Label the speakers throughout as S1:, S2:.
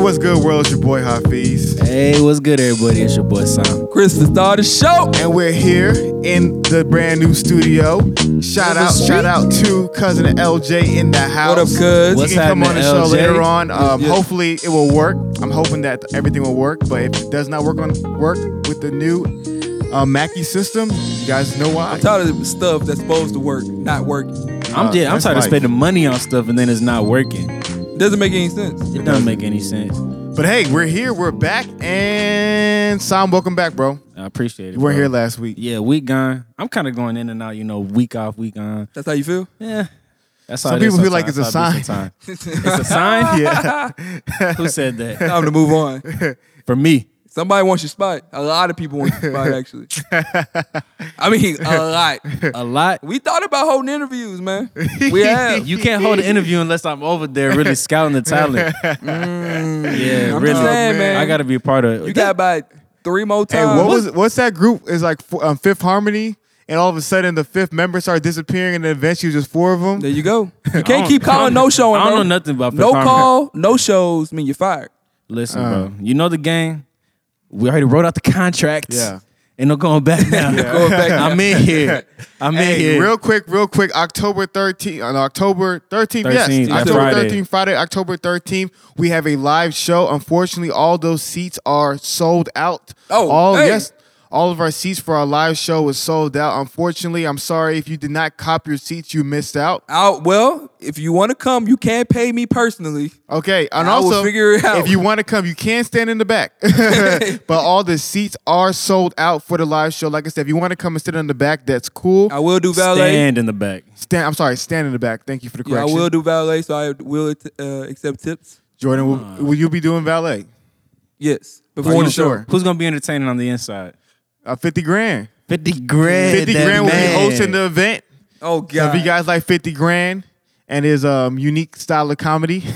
S1: what's good, world? It's your boy Hafiz.
S2: Hey, what's good, everybody? It's your boy Sam.
S3: Chris the star of the show.
S1: And we're here in the brand new studio. Shout out, shout out to cousin LJ in the house.
S3: What up, cuz?
S2: What's
S1: you can come on the
S2: happening,
S1: show
S2: LJ?
S1: later on. Um,
S3: yeah.
S1: Hopefully, it will work. I'm hoping that everything will work. But if it does not work on work with the new uh, Mackie system, you guys know why.
S3: I'm tired of the stuff that's supposed to work, not working.
S2: I'm
S1: Uh,
S2: just, I'm
S1: that's
S2: tired
S1: life.
S2: of spending money on stuff and then it's not working. It
S3: Doesn't make any sense.
S2: doesn't make any sense.
S1: But hey, we're here. We're back. And Sam, welcome back, bro.
S2: I appreciate it.
S1: You weren't
S2: bro.
S1: here last week.
S2: Yeah, week gone. I'm kind of going in and out, you know, week off, week on.
S3: That's how you feel?
S2: Yeah, that's
S1: Some
S2: how it is
S1: people feel like
S2: sometimes.
S1: it's a
S2: That's how it be sometimes. it's a sign.
S1: Yeah.
S2: Who said that?
S3: Time to move on.
S2: For me.
S3: Somebody wants your spot. A lot of people want your spot, actually. I mean, a lot.
S2: A lot.
S3: We thought about holding interviews, man. We have.
S2: You can't hold an interview unless I'm over there really scouting the talent. Mm, yeah,
S3: I'm
S2: really.
S3: just saying, man.
S2: I got to be a part of.
S3: you got about three more
S1: Hey,
S3: times.
S1: what was what's that group? Is like fo- um, Fifth Harmony, and all of a sudden the fifth member started disappearing, and then eventually it was just four of them.
S3: There you go. You
S2: I don't-
S3: can't keep calling no showing.
S2: I don't
S3: bro.
S2: know nothing about
S3: No
S2: Fifth Harmony.
S3: call, no shows. mean, you're fired.
S2: Listen,
S1: Uh-huh.
S2: bro. You know the game. We already wrote out the contract.
S1: Yeah.
S2: Ain't no going back now.
S3: Going back now.
S2: I'm in here. I'm in
S1: Hey,
S2: here.
S1: real quick, real quick. October 13th, on October 13th, yes.
S2: 13th, that
S1: October
S2: Friday.
S1: 13th, Friday, October 13th, we have a live show. Unfortunately, all those seats are sold out.
S3: Oh,
S1: all
S3: hey.
S1: yes. All of our seats for our live show was sold out. Unfortunately, I'm sorry if you did not cop your seats, you missed out.
S3: Out. Well, if you want to come, you can pay me personally.
S1: Okay, and
S3: I will
S1: also
S3: figure it out.
S1: if you want to come, you can stand in the back. but all the seats are sold out for the live show. Like I said, if you want to come and sit in the back, that's cool.
S3: I will do valet.
S2: Stand in the back.
S1: Stand, I'm sorry, stand in the back. Thank you for the
S3: Yeah, I
S1: correction.
S3: will do valet, so I will uh, accept tips.
S1: Jordan, will, will you be doing valet?
S3: Yes, before
S1: you
S3: the show.
S1: sure?
S2: Who's gonna be entertaining on the inside?
S1: Uh, Fifty grand.
S2: Fifty grand.
S1: Fifty grand will be hosting the event.
S3: Oh
S1: So
S3: God!
S1: if you guys like Fifty grand and his um, unique style of comedy,
S3: He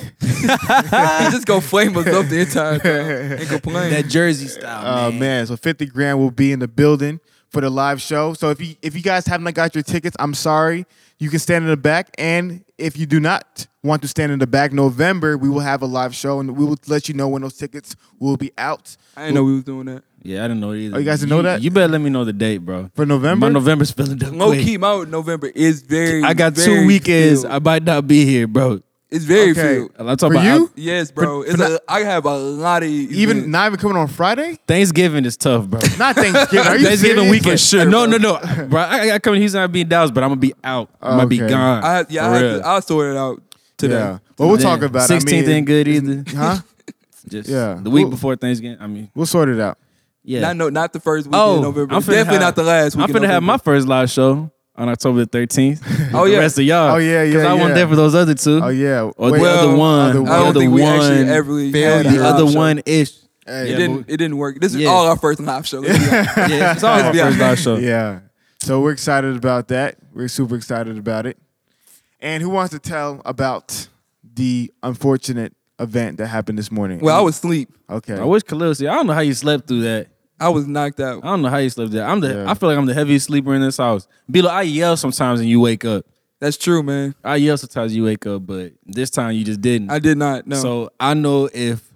S3: Ah, just go flame us up the entire time and complain.
S2: that Jersey style.
S1: uh,
S2: Oh, man.
S1: man, so Fifty grand will be in the building for the live show. So if you if you guys haven't got your tickets, I'm sorry. You can stand in the back, and if you do not want to stand in the back, November we will have a live show, and we will let you know when those tickets will be out.
S3: I didn't know we was doing that.
S2: Yeah, I didn't know either.
S1: Oh, you guys didn't know that?
S2: You better let me know the date, bro.
S1: For November?
S2: My November's filling up.
S3: Low
S2: quick.
S3: key, my November is very.
S2: I got
S3: very
S2: two weekends.
S3: filled.
S2: I might not be here, bro.
S3: It's very
S1: Okay.
S3: filled.
S2: I'm talking
S1: For
S2: about
S1: you?
S3: Yes, bro. It's a, I have a lot of e-
S1: Even
S3: events.
S1: not even coming on Friday.
S2: Thanksgiving is tough, bro.
S1: Not Thanksgiving. Are you
S2: Thanksgiving
S1: serious?
S2: weekend,
S3: sure,
S2: No,
S3: bro.
S2: no, no, bro. I, I got coming. He's not being Dallas, but I'm gonna be out. I'm gonna be
S1: Oh, Okay.
S2: gone.
S3: I have, yeah, I
S2: For
S3: have
S2: real.
S3: to, I'll sort it out today.
S1: Yeah, but we'll talk
S2: Yeah.
S1: about. it. I
S2: 16th
S1: mean,
S2: ain't good either.
S1: huh?
S2: Just
S1: Yeah.
S2: the week
S1: Well-
S2: before Thanksgiving. I mean,
S1: We'll sort it out.
S2: yeah.
S3: Not no, not the first week
S2: oh,
S3: in November.
S2: I'm finna
S3: Definitely
S2: have-
S3: not the last week.
S2: I'm finna have my first live show on October the 13th.
S3: Oh,
S2: With
S3: yeah.
S2: the rest of y'all.
S1: Oh, yeah, yeah,
S2: Because
S1: yeah.
S2: I wasn't there for those other two.
S1: Oh yeah.
S2: Or
S1: Wait,
S2: the
S3: Well,
S2: other one.
S1: other
S2: The
S1: one.
S3: I don't
S2: other
S3: think we
S2: one.
S3: actually ever really had
S1: Failure.
S2: The
S3: a live
S2: other
S3: show.
S2: one ish.
S1: Hey.
S3: It
S1: Yeah,
S3: didn't. It didn't work. This is
S2: Yeah.
S3: all our first live show. let's be honest.
S2: Yeah, it's all our
S3: Yeah.
S2: first live show.
S1: Yeah. So we're excited about that. We're super excited about it. And who wants to tell about the unfortunate event that happened this morning?
S3: well, I was asleep.
S1: okay.
S2: I wish Khalil see. I don't know how you slept through that.
S3: I was knocked out.
S2: I don't know how you slept that. I'm the.
S1: Yeah.
S2: I feel like I'm the heaviest sleeper in this house. Bilo, I yell sometimes and you wake up.
S3: That's true, man.
S2: I yell sometimes you wake up, but this time you just didn't.
S3: I did not. No.
S2: So I know if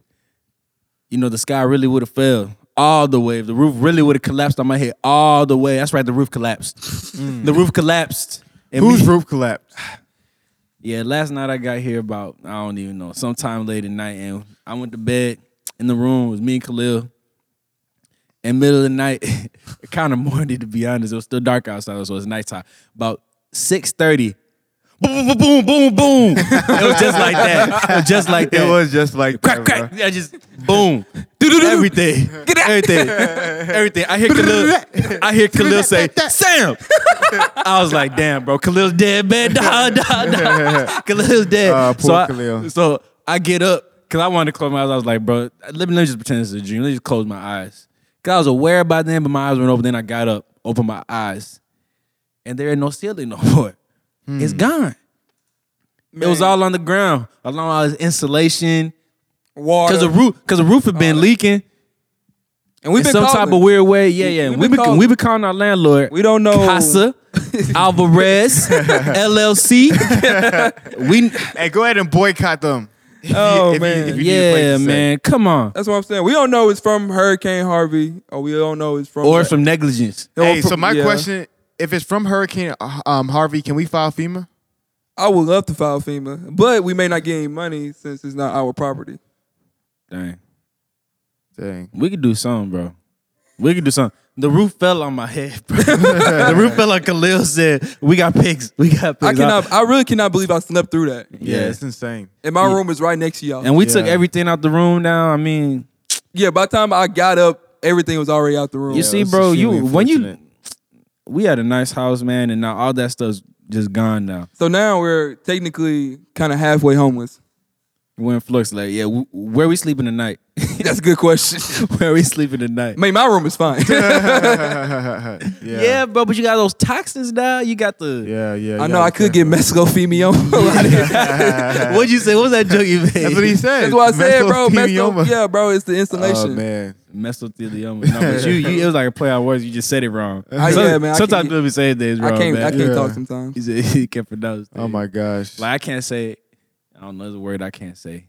S2: you know the sky really would have fell all the way, if the roof really would have collapsed on my head all the way. That's right, the roof collapsed. The roof collapsed. And
S1: Whose
S2: me-
S1: roof collapsed?
S2: Yeah, last night I got here about I don't even know, sometime late at night, and I went to bed in the room. It was me and Khalil. In middle of the night, it kind of morning to be honest. It was still dark outside, so it's nighttime. About six thirty. Boom, boom, boom, boom, boom. it was just like that. It was just like that
S1: It was just like
S2: crack,
S1: that, bro.
S2: crack. I just boom, everything, everything, everything. I hear Khalil, I hear Khalil say, "Sam." I was like, "Damn, bro, Khalil's dead, man. Da, da, da. Khalil's dead."
S1: Ah, poor
S2: so, I,
S1: Khalil.
S2: so I get up because I wanted to close my eyes. I was like, "Bro, let me, let me just pretend this is a dream. Let me just close my eyes." Cause I was aware by then, but my eyes weren't open. Then I got up, opened my eyes, and there ain't no ceiling no more. It's gone. It was
S3: Man.
S2: all on the ground, along all this insulation.
S3: water.
S2: Cause the roof, cause the roof had been leaking
S3: and Uh, we've
S2: in
S3: been
S2: some
S3: calling.
S2: type of weird way. Yeah, yeah.
S3: We've
S2: We
S3: been
S2: been
S3: calling.
S2: we been calling our landlord.
S3: We don't know.
S2: Casa Alvarez LLC. we
S1: Hey, go ahead and boycott them.
S3: Oh, man.
S1: need a place
S2: yeah,
S1: to stay.
S2: man. Come on.
S3: That's what I'm saying. We don't know it's from Hurricane Harvey, or we don't know it's from
S2: Or it's from negligence.
S3: Or
S1: Hey,
S3: from-
S1: so my
S3: Oh, yeah.
S1: question: If it's from Hurricane uh, um, Harvey, can we file FEMA?
S3: I would love to file FEMA, but we may not get any money since it's not our property.
S2: Dang.
S1: Dang.
S2: We could do something, bro. We could do something. The roof fell on my head, bro. the roof fell on Khalil said, We got pigs. We got pigs.
S3: I cannot. I really cannot believe I slept through that.
S1: Yeah,
S2: Yeah.
S1: it's insane.
S3: And my room is right next to y'all.
S2: And we took
S1: Yeah.
S2: everything out the room now. I mean,
S3: yeah, by the time I got up, everything was already out the room.
S2: you see,
S1: it's
S2: bro, you
S1: extremely
S2: when you
S1: unfortunate.
S2: we had a nice house, man, and now all that stuff's just gone now.
S3: So now we're technically kind of halfway homeless.
S2: We're in flux, like, yeah, w where we sleeping tonight?
S3: That's a good question.
S2: where we sleeping tonight?
S3: I mean, my room is fine.
S2: Yeah. bro, but you got those toxins now. You got the
S1: Yeah, yeah.
S3: I
S1: yeah,
S3: know I could
S1: okay.
S3: get mesothelioma.
S2: what'd you say? What was that joke you made?
S1: That's what he said.
S3: That's what I said, bro.
S1: Mesothelioma.
S3: Mesothelioma. Yeah, bro, it's the
S1: Oh
S3: installation.
S1: man.
S2: mesothelioma. No, but you, you, it was like a play on words. You just said it wrong.
S3: I-
S2: Some-
S3: yeah, man, I
S2: sometimes
S3: can't-
S2: people say things
S3: I
S2: wrong.
S3: can't. I
S2: man.
S3: can't
S1: Yeah.
S3: talk sometimes.
S2: He said he can't pronounce.
S1: Oh
S2: things.
S1: my gosh.
S2: Like I can't say. it. I don't know. There's a word I can't say.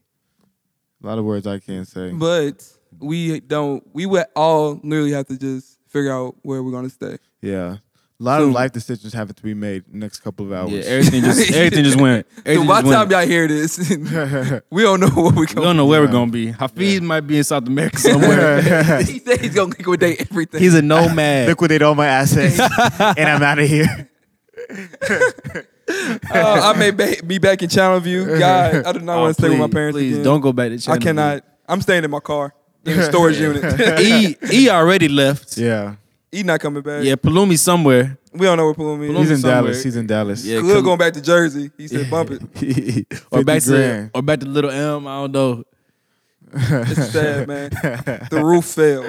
S1: a lot of words I can't say.
S3: But we don't. We would all literally have to just figure out where we're gonna stay.
S1: yeah. A lot
S3: So-
S1: of life decisions have to be made in the next couple of hours.
S2: Yeah, everything just everything just went.
S3: So
S2: Everything
S3: Oh, by
S2: just
S3: the
S2: went.
S3: time y'all hear this, we don't know what we're
S2: we
S3: going.
S2: don't know where we're gonna be. Hafiz might be in South America somewhere.
S3: He said he's gonna liquidate everything.
S2: He's a nomad.
S1: Liquidate all my assets, and I'm out of here.
S3: uh, I may ba- be back in Channel View. God, I do not
S2: Oh,
S3: want to stay with my
S2: please,
S3: parents.
S2: Please
S3: again.
S2: don't go back to China.
S3: I cannot. I'm staying in my car in the storage unit.
S2: E E already left. Yeah,
S1: Yeah.
S3: He not coming back.
S2: Palumi somewhere.
S3: We don't know where Palumi
S2: Palumi-
S3: is.
S1: He's in
S2: somewhere.
S1: Dallas. He's in Dallas.
S2: Yeah.
S3: Khalil
S2: come-
S3: going back to Jersey. He said, "Bump it."
S2: or back to
S1: grand.
S2: or back to Little M. I don't know.
S3: It's sad, man. The roof fell.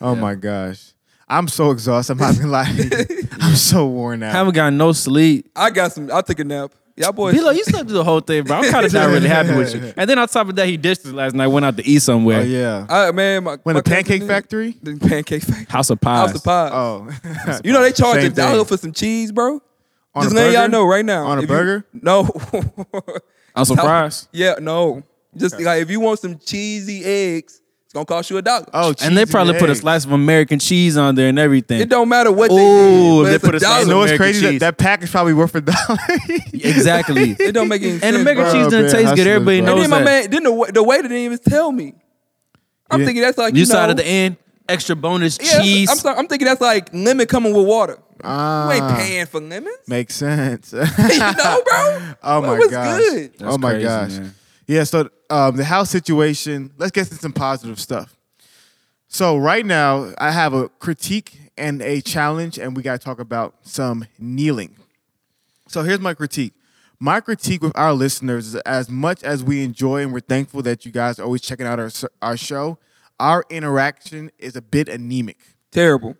S1: Oh my gosh. I'm so exhausted. I'm not gonna lie. I'm so worn out.
S2: Haven't gotten no sleep.
S3: I got some. I took a nap. Y'all boys.
S2: Bilo, you slept through the whole thing, bro. I'm kind of not really happy with you. And then on top of that, he ditched us last night. Went out to eat somewhere.
S1: oh yeah.
S3: I, man, my,
S1: when
S3: my
S1: the Pancake
S3: cousin-
S1: Factory.
S3: The pancake factory.
S2: House of Pies.
S3: House of Pies.
S1: Oh.
S3: Uh, You know they charge
S1: Same
S3: a dollar
S1: thing.
S3: for some cheese, bro.
S1: On
S3: Just
S1: a
S3: letting y'all
S1: burger?
S3: know right now.
S1: On a
S3: If you-
S1: burger?
S3: no.
S2: On some fries.
S3: Yeah, no. Just like if you want some cheesy eggs, it's gonna cost you a dollar.
S1: Oh.
S2: And they
S1: cheese
S2: probably put a
S1: eggs.
S2: slice of American cheese on there and everything.
S3: It don't matter what they
S2: Ooh,
S3: did, but
S2: they
S3: it's
S2: put
S3: a
S2: a slice
S3: dollar.
S1: You know what's
S2: American
S1: crazy?
S2: cheese.
S1: That, that pack is probably worth a dollar.
S2: exactly.
S3: it don't make any sense.
S2: and American
S3: bro.
S2: cheese
S1: Bro,
S2: doesn't
S1: man,
S2: taste good.
S1: hustlers,
S2: Everybody
S1: bro.
S3: And
S2: knows
S3: then my
S2: that.
S3: man, then the, wa- the waiter didn't even tell me. I'm
S1: Yeah.
S3: thinking that's like
S2: you
S3: you
S2: saw it
S3: know,
S2: at the end. Extra bonus
S3: yeah,
S2: cheese.
S3: I'm, sorry, I'm thinking that's like lemon coming with water.
S1: Ah.
S3: You ain't paying for lemons,
S1: Makes sense.
S3: you know, bro.
S1: Oh
S3: What
S1: my
S3: was
S1: gosh.
S3: good?
S1: oh my
S2: crazy,
S1: gosh.
S2: man.
S1: Yeah, so um, the house situation, let's get into some positive stuff. So right now, I have a critique and a challenge, and we got to talk about some kneeling. So here's my critique. My critique with our listeners is as much as we enjoy and we're thankful that you guys are always checking out our, our show, our interaction is a bit anemic.
S3: Terrible.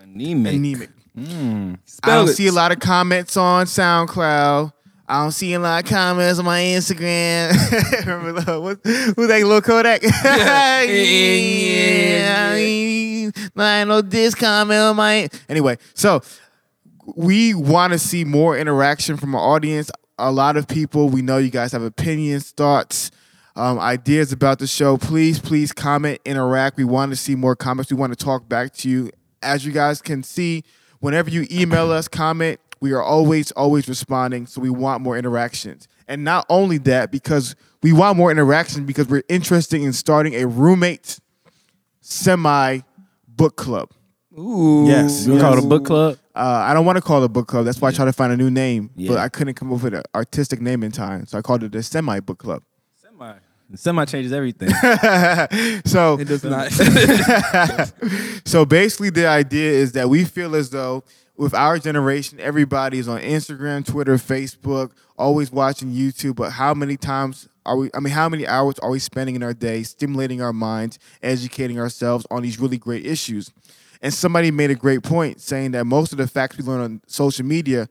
S2: Anemic.
S1: Anemic. I
S3: Mm. Spell
S1: don't
S3: it.
S1: see a lot of comments on SoundCloud. I don't see a lot of comments on my Instagram. Remember the- what, who that little Kodak?
S3: Yeah. Yeah.
S1: Yeah. I know this comment on my anyway. So we want to see more interaction from our audience. A lot of people, we know you guys have opinions, thoughts, um, ideas about the show. Please, please comment, interact. We want to see more comments. We want to talk back to you. As you guys can see, whenever you email us, comment, we are always, always responding. So we want more interactions. And not only that, because we want more interaction because we're interested in starting a roommate semi book club.
S3: Ooh.
S1: Yes.
S2: You call it a book club?
S1: Uh, I don't want to call it a book club. That's why I tried to find a new name, but
S2: Yeah.
S1: I couldn't come up with an artistic name in time. So I called it the Semi Book Club.
S2: Semi. Semi changes everything.
S1: So,
S3: It does not.
S1: so basically, the idea is that we feel as though with our generation, everybody's on Instagram, Twitter, Facebook, always watching YouTube. But how many times are we? I mean, how many hours are we spending in our day stimulating our minds, educating ourselves on these really great issues? And somebody made a great point saying that most of the facts we learn on social media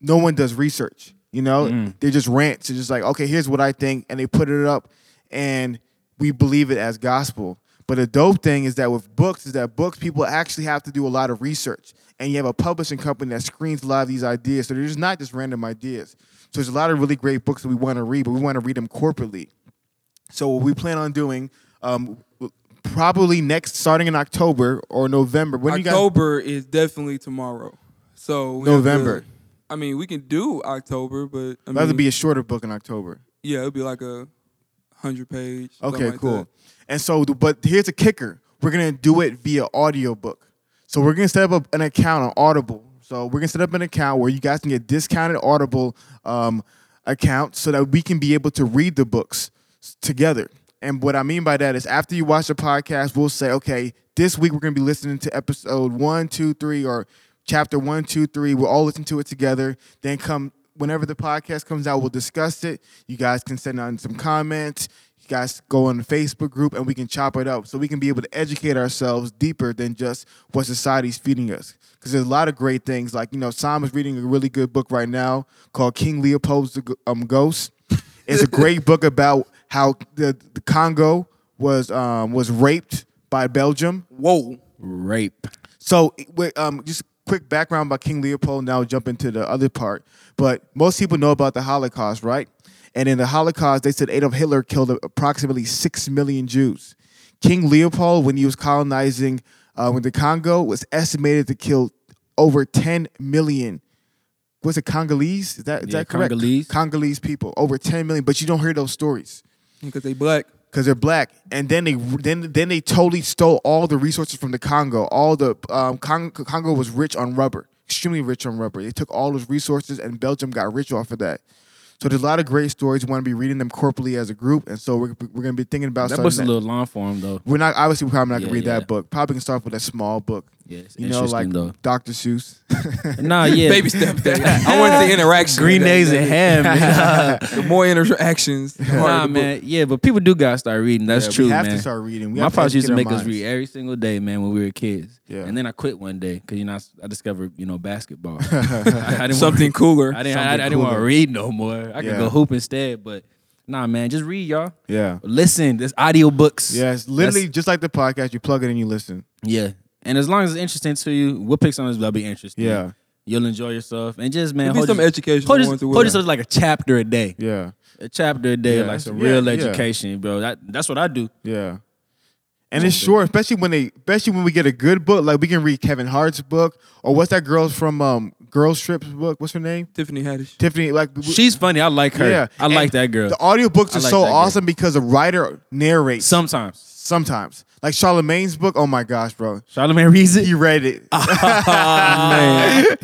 S1: no one does research. You know, they're just rants. It's just like, okay, here's what I think, and they put it up, and we believe it as gospel. But the dope thing is that with books, is that books people actually have to do a lot of research, and you have a publishing company that screens a lot of these ideas, so they're just not just random ideas. So there's a lot of really great books that we want to read, but we want to read them corporately. So what we plan on doing, um, w- probably next, starting in October or November. When you guys?
S3: October is definitely tomorrow. So we have to-
S1: November.
S3: I mean, we can do October, but I
S1: That'll
S3: mean,
S1: be a shorter book in October.
S3: yeah, it'll be like a hundred page. something
S1: Okay,
S3: like
S1: cool.
S3: that.
S1: And so, the- but here's a kicker: we're gonna do it via audiobook. So we're gonna set up a- an account on Audible. So we're gonna set up an account where you guys can get discounted Audible um, accounts, so that we can be able to read the books s- together. And what I mean by that is, after you watch the podcast, we'll say, okay, this week we're gonna be listening to episode one, two, three, or chapter one, two, three. We'll all listen to it together. Then come whenever the podcast comes out, we'll discuss it. You guys can send on some comments. You guys go on the Facebook group and we can chop it up so we can be able to educate ourselves deeper than just what society's feeding us. Because there's a lot of great things. Like, you know, Sam is reading a really good book right now called King Leopold's um, Ghost. It's a great book about how the, the Congo was um, was raped by Belgium.
S3: Whoa.
S2: Rape.
S1: So, wait, um, just quick background about King Leopold. Now jump into the other part. But most people know about the Holocaust, right? And in the Holocaust, they said Adolf Hitler killed approximately six million Jews. King Leopold, when he was colonizing uh, when the Congo, was estimated to kill over ten million. Was it Congolese? Is that is
S2: Yeah,
S1: that correct?
S2: Congolese.
S1: Congolese people, over ten million. But you don't hear those stories
S3: Because they black.
S1: because they're black. And then they then then they totally stole all the resources from the Congo. All the um, Cong- Congo was rich on rubber, extremely rich on rubber. They took all those resources, and Belgium got rich off of that. So there's a lot of great stories. We want to be reading them corporately as a group, and so we're, we're going to be thinking about
S2: That
S1: starting
S2: book's a
S1: that.
S2: little long for him though.
S1: We're not obviously we're probably not going
S2: Yeah,
S1: to read
S2: yeah.
S1: that book. Probably can start with a small book.
S2: Yeah, it's
S1: you know, like
S2: interesting, though.
S1: Dr. Seuss.
S2: Nah, yeah.
S3: Baby steps. That. I wanted the interaction.
S2: Green
S3: That-
S2: days
S3: that-
S2: and ham. man.
S3: The more interactions, the harder
S2: nah,
S3: the book.
S2: man. Yeah, but people do gotta start reading. That's
S1: Yeah,
S2: true,
S1: We have
S2: man.
S1: to start reading. We
S2: My
S1: have to
S2: pops used to
S1: educate
S2: make
S1: our
S2: us
S1: minds.
S2: read every single day, man, when we were kids.
S1: Yeah.
S2: And then I quit one day because you know I, s- I discovered you know basketball. I, I didn't
S3: Something
S2: wanna,
S3: cooler.
S2: I didn't. I, I
S1: something
S2: didn't want to
S1: cooler.
S2: read no more. I could
S1: Yeah.
S2: go hoop instead. But nah, man, just read y'all.
S1: Yeah.
S2: Listen, there's audiobooks.
S1: Yes, literally
S2: That's-
S1: just like the podcast, you plug it and you listen.
S2: yeah. And as long as it's interesting to you, we'll pick something that'll be interesting.
S1: Yeah.
S2: You'll enjoy yourself and just man
S3: It'll be
S2: hold
S3: some
S2: your-
S3: educational
S2: Hold, your-
S3: ones or
S2: hold
S3: whatever.
S2: yourself like a chapter a day.
S1: Yeah.
S2: A chapter a day,
S1: Yeah,
S2: like
S1: that's-
S2: some
S1: yeah,
S2: real
S1: yeah.
S2: education, bro. That that's what I do.
S1: Yeah. And it's short, especially when they, especially when we get a good book. Like we can read Kevin Hart's book, or what's that girl's from um Girls Trip's book? What's her name?
S3: Tiffany Haddish.
S1: Tiffany. Like we-
S2: She's funny. I like her.
S1: yeah,
S2: I
S1: And
S2: like that girl.
S1: The audiobooks
S2: I
S1: are
S2: like
S1: so
S2: that girl.
S1: awesome because the writer narrates
S2: Sometimes.
S1: sometimes. Like Charlemagne's book. Oh my gosh, bro,
S2: Charlemagne reads it.
S1: he read it,
S2: Ah.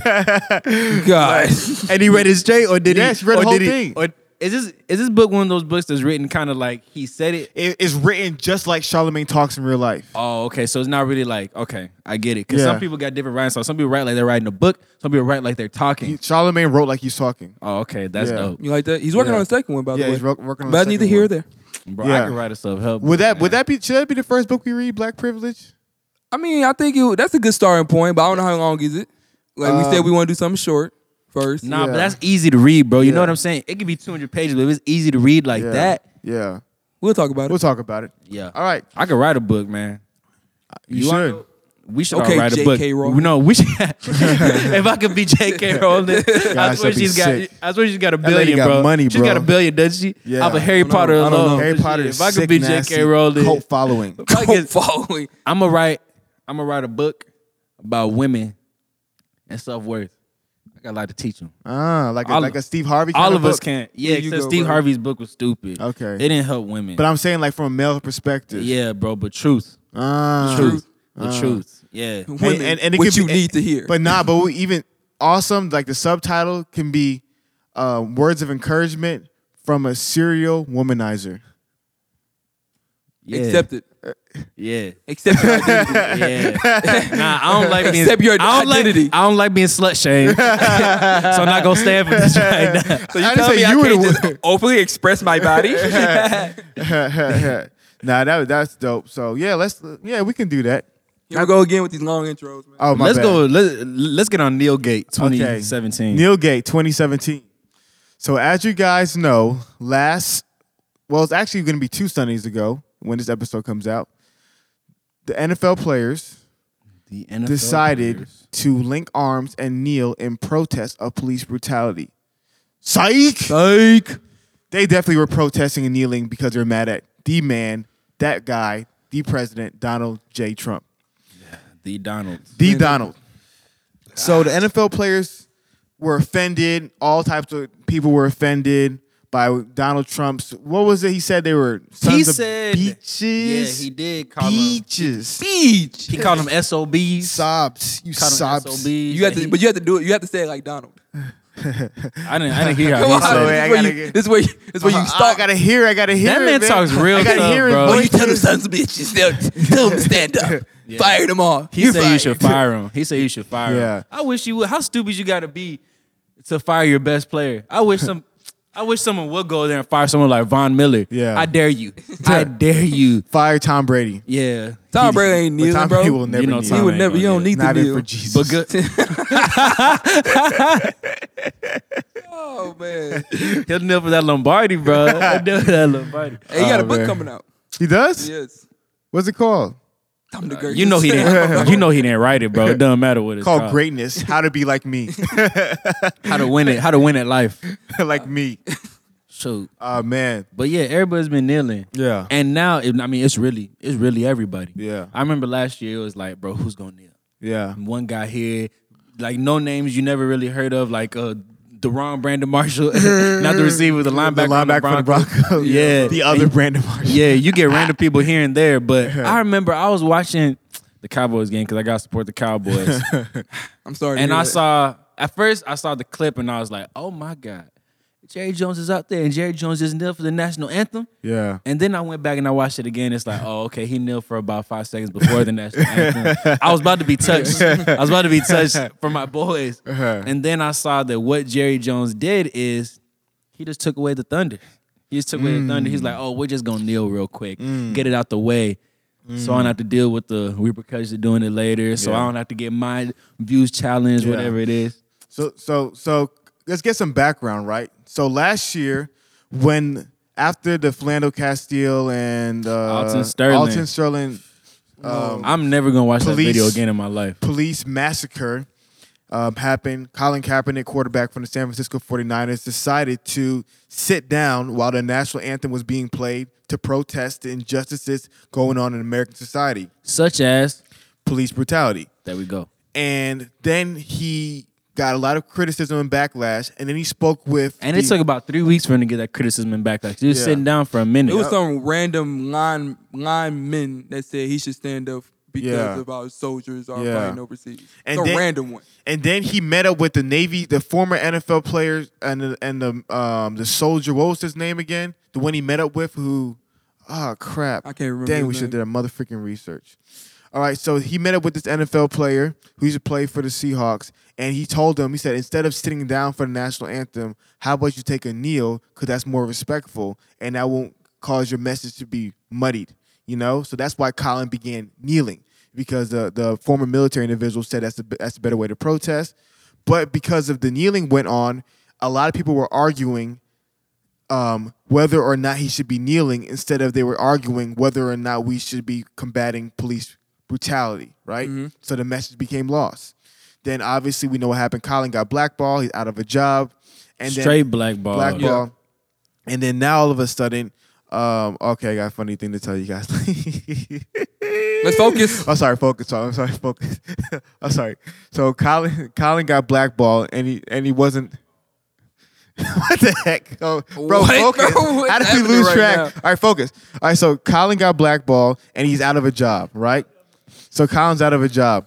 S3: God.
S2: and he read his J or did
S1: Yes, he read the whole thing.
S2: or is this is this book one of those books that's written kind of like he said it?
S1: It- It's written just like Charlemagne talks in real life.
S2: Oh, okay. So it's not really like okay, I get it. Because
S1: Yeah.
S2: some people got different writing styles. Some people write like they're writing a book. Some people write like they're talking.
S1: Charlemagne wrote like he's talking.
S2: oh, okay, that's
S1: Yeah.
S2: dope,
S3: You like that? He's working
S1: Yeah.
S3: on the second one, by the
S1: Yeah,
S3: way.
S1: he's wor- working on
S3: But
S1: the
S3: I need to
S1: second
S3: hear
S1: one.
S3: there.
S2: bro. I
S1: Yeah.
S2: can write a self help.
S1: Would that would that be should that be the first book we read? Black Privilege.
S3: I mean, I think it, that's a good starting point, but I don't know how long is it. Like we
S1: Um,
S3: said, we want to do something short first.
S2: Nah, but
S1: Yeah.
S2: that's easy to read, bro. You know
S1: Yeah.
S2: what I'm saying? It could be 200 pages, but if it's easy to read like
S1: Yeah.
S2: that,
S1: Yeah.
S3: We'll talk about it.
S1: We'll talk about it.
S2: yeah.
S1: All right.
S2: I could write a book, man.
S1: You,
S2: wanna
S1: should.
S2: know- We should
S3: Okay,
S2: all write a book.
S3: J.K. Rowling.
S2: No, we should. if I could be J.K. Rowling, I
S1: Gosh,
S2: swear
S1: that'd be
S2: she's got.
S1: sick.
S2: I swear she's got a
S1: lady
S2: billion,
S1: got
S2: bro.
S1: money,
S2: She's got a
S1: bro.
S2: billion, doesn't she?
S1: Yeah.
S2: Off of Harry
S1: I don't
S2: Potter
S1: know. I don't know.
S2: alone.
S1: Harry Potter
S2: If
S1: is
S2: I could
S1: sick,
S2: be
S1: nasty,
S2: J.K. Rowling,
S1: cult following.
S2: I
S3: Cult
S2: guess-
S3: following.
S2: I'm gonna write. I'm gonna write a book about women and self worth. I got a lot to teach them.
S1: Ah, like a,
S2: All-
S1: like a Steve Harvey.
S2: All
S1: kinda
S2: of us
S1: book.
S2: can't. Yeah,
S3: Here you
S2: except
S3: go,
S2: Steve
S3: brother.
S2: Harvey's book was stupid.
S1: Okay.
S2: it didn't help women.
S1: But I'm saying like from a male perspective.
S2: yeah, bro. But truth,
S1: Ah.
S2: truth, the truth. Yeah,
S1: And,
S3: Women,
S1: and, and it
S3: what
S1: could
S3: you
S1: be-
S3: need to hear.
S1: But nah, but we even awesome. Like the subtitle can be uh, words of encouragement from a serial womanizer.
S2: yeah,
S3: accept it.
S2: yeah.
S3: Accept your identity.
S2: Yeah. nah, I don't like being
S3: Accept your
S2: I don't
S3: identity.
S2: Like, I don't like being slut shamed. so I'm not gonna stand for this right now.
S3: So
S1: I
S3: you
S1: didn't
S3: telling
S1: say
S3: me I
S1: you were
S3: can't
S1: the
S3: just openly express my body?
S1: nah, that that's dope. So yeah, let's yeah we can do that.
S3: Here we go again with these long intros, man.
S1: Oh my
S2: let's
S1: bad.
S2: go. Let's, let's get on Neil Gate 2017.
S1: Neil Gate 2017. So as you guys know, last well, it's actually going to be two Sundays ago when this episode comes out. The NFL players
S2: The NFL
S1: decided
S2: players.
S1: to link arms and kneel in protest of police brutality. Psych!
S3: Psych.
S1: They definitely were protesting and kneeling because they're mad at the man, that guy, the president, Donald J. Trump.
S2: The Donald.
S1: The Donald. So the NFL players were offended. All types of people were offended by Donald Trump's. What was it? He said they were sons
S2: He
S1: of
S2: said-
S1: beaches.
S2: Yeah, he did call 'em-
S1: beaches.
S3: Beach.
S2: He called them SOBs.
S1: Sobs. You
S2: Called 'em
S1: sobs.
S2: SOBs.
S3: You have to, but you have to do it. You have to say it like Donald.
S2: I didn't. I didn't hear how
S3: Come
S2: he
S3: on,
S1: so
S2: said. it.
S1: I gotta
S3: this, is where you,
S1: get- Uh-huh.
S3: this is where you, this is where you
S1: I
S3: start.
S1: gotta hear. I gotta hear.
S2: Uh, That
S1: it,
S2: man talks real
S1: I gotta
S2: tough,
S1: hear it,
S2: bro.
S3: Oh,
S1: boy.
S3: you tell them sons of bitches. Tell, tell them to stand up. Fire them all.
S2: He
S3: You're
S2: said you
S3: fired.
S2: should fire him. He said you should fire
S1: Yeah.
S2: him. I wish you would. How stupid you got to be to fire your best player? I wish some. I wish someone would go there and fire someone like Von Miller.
S1: Yeah.
S2: I dare you. I dare you.
S1: Fire Tom Brady.
S2: Yeah.
S3: Tom Brady ain't
S1: But
S3: kneeling,
S1: Tom
S3: bro.
S1: Brady will never
S2: you know
S1: kneel.
S2: Tom
S3: he would
S2: ain't
S3: never.
S2: gonna
S3: You don't
S2: do it.
S3: need to
S1: Not in
S3: kneel.
S1: for Jesus.
S2: But good.
S3: Oh man,
S2: He'll kneel for that Lombardi, bro. He'll kneel for that Lombardi.
S3: hey, he got a
S1: Oh,
S3: book
S1: man.
S3: coming out.
S1: He does.
S3: Yes,
S1: What's it called?
S3: Tom
S1: Uh,
S3: DeGurkis.
S2: You know he didn't. You know he didn't write it, bro. It doesn't matter what it's
S1: Called
S2: called.
S1: greatness. How to be like me.
S2: How to win it? How to win at life?
S1: like me.
S2: So,
S1: Oh man.
S2: but yeah, everybody's been kneeling.
S1: Yeah.
S2: And now, it, I mean, it's really, it's really everybody.
S1: Yeah.
S2: I remember last year it was like, bro, who's gonna kneel?
S1: Yeah.
S2: One guy here, like no names you never really heard of, like uh, Deron Brandon Marshall, not the receiver, the linebacker,
S1: the linebacker
S2: on
S1: for the Broncos.
S2: Yeah.
S1: The other Brandon Marshall.
S2: yeah, you get random people here and there, but I remember I was watching the Cowboys game because I got to support the Cowboys.
S3: I'm sorry. to
S2: And
S3: hear
S2: I
S3: that.
S2: saw at first I saw the clip and I was like, oh my God. Jerry Jones is out there and Jerry Jones just kneel for the national anthem.
S1: Yeah.
S2: And then I went back and I watched it again. It's like, oh, okay, he kneeled for about five seconds before the national anthem. I was about to be touched. I was about to be touched for my boys.
S1: Uh-huh.
S2: And then I saw that what Jerry Jones did is he just took away the thunder. He just took away the thunder. He's like, oh, we're just gonna kneel real quick,
S1: Mm.
S2: get it out the way. So I don't have to deal with the repercussions of doing it later. So
S1: Yeah.
S2: I don't have to get my views challenged,
S1: Yeah.
S2: whatever it is.
S1: So so so let's get some background, right? So last year, when after the Philando Castile and uh,
S2: Alton Sterling.
S1: Alton Sterling, um,
S2: I'm never gonna watch that
S1: Police-
S2: video again in my life.
S1: police massacre um, happened, Colin Kaepernick, quarterback from the San Francisco 49ers, decided to sit down while the national anthem was being played to protest the injustices going on in American society,
S2: Such as
S1: police brutality.
S2: there we go.
S1: And then he got a lot of criticism and backlash, and then he spoke with.
S2: And it
S1: the-
S2: took about three weeks for him to get that criticism and backlash. He was
S1: Yeah.
S2: sitting down for a minute.
S3: it was some random line lineman that said he should stand up because
S1: Yeah.
S3: of our soldiers are
S1: Yeah.
S3: fighting overseas.
S1: And
S3: it's a
S1: then-
S3: random one.
S1: And then he met up with the Navy, the former NFL players, and the, and the um the soldier. What was his name again? The one he met up with, who? Oh crap!
S3: I can't remember
S1: Dang,
S3: his
S1: we should have
S3: name.
S1: did a motherfucking research. All right, so he met up with this NFL player who used to play for the Seahawks, and he told him, he said, instead of sitting down for the national anthem, how about you take a kneel? Because that's more respectful, and that won't cause your message to be muddied, you know? So that's why Colin began kneeling, because the, the former military individual said that's the, be- that's the better way to protest. But because of the kneeling went on, a lot of people were arguing um, whether or not he should be kneeling instead of they were arguing whether or not we should be combating police brutality, right? So the message became lost. Then obviously we know what happened. Colin got blackballed. He's out of a job. And
S2: straight
S1: then
S2: blackball.
S1: blackball.
S3: Yeah.
S1: And then now all of a sudden, um, okay, I got a funny thing to tell you guys.
S3: Let's focus.
S1: I'm sorry, focus. Sorry, I'm sorry, focus. I'm sorry. So Colin, Colin got blackballed, and he and he wasn't. what the heck, oh, bro?
S3: What,
S1: focus.
S3: bro? What's
S1: How did we
S3: happening
S1: lose
S3: right
S1: track?
S3: now?
S1: All right, focus. All right, so Colin got blackballed, and he's out of a job, right? So Colin's out of a job.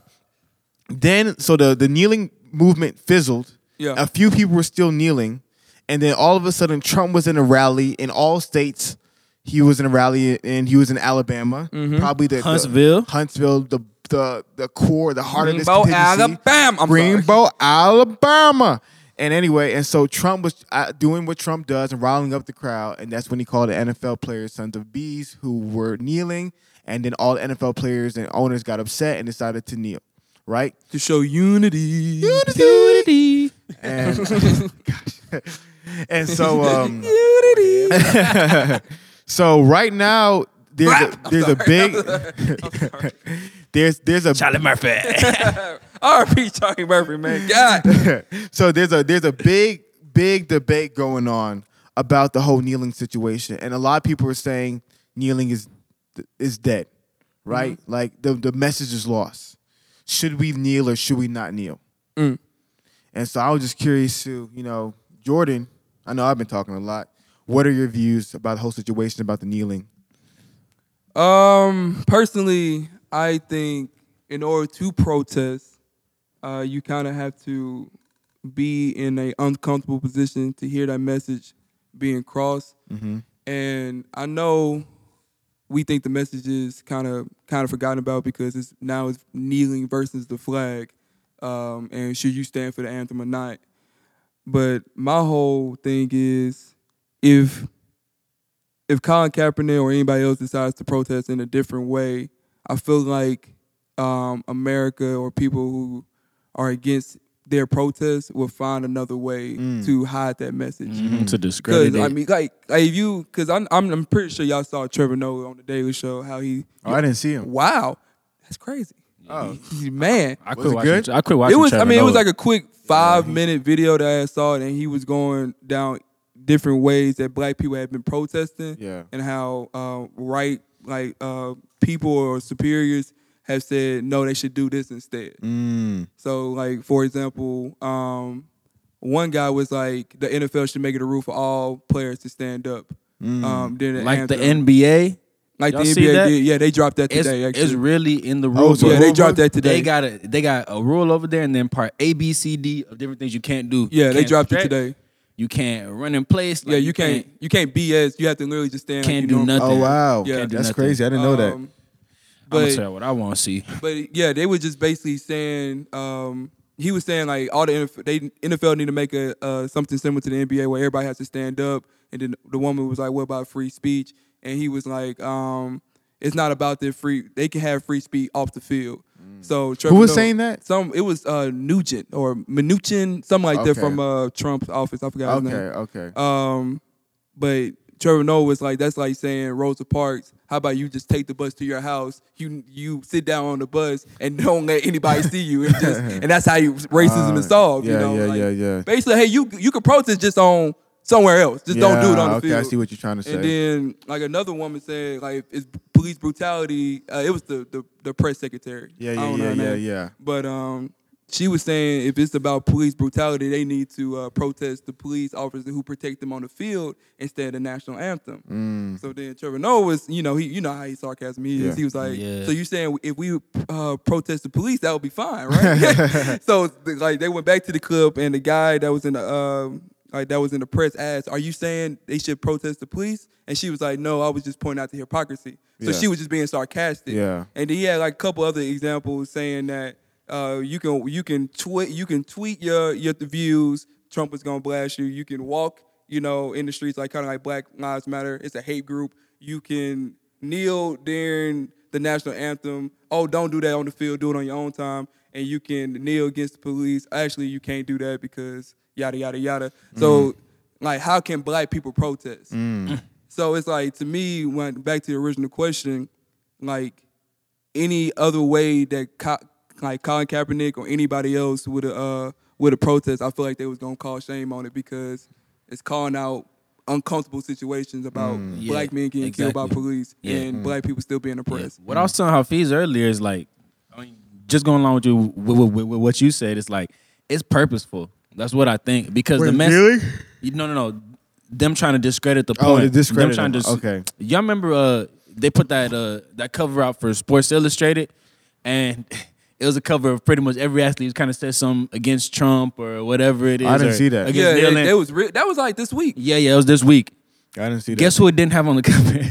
S1: Then, so the the kneeling movement fizzled.
S3: Yeah.
S1: A few people were still kneeling, and then all of a sudden, Trump was in a rally in all states. He was in a rally, and he was in Alabama,
S3: Mm-hmm.
S1: probably the the-
S2: Huntsville.
S1: Huntsville, the the the core, the heart
S3: Greenbow,
S1: of this contingency.
S3: Alabama. I'm sorry.
S1: Greenbow, Alabama. And anyway, and so Trump was uh, doing what Trump does and riling up the crowd, and that's when he called the NFL players sons of bees who were kneeling, and then all the NFL players and owners got upset and decided to kneel, right?
S3: to show unity.
S2: Doo-doo-doo-doo.
S1: And gosh. and so um,
S3: Unity.
S1: so right now there's a,
S3: Rap.
S1: there's a big there's there's a
S2: Charlie Murphy.
S3: R.P. Charlie Murphy, man. God.
S1: so there's a there's a big big debate going on about the whole kneeling situation, and a lot of people are saying kneeling is is dead, right?
S2: Mm-hmm.
S1: Like the the message is lost. Should we kneel or should we not kneel?
S3: Mm.
S1: And so I was just curious to you know Jordan. I know I've been talking a lot. What are your views about the whole situation about the kneeling?
S3: Um, personally, I think in order to protest, uh, you kind of have to be in a uncomfortable position to hear that message being crossed. And I know we think the message is kind of kind of forgotten about because it's now it's kneeling versus the flag, um, and should you stand for the anthem or not? But my whole thing is, if if Colin Kaepernick or anybody else decides to protest in a different way, I feel like um, America or people who are against their protests will find another way
S1: Mm.
S3: to hide that message.
S1: Mm-hmm.
S2: to
S3: Cause
S2: discredit
S3: I
S2: it.
S3: mean, like, like if you, cause I'm, I'm, I'm pretty sure y'all saw Trevor Noah on the Daily Show how he.
S1: Oh, I didn't see him.
S3: Wow, that's crazy.
S1: Oh.
S3: He- man,
S2: I
S1: Was
S2: quit
S1: it
S2: watching.
S1: good?
S2: I quit watching.
S3: it was. I
S2: Trevor
S3: mean, it was
S2: Noah.
S3: like a quick five minute video that I saw, and he was going down different ways that Black people had been protesting,
S1: Yeah.
S3: and how uh, right like uh, people or superiors have said no, they should do this instead.
S1: Mm.
S3: So like for example, um, one guy was like the NFL should make it a rule for all players to stand up. Um, during the
S2: Mm. like the
S3: anthem.
S2: NBA.
S3: like the
S2: y'all
S3: NBA
S2: see that?
S3: did. Yeah, they dropped that
S2: It's,
S3: today.
S2: it's
S3: actually.
S2: really in the
S1: Oh,
S2: rules.
S1: so
S3: yeah, they
S1: Rover?
S3: dropped that today.
S2: They got a they got a rule over there, and then part A, B, C, D of different things you can't do.
S3: yeah,
S2: You
S3: they
S2: can't
S3: dropped it
S2: stretch.
S3: today.
S2: You can't run in place.
S3: yeah, you, can't, you can't BS. You have to literally just stand.
S2: Can't
S3: like
S2: do
S3: you normal.
S2: nothing.
S1: Oh wow,
S3: Yeah. Can't
S2: do
S1: that's
S2: nothing.
S1: crazy. I didn't know that.
S3: Um,
S2: I'm gonna
S3: but-
S2: tell you what I want to see.
S3: But yeah, they were just basically saying um, he was saying like all the NFL, they NFL need to make a uh, something similar to the NBA where everybody has to stand up. And then the woman was like, "What about free speech?" And he was like, um, "It's not about their free. They can have free speech off the field." So Trevor
S1: Mm. Who was
S3: Noah-
S1: saying that?
S3: Some it was uh, Nugent or Mnuchin, something like that
S1: Okay.
S3: from uh, Trump's office. I forgot his
S1: Okay,
S3: name.
S1: okay.
S3: Um, but Trevor Noah was like, that's like saying Rosa Parks. How about you just take the bus to your house? You you sit down on the bus and don't let anybody see you. And just and that's how you racism
S1: Ah,
S3: is solved.
S1: yeah,
S3: you know,
S1: yeah,
S3: Like,
S1: yeah, yeah.
S3: Basically, hey, you you could protest just on somewhere else. Just don't do it on
S1: Yeah,
S3: the
S1: okay,
S3: field.
S1: I see what you're trying to say.
S3: And then like another woman said, like it's police brutality. Uh, it was the, the the press secretary.
S1: Yeah,
S3: I
S1: yeah,
S3: don't know
S1: yeah,
S3: her
S1: yeah,
S3: name.
S1: yeah.
S3: But um, she was saying if it's about police brutality, they need to uh, protest the police officers who protect them on the field instead of the national anthem. So then Trevor Noah was, you know, he, you know how he sarcasm he is.
S1: Mm. Yeah.
S3: He was like,
S2: Yeah.
S3: so you saying if we uh, protest the police, that would be fine, right? so th- like they went back to the club and the guy that was in the um, like that was in the press asked, "Are you saying they should protest the police?" And she was like, "No, I was just pointing out the hypocrisy." So
S1: Yeah.
S3: she was just being sarcastic.
S1: Yeah.
S3: And then he had like a couple other examples saying that uh, you can you can tweet you can tweet your your views. Trump is gonna blast you. You can walk, you know, in the streets like kind of like Black Lives Matter. It's a hate group. You can kneel during the national anthem. Oh, don't do that on the field. Do it on your own time. And you can kneel against the police. Actually, you can't do that because yada yada yada. So, like, how can black people protest? So it's like to me, when back to the original question, like any other way that Co- like Colin Kaepernick or anybody else would uh would a protest, I feel like they was gonna call shame on it because it's calling out uncomfortable situations about
S2: Mm, Yeah,
S3: black men getting killed by
S2: exactly.
S3: police
S2: Yeah. mm.
S3: and black people still being
S2: Yeah.
S3: oppressed.
S2: What I was telling Hafiz earlier is like, I mean, just going along with you with, with- with what you said, it's like it's purposeful. That's what I think because the
S1: Wait,
S2: mess.
S1: really?
S2: You, no, no, no. Them trying to discredit the point.
S1: Oh, to discredit
S2: Them trying
S1: them.
S2: to dis-
S1: Okay.
S2: Y'all remember uh, they put that uh, that cover out for Sports Illustrated, and it was a cover of pretty much every athlete who kind of said something against Trump or whatever it is.
S1: I didn't
S2: or
S1: see that.
S2: against
S3: Yeah,
S2: Dylan.
S3: it, it was re- that was like this week.
S2: yeah, yeah. It was this week.
S1: I didn't see that.
S2: Guess who it didn't have on the cover?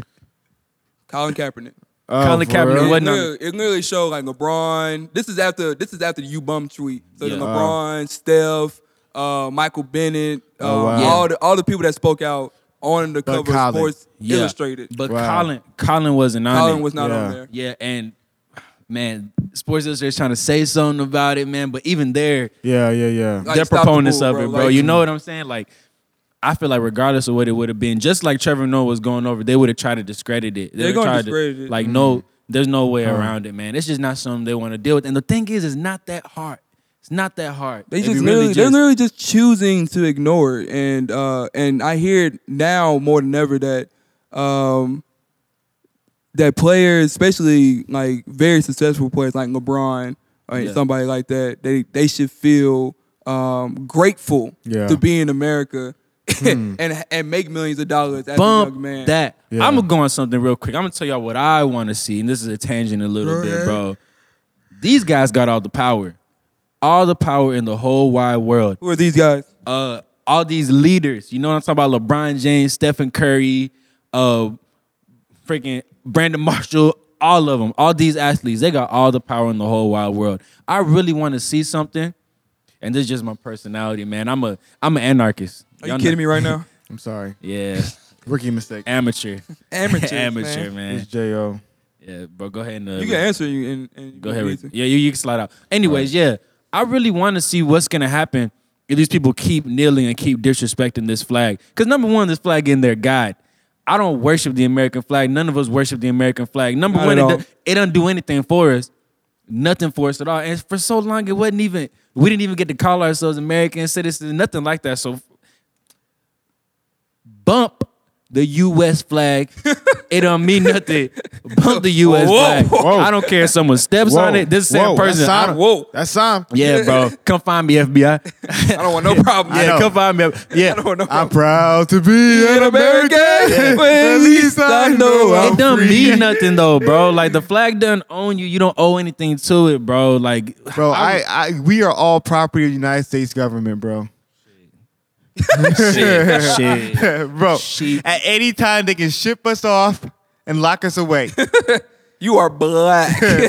S3: Colin Kaepernick.
S1: oh,
S2: Colin
S1: for
S2: Kaepernick
S1: real?
S3: It
S2: wasn't on
S3: literally, it literally showed like LeBron. This is after this is after the U bum tweet. So
S2: Yeah.
S3: then LeBron, Steph, uh, Michael Bennett,
S1: Oh,
S3: um,
S1: wow.
S3: all the all the people that spoke out on the cover of
S1: Colin.
S3: Sports
S2: Yeah.
S3: Illustrated.
S2: But
S1: Wow.
S2: Colin, Colin wasn't on
S3: Colin
S2: it.
S3: was not on
S1: Yeah.
S3: there.
S2: Yeah, and man, Sports Illustrated's trying to say something about it, man. But even there,
S1: Yeah, yeah, yeah.
S3: Like,
S2: they're
S3: stop the
S2: proponents
S3: bull,
S2: of
S3: bro.
S2: it, bro.
S3: Like-
S2: you know what I'm saying? Like, I feel like regardless of what it would have been, just like Trevor Noah was going over, they would have tried to discredit it. They
S3: They're
S2: would've
S3: gonna
S2: tried
S3: discredit it. Mm-hmm.
S2: Like, no, there's no way around it, man. It's just not something they want to deal with. And the thing is, it's not that hard. It's not that hard.
S3: They
S2: If
S3: just
S2: you
S3: literally,
S2: really
S3: they're
S2: just-
S3: literally just choosing to ignore it, and uh, and I hear it now more than ever that um, that players, especially like very successful players like LeBron or
S2: Yeah.
S3: somebody like that, they they should feel um, grateful
S1: Yeah.
S3: to be in America
S2: Hmm.
S3: and and make millions of dollars as a
S2: Bump
S3: young man.
S2: that.
S1: Yeah.
S2: I'm gonna go on something real quick. I'm gonna tell y'all what I want to see, and this is a tangent a little
S3: Go
S2: bit,
S3: ahead.
S2: bro. These guys got all the power, all the power in the whole wide world.
S3: Who are these guys?
S2: uh, all these leaders. You know what I'm talking about? LeBron James, Stephen Curry, uh, freaking Brandon Marshall, all of them. All these athletes, they got all the power in the whole wide world. I really want to see something, and this is just my personality, man. I'm a I'm an anarchist.
S3: Are you kidding me right now?
S1: I'm sorry.
S2: Yeah,
S1: Rookie mistake.
S2: amateur,
S3: Amateurs,
S2: amateur, man.
S1: It's J.O.
S2: Yeah, bro, go ahead and uh,
S3: You can answer you and, and you
S2: Go
S3: can
S2: ahead.
S3: reason.
S2: Rick. Yeah, you, you can slide out. Anyways, yeah, I really want to see what's gonna happen if these people keep kneeling and keep disrespecting this flag. Because number one, this flag in their God. I don't worship the American flag. None of us worship the American flag. Number
S3: Not
S2: one,
S3: at
S2: it,
S3: all.
S2: do, it don't do anything for us. Nothing for us at all. And for so long, it wasn't even. We didn't even get to call ourselves American citizens. Nothing like that. So bump the U.S. flag. it don't mean nothing. Bump the U.S.
S3: Whoa.
S2: flag.
S1: Whoa.
S2: I don't care if someone steps on it. This same
S1: Whoa,
S2: person.
S1: That's
S2: I
S1: Sam.
S2: don't-
S3: Whoa.
S1: That's Sam.
S2: yeah, bro. Come find me, FBI.
S3: I don't want no problem.
S1: I
S2: yeah,
S1: know.
S2: come find me. Yeah.
S3: I don't want no
S1: I'm
S3: problem.
S1: proud to be an
S3: An American,
S1: American.
S3: but at least I know I'm
S2: It don't mean nothing though, bro. Like the flag doesn't own you. You don't owe anything to it, bro. Like
S1: Bro, I, I we are all property of the United States government, bro.
S2: shit, shit.
S1: bro,
S2: Shit.
S1: at any time they can ship us off and lock us away. so,
S3: You are black.
S1: so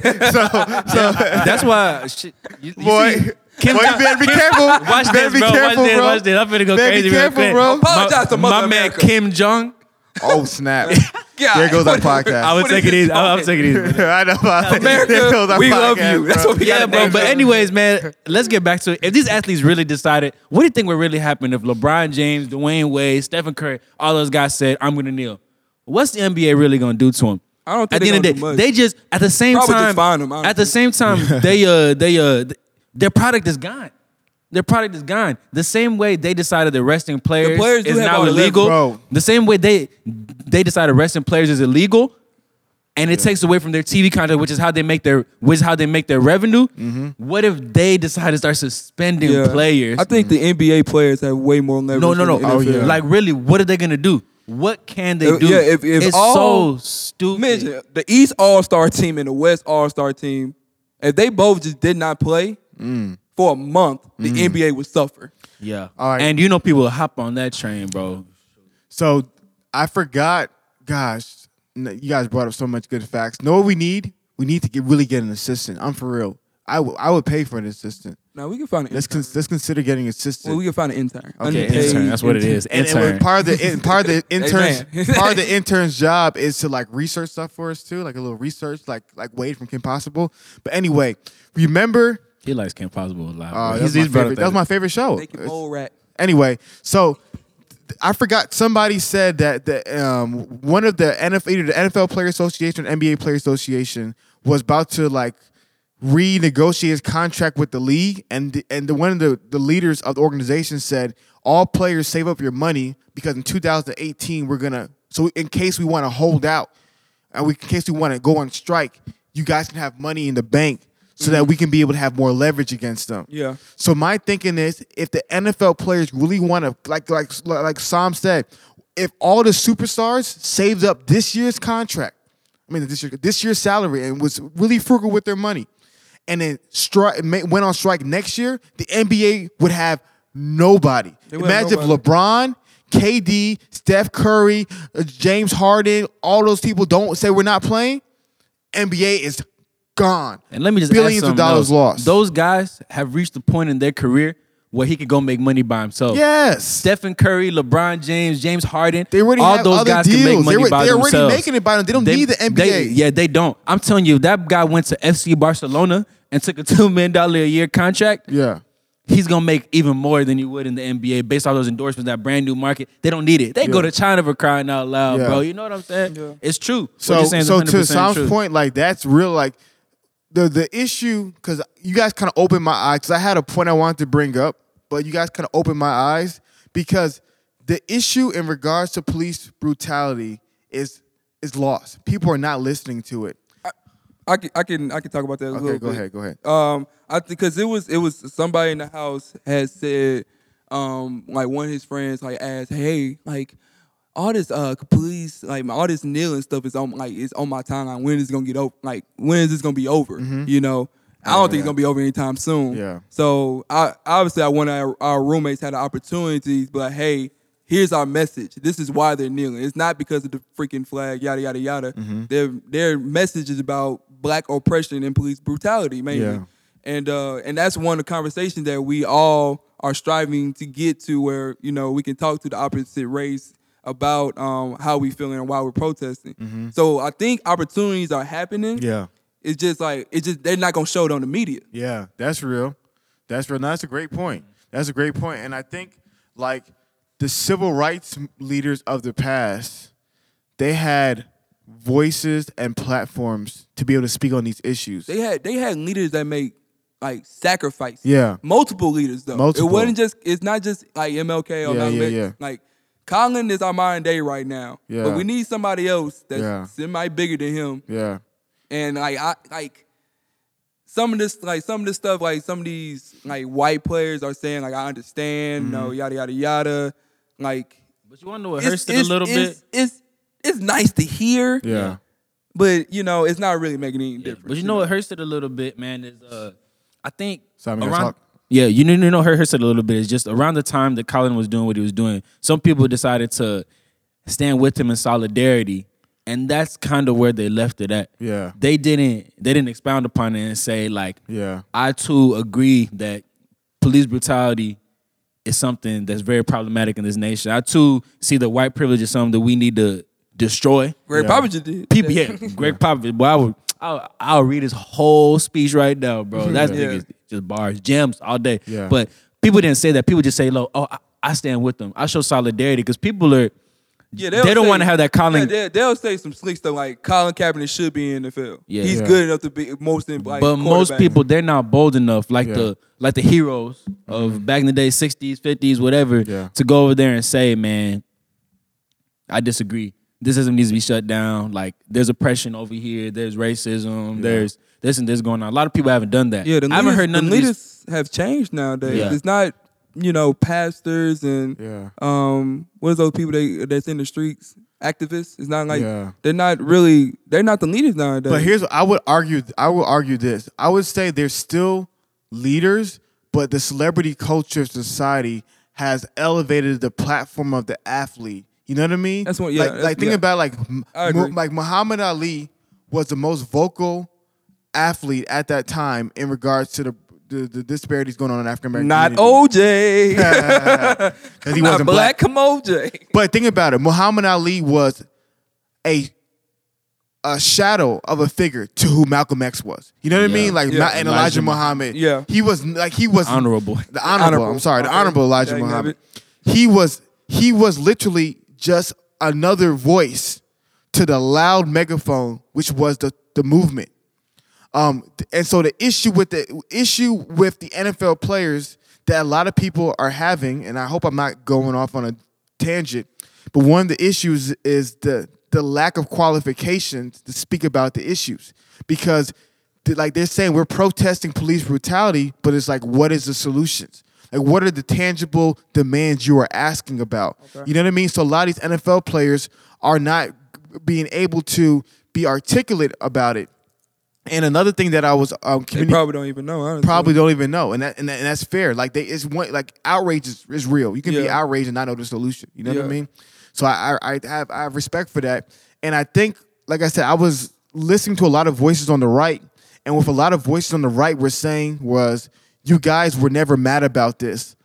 S2: That's why. Shit, you, you
S1: boy,
S2: see-
S1: boy, you better be careful.
S2: Watch
S1: You better
S2: this,
S1: be
S2: bro. watch
S1: careful,
S2: this.
S1: bro.
S2: Watch this. I'm finna go
S1: Better be
S2: crazy
S1: careful,
S2: real quick.
S1: bro.
S3: Apologize to
S2: my, my
S3: Mother
S2: man
S3: America.
S2: Kim Jong.
S1: Oh snap!
S3: God,
S1: there goes our
S3: what-
S1: podcast.
S2: I would
S3: What is
S2: take it
S3: this
S2: easy. I'm, I'm
S3: talking?
S2: taking it easy.
S1: I know. I- there goes
S3: America,
S1: our
S3: we love
S1: podcast,
S3: you. That's
S1: bro.
S3: what we
S2: Yeah,
S3: got.
S2: bro. But anyways, man, let's get back to it. If these athletes really decided, what do you think would really happen if LeBron James, Dwayne Wade, Stephen Curry, all those guys said, "I'm going to kneel"? What's the NBA really going to do to them?
S3: I don't think
S2: at
S3: they
S2: the end of
S3: gonna
S2: the
S3: do
S2: day,
S3: much.
S2: they just at the same
S3: Probably just
S2: time
S3: fine 'em, honestly.
S2: at the same time they uh they uh th- their product is gone. Their product is gone. The same way they decided that resting players,
S3: players do
S2: is
S3: have
S2: now
S3: all the leverage,
S2: illegal.
S1: bro.
S2: The same way they they decided resting players is illegal and it takes away from their TV contract, which is how they make their which is how they make their revenue. What if they decide to start suspending
S3: Mm-hmm. Yeah.
S2: players?
S3: I think the NBA players have way more leverage.
S2: no, no,
S3: than
S2: no.
S1: Oh,
S3: the NFL.
S2: Like really, what are they gonna do? What can they
S3: If-
S2: do?
S3: yeah, if- if
S2: it's
S3: all-
S2: so stupid.
S3: Imagine the East All Star team and the West All Star team. If they both just did not play
S2: Mm.
S3: for a month, the NBA would suffer.
S2: Yeah.
S1: All right.
S2: And you know people hop on that train, bro.
S1: So I forgot. Gosh, n- you guys brought up so much good facts. Know what we need? We need to get really get an assistant. I'm for real. I would I would pay for an assistant.
S3: Now we can find an
S1: Let's
S3: intern.
S1: con- let's consider getting an
S3: Well,
S1: assistant.
S3: we can find an intern.
S2: Okay,
S3: Unpaid
S2: intern. That's what it
S3: intern.
S2: is.
S1: and, and
S2: Intern.
S1: what part of the in- part of the interns
S3: Amen.
S1: part of the intern's job is to like research stuff for us too, like a little research, like like Wade from Kim Possible. But anyway, remember
S2: he likes Kim Possible a
S1: uh, that,
S2: lot. bro.
S1: was
S2: Oh, He's,
S1: my
S2: he's better
S1: favorite, that was my favorite show.
S3: Thank you,
S1: It's-
S3: old rat.
S1: Anyway, so th- I forgot somebody said that the um, one of the NFL either the NFL Player Association or NBA Player Association was about to like renegotiate his contract with the league and the, and the, one of the, the leaders of the organization said all players save up your money because in 2018 we're gonna so in case we want to hold out and we in case we want to go on strike you guys can have money in the bank so that we can be able to have more leverage against them
S3: Yeah.
S1: so my thinking is, if the NFL players really want to, like like like Sam said, if all the superstars saved up this year's contract, I mean this year this year's salary, and was really frugal with their money, and then strike went on strike next year, the NBA would have nobody.
S3: would have
S1: Imagine
S3: nobody.
S1: if LeBron. KD, Steph Curry, uh, James Harden, all those people don't say we're not playing. NBA is gone.
S2: And let me just add
S1: billions of
S2: something
S1: dollars
S2: else.
S1: lost.
S2: Those guys have reached the point in their career where he could go make money by himself.
S1: yes,
S2: Stephen Curry, LeBron James, James Harden.
S1: They already
S2: all
S1: have
S2: those
S1: other
S2: guys can
S1: deals.
S2: make money
S1: They were-
S2: by
S1: they're already
S2: themselves.
S1: making it by them. They don't need the NBA.
S2: they- yeah, they don't. I'm telling you, if that guy went to FC Barcelona and took a two million dollar a year contract.
S1: Yeah.
S2: He's gonna make even more than you would in the NBA based on those endorsements, that brand new market. They don't need it. They go
S1: Yeah.
S2: to China for crying out loud,
S1: Yeah.
S2: bro. You know what I'm saying?
S3: Yeah.
S2: It's true. What
S1: So
S2: you're saying is
S1: so
S2: 100%
S1: to Sam's
S2: true.
S1: point, like that's real. Like the the issue, because you guys kind of opened my eyes. Because I had a point I wanted to bring up, but you guys kind of opened my eyes because the issue in regards to police brutality is is lost. People are not listening to it.
S3: I can, I can I can talk about that. A
S1: Okay,
S3: little
S1: go
S3: bit.
S1: ahead, go ahead.
S3: Um, I because it was it was somebody in the house had said, um, like one of his friends like asked, hey, like all this uh police like all this kneeling stuff is on like it's on my timeline. When is it gonna get over? Like when is this gonna be over? You know. I don't think it's gonna be over anytime soon.
S1: Mm-hmm. Yeah.
S3: So I obviously I want our, our roommates had the opportunities, but hey, here's our message. This is why they're kneeling. It's not because of the freaking flag, yada yada yada.
S1: Mm-hmm.
S3: Their their message is about black oppression and police brutality mainly.
S1: Yeah.
S3: And uh and that's one of the conversations that we all are striving to get to where, you know, we can talk to the opposite race about um how we feeling and why we're protesting. So I think opportunities are happening.
S1: Mm-hmm. Yeah.
S3: It's just like it's just they're not gonna show it on the media.
S1: Yeah, that's real. That's real. No, that's a great point. That's a great point. And I think like the civil rights m- leaders of the past, they had voices and platforms to be able to speak on these issues.
S3: They had they had leaders that make like sacrifices.
S1: Yeah.
S3: multiple leaders though.
S1: Multiple.
S3: It wasn't just it's not just like MLK or
S1: Yeah,
S3: not
S1: yeah,
S3: Mac-
S1: yeah.
S3: like Colin is our modern day right now.
S1: Yeah.
S3: but we need somebody else that's
S1: Yeah.
S3: semi bigger than him.
S1: yeah.
S3: And like I like some of this like some of this stuff like some of these like white players are saying like I understand no
S1: Mm-hmm.
S3: yada yada yada like
S2: But you want to know what hurts it a little
S3: it's,
S2: bit?
S3: It's, it's nice to hear.
S1: Yeah.
S3: But you know, it's not really making any difference.
S2: But you know what hurts it a little bit, man, is uh I think
S1: Simon, you wanna
S2: around,
S1: talk?
S2: Yeah, you know, you know her hurts it a little bit. It's just around the time that Colin was doing what he was doing, some people decided to stand with him in solidarity. And that's kind of where they left it at.
S1: Yeah.
S2: They didn't they didn't expound upon it and say like,
S1: Yeah.
S2: I too agree that police brutality is something that's very problematic in this nation. I too see that white privilege is something that we need to destroy.
S3: Greg Popovich did.
S2: People, yeah, Greg Popovich. Boy, I would, I'll, I'll read his whole speech right now, bro. That's
S3: Yeah.
S2: nigga's just bars, gems all day.
S1: Yeah.
S2: But people didn't say that. People just say, "Look, oh, I, I stand with them. I show solidarity because people are,
S3: Yeah,
S2: they
S3: they'll
S2: don't
S3: say-
S2: want to have that
S3: Yeah,
S2: Colin.
S3: they'll, they'll say some slick stuff like Colin Kaepernick should be in the NFL.
S2: Yeah.
S3: he's
S1: Yeah.
S3: good enough to be most in like.
S2: but most
S3: quarterbacks.
S2: people, they're not bold enough, like
S1: Yeah. Mm-hmm.
S2: the like the heroes of back in the day, '60s, '50s, whatever,
S1: Yeah.
S2: to go over there and say, "Man, I disagree. This system needs to be shut down. Like, there's oppression over here. There's racism. There's this and this going on. A lot of people haven't done that.
S3: yeah, the
S2: I haven't
S3: leaders,
S2: heard none
S3: the
S2: of these.
S3: leaders have changed nowadays.
S2: Yeah.
S3: It's not you know pastors and
S1: Yeah.
S3: um what is those people they that's in the streets activists. It's not like
S1: Yeah.
S3: they're not really they're not the leaders nowadays.
S1: But here's what I would argue. I would argue this. I would say there's still leaders, but the celebrity culture of society has elevated the platform of the athlete. You know what I mean?
S3: That's what- yeah,
S1: Like,
S3: that's-
S1: like think
S3: yeah.
S1: about like
S3: I agree.
S1: Mu- like Muhammad Ali was the most vocal athlete at that time in regards to the the, the disparities going on in African American.
S3: not OJ,
S1: because he
S3: not
S1: wasn't black.
S3: black come OJ.
S1: But think about it. Muhammad Ali was a a shadow of a figure to who Malcolm X was. You know what
S2: Yeah.
S1: I mean? Like
S3: Yeah.
S1: Ma- and
S2: Elijah
S1: Elijah Muhammad.
S3: Yeah.
S1: He was like he was
S2: Honorable.
S1: The honorable.
S3: Honorable.
S1: I'm sorry. The
S3: Okay.
S1: honorable Elijah
S3: Dang,
S1: Muhammad. He was he was literally just another voice to the loud megaphone which was the the movement. Um, th- and so the issue with the issue with the NFL players that a lot of people are having, and I hope I'm not going off on a tangent, but one of the issues is the the lack of qualifications to speak about the issues because th- like they're saying we're protesting police brutality, but it's like what is the solutions? Like what are the tangible demands you are asking about? You know what I mean? So a lot of these NFL players are not being able to be articulate about it. And another thing that I was um,
S3: They
S1: communi- probably,
S3: probably don't even know. Honestly.
S1: don't even know, and that, and, that, and that's fair. Like they, it's one like outrage is, is real. You can be
S3: Yeah.
S1: outraged and not know the solution. You know what
S3: Yeah.
S1: I mean? So I, I I have I have respect for that, and I think like I said, I was listening to a lot of voices on the right, and with a lot of voices on the right, were saying was you guys were never mad about this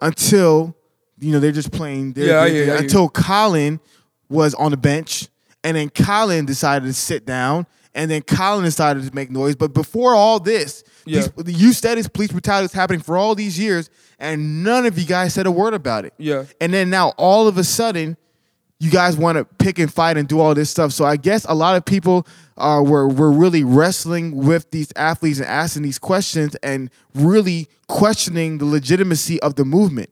S1: until you know they're just playing. They're,
S3: Yeah, I
S1: they're-
S3: hear you, I hear you.
S1: until Colin was on the bench, and then Colin decided to sit down, and then Colin decided to make noise. But before all this,
S3: Yeah.
S1: these, you said this police brutality was happening for all these years, and none of you guys said a word about it.
S3: Yeah.
S1: And then now all of a sudden, you guys want to pick and fight and do all this stuff. So I guess a lot of people are were, were really wrestling with these athletes and asking these questions and really questioning the legitimacy of the movement.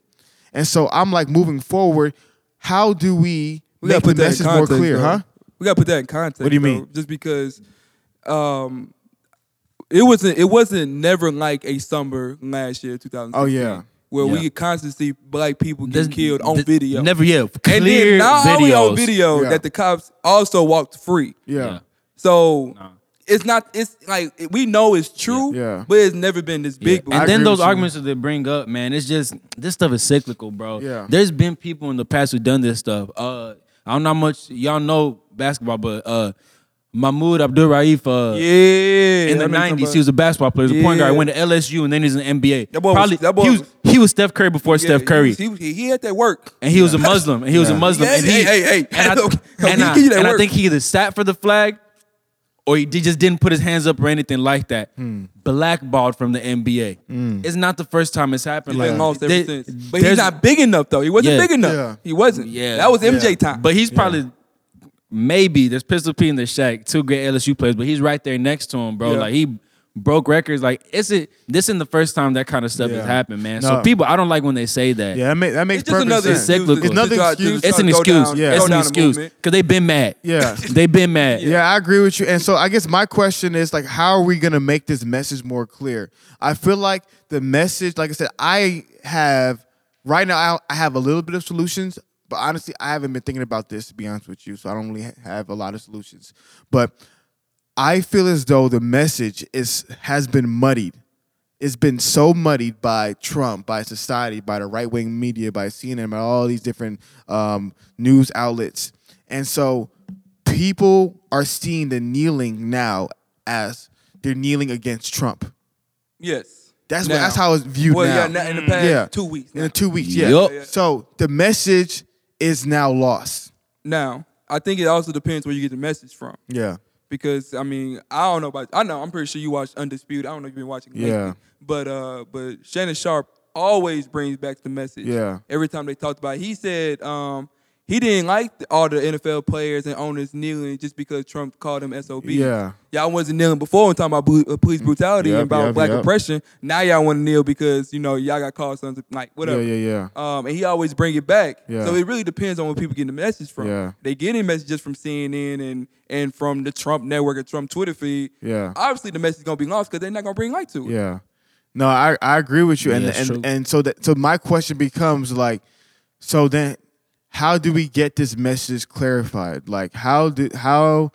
S1: And so I'm like moving forward, how do we,
S3: We gotta
S1: make the
S3: put that in
S1: message more
S3: context,
S1: clear,
S3: though.
S1: huh?
S3: We we gotta put that in context.
S1: What do you
S3: though,
S1: mean?
S3: Just because um it wasn't it wasn't never like a summer last year, 2016.
S1: Oh, yeah.
S3: Where
S2: Yeah.
S3: we constantly see black people get
S2: This-
S3: killed on
S2: this-
S3: video.
S2: Never yeah. Clear
S3: and then not
S2: videos.
S3: only on video
S1: Yeah.
S3: that the cops also walked free.
S1: Yeah.
S3: So
S2: Nah.
S3: it's not it's like we know it's true,
S1: Yeah. Yeah.
S3: but it's never been this big
S2: And
S1: I
S2: then
S1: agree
S2: those
S1: with you.
S2: arguments that they bring up, man, it's just this stuff is cyclical, bro.
S1: Yeah.
S2: There's been people in the past who done this stuff. Uh I don't know how much y'all know basketball, but uh Mahmoud Abdul Raif uh
S3: yeah.
S2: in the
S3: I know
S2: nineties,
S3: somebody-
S2: he was a basketball player, he was a point
S3: Yeah.
S2: guard, went to LSU and then he's in the NBA.
S3: That boy was-
S2: Probably
S3: that boy
S2: he was
S3: was-
S2: he was Steph Curry before
S3: yeah,
S2: Steph Curry.
S3: He, was- he, he had that work.
S2: and he was a Muslim, and he was a Muslim.
S3: Yeah,
S2: and he,
S3: hey, hey, hey.
S2: And I,
S3: Okay,
S2: and
S3: we
S2: I-
S3: give you that
S2: and I
S3: work.
S2: think he either sat for the flag, or he did- just didn't put his hands up or anything like that.
S3: Hmm.
S2: Blackballed from the NBA. It's not the first time it's happened.
S3: He's
S2: like
S3: been lost ever
S2: there-
S3: since. But he's
S2: there's-
S3: not big enough though. He wasn't
S2: Yeah.
S3: big enough.
S1: Yeah.
S3: He wasn't.
S2: Yeah.
S3: That was MJ
S1: Yeah.
S3: time.
S2: But he's probably maybe there's Pistol P and the Shaq, two great LSU players, but he's right there next to him, bro.
S3: Yeah.
S2: Like he broke records. Like it's it. This isn't the first time that kind of stuff
S1: Yeah.
S2: has happened, man.
S1: No.
S2: So people, I don't like when they say that.
S1: Yeah, that, ma- that makes
S3: it's just
S1: perfect
S3: another
S1: sense.
S2: It's cyclical.
S3: excuse. to-
S2: It's another
S3: to try-
S1: excuse.
S3: to
S2: It's an
S3: go
S2: excuse.
S3: down-
S1: Yeah.
S2: It's
S3: go
S2: an
S3: down the
S2: excuse
S3: movement.
S2: because they've been mad.
S1: Yeah.
S2: they've been mad.
S1: Yeah, I agree with you. And so I guess my question is like, how are we gonna make this message more clear? I feel like the message, like I said, I have right now. I, I have a little bit of solutions, but honestly, I haven't been thinking about this to be honest with you. So I don't really ha- have a lot of solutions. But I feel as though the message is has been muddied. It's been so muddied by Trump, by society, by the right wing media, by CNN, by all these different um, news outlets, and so people are seeing the kneeling now as they're kneeling against Trump.
S3: Yes.
S1: That's
S3: Now.
S1: what, that's how it's viewed
S3: well,
S1: now.
S3: yeah, now in the past two weeks.
S1: In
S3: now.
S1: the two weeks, yeah.
S2: Yup.
S1: So the message is now lost.
S3: Now, I think it also depends where you get the message from.
S1: Yeah.
S3: Because I mean, I don't know about I know, I'm pretty sure you watched Undisputed. I don't know if you've been watching lately.
S1: Yeah.
S3: But uh but Shannon Sharp always brings back the message.
S1: Yeah.
S3: Every time they talked about it. He said um he didn't like all the NFL players and owners kneeling just because Trump called them SOB.
S1: Yeah. Mm.
S3: Y'all wasn't kneeling before and talking about blu- uh, police brutality
S1: Yep,
S3: and about
S1: yep,
S3: black
S1: yep.
S3: oppression. Now y'all want to kneel because, you know, y'all got called something like
S1: Yeah,
S3: whatever.
S1: yeah, yeah.
S3: Um, and he always bring it back.
S1: Yeah.
S3: So it really depends on where people getting the message from.
S1: Yeah.
S3: They getting messages from CNN and and from the Trump network and Trump Twitter feed.
S1: Yeah.
S3: Obviously the message gonna be lost because they're not gonna bring light to it.
S1: Yeah. No, I, I agree with you. And
S2: Yeah, it's true.
S1: and, and so that so my question becomes like, so then how do we get this message clarified? Like how do how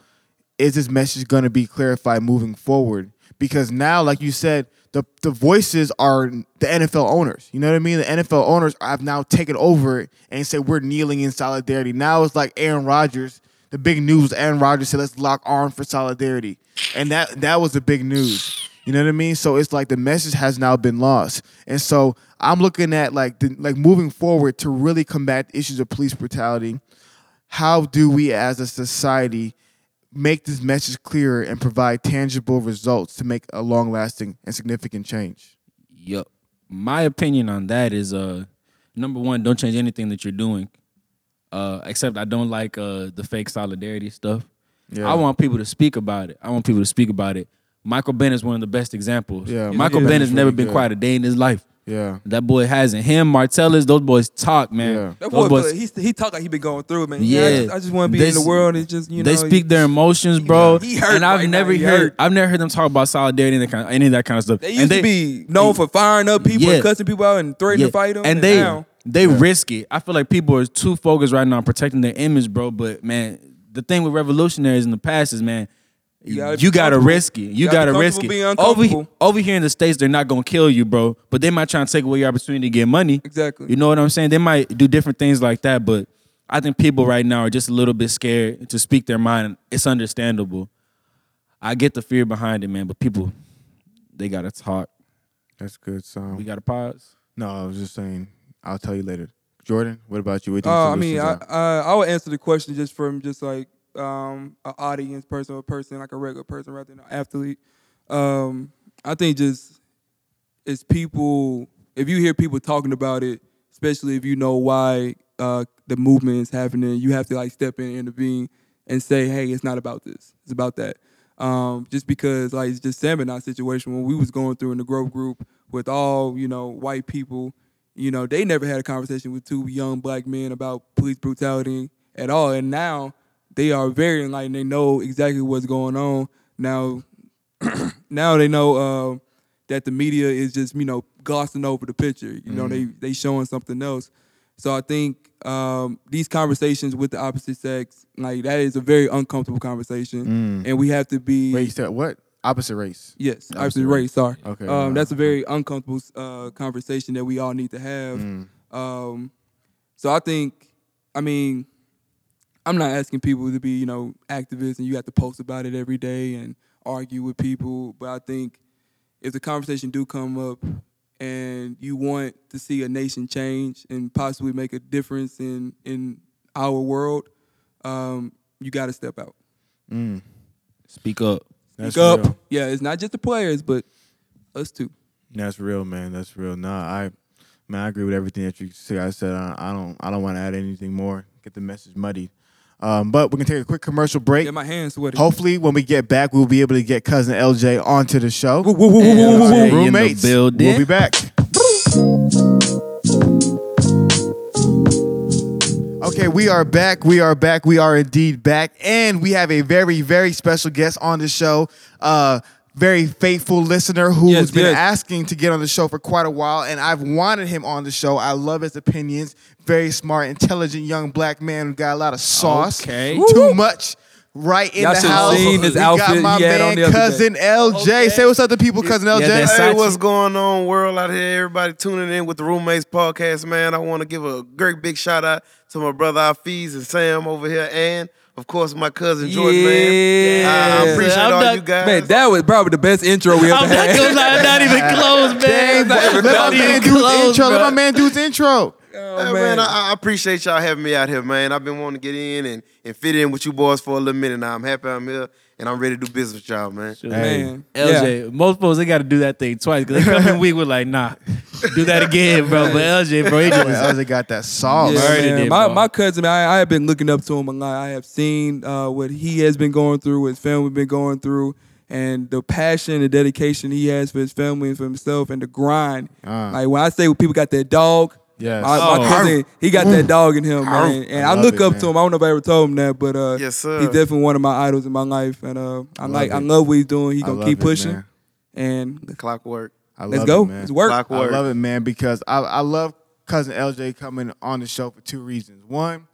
S1: is this message gonna be clarified moving forward? Because now, like you said, the the voices are the NFL owners. You know what I mean? The NFL owners have now taken over it and say we're kneeling in solidarity. Now it's like Aaron Rodgers. The big news, Aaron Rodgers said, let's lock arms for solidarity. And that that was the big news. You know what I mean? So it's like the message has now been lost, and so I'm looking at like the, like moving forward to really combat the issues of police brutality. How do we as a society make this message clearer and provide tangible results to make a long lasting and significant change?
S2: Yup. My opinion on that is uh number one, don't change anything that you're doing. Uh except I don't like uh the fake solidarity stuff.
S1: Yeah.
S2: I want people to speak about it. I want people to speak about it. Michael Ben is one of the best examples.
S1: Yeah,
S2: Michael
S1: yeah.
S2: Ben has
S1: He's
S2: never
S1: really
S2: been
S1: good.
S2: quiet a day in his life.
S1: Yeah,
S2: That boy hasn't. Him, Martellus, those boys talk, man.
S1: Yeah.
S3: That boy,
S2: Those boys,
S3: he he talk like he been going through it, man.
S2: yeah,
S3: I just, want to be
S2: They
S3: in the
S2: s-
S3: world and just you know.
S2: they speak their emotions, bro.
S3: He hurt
S2: and I've
S3: right now.
S2: never
S3: He
S2: heard,
S3: hurt.
S2: I've never heard them talk about solidarity and that kind of, any of that kind of stuff.
S3: They
S2: And
S3: used to be known for firing up people,
S2: Yeah.
S3: and cussing people out, and threatening
S2: Yeah,
S3: to fight them.
S2: And they
S3: now,
S2: they risk it. I feel like people are too focused right now on protecting their image, bro. But man, the thing with revolutionaries in the past is man, you gotta,
S3: gotta be comfortable.
S2: risk it. You,
S3: You gotta
S2: gotta,
S3: be
S2: risk
S3: comfortable
S2: it.
S3: being
S2: Over he-
S3: uncomfortable.
S2: over here in the states, they're not gonna kill you, bro. But they might try and take away your opportunity to get money.
S3: Exactly.
S2: You know what I'm saying? They might do different things like that. But I think people right now are just a little bit scared to speak their mind. It's understandable. I get the fear behind it, man. But people, they gotta talk.
S1: that's good.
S2: We
S1: So
S2: gotta pause.
S1: no, I was just saying. I'll tell you later. Jordan, what about you? What do you
S3: Uh, I mean, I,
S1: solutions
S3: I I would answer the question just from just like um, an audience person, a person like a regular person rather than an athlete. Um, I think just it's people. If you hear people talking about it, especially if you know why uh, the movement is happening, you have to like step in and intervene and say, "Hey, it's not about this. It's about that." Um, just because like it's just Sam and I situation when we was going through in the Grove group with all you know white people you know, they never had a conversation with two young black men about police brutality at all. And now they are very enlightened. They know exactly what's going on. Now, now they know uh, that the media is just you know glossing over the picture. You know they they showing something else. So I think um, these conversations with the opposite sex, like that, is a very uncomfortable conversation, and we have to be
S1: Wait, you said uh, what? Opposite race.
S3: Yes, absolutely right. Sorry.
S1: Okay,
S3: Um,
S1: wow.
S3: That's a very uncomfortable uh, conversation that we all need to have.
S1: Mm.
S3: Um, so I think, I mean, I'm not asking people to be, you know, activists and you have to post about it every day and argue with people. But I think if the conversation do come up and you want to see a nation change and possibly make a difference in in our world, um, you got to step out.
S2: Speak up.
S1: That's
S3: Speak up.
S1: real.
S3: Yeah, it's not just the players, but us too.
S1: That's real, man. That's real. Nah, I man, I agree with everything that you said. I said I, I don't I don't want to add anything more. Get the message muddied. Um, but we're gonna take a quick commercial break.
S3: Yeah, my hands sweaty.
S1: Hopefully, when we get back, we'll be able to get cousin LJ onto the show.
S3: woo, woo, woo, woo, woo, woo.
S2: LJ in the
S1: Roommates, we'll
S2: building.
S1: be back. Okay, we are back. We are back. We are indeed back, and we have a very, very special guest on the show. Uh, very faithful listener who
S3: Yes,
S1: has been
S3: yes.
S1: asking to get on the show for quite a while, and I've wanted him on the show. I love his opinions. Very smart, intelligent young black man who got a lot of sauce.
S2: Okay.
S1: too much. Right in
S3: Y'all
S1: the
S3: should've
S1: house.
S3: seen this
S1: we
S3: outfit
S1: got my
S3: he had on
S1: man,
S3: the other day.
S1: cousin LJ. Say what's up to people, cousin LJ.
S2: that
S1: Hey,
S2: side
S4: Hey,
S2: Got
S4: what's
S2: you.
S4: going on, world out here? Everybody tuning in with the Roommates Podcast, man. I want to give a great big shout out to my brother Hafiz and Sam over here, and of course my cousin Jordan, man.
S3: Yeah.
S4: I appreciate
S2: I'm
S4: all
S2: not-
S4: you guys.
S3: Man, that was probably the best intro we ever
S2: I'm not,
S3: had.
S2: gonna lie, not even close, man.
S3: Damn,
S2: Not
S3: bro.
S1: Let my man
S2: even
S1: do his
S2: close,
S1: intro. Let
S2: bro.
S1: my man do his intro.
S3: Oh,
S4: Hey, man,
S3: man.
S4: I, I appreciate y'all having me out here, man. I've been wanting to get in and, and fit in with you boys for a little minute now. I'm happy I'm here and I'm ready to do business with y'all, man.
S3: Man.
S2: LJ, most folks they got to do that thing twice because they come in week with like, nah, do that again, bro. But LJ, bro, he
S1: Boy,
S2: just
S1: LJ got that sauce.
S3: Yeah,
S2: I already
S3: man.
S2: did,
S3: my,
S2: bro.
S3: my cousin, I, I have been looking up to him a lot. I have seen uh, what he has been going through, what his family been going through, and the passion and dedication he has for his family and for himself, and the grind.
S1: Ah.
S3: Like when I say people got that dog,
S1: Yes.
S3: my, my
S2: Oh.
S3: cousin, he got that dog in him, man. And I,
S1: love
S3: look
S1: it,
S3: up
S1: man.
S3: to him. I don't know if I ever told him that, but uh,
S4: Yes, sir.
S3: he's definitely one of my idols in my life, and uh, I like, I
S1: it.
S3: love what he's doing. He
S1: I
S3: gonna
S1: love
S3: keep
S1: it,
S3: pushing,
S1: man.
S3: and
S4: Clockwork.
S1: I
S3: let's
S1: love
S3: go.
S1: it, man.
S3: Let's work.
S4: Clockwork.
S1: I love it, man, because I, I love cousin LJ coming on the show for two reasons. One,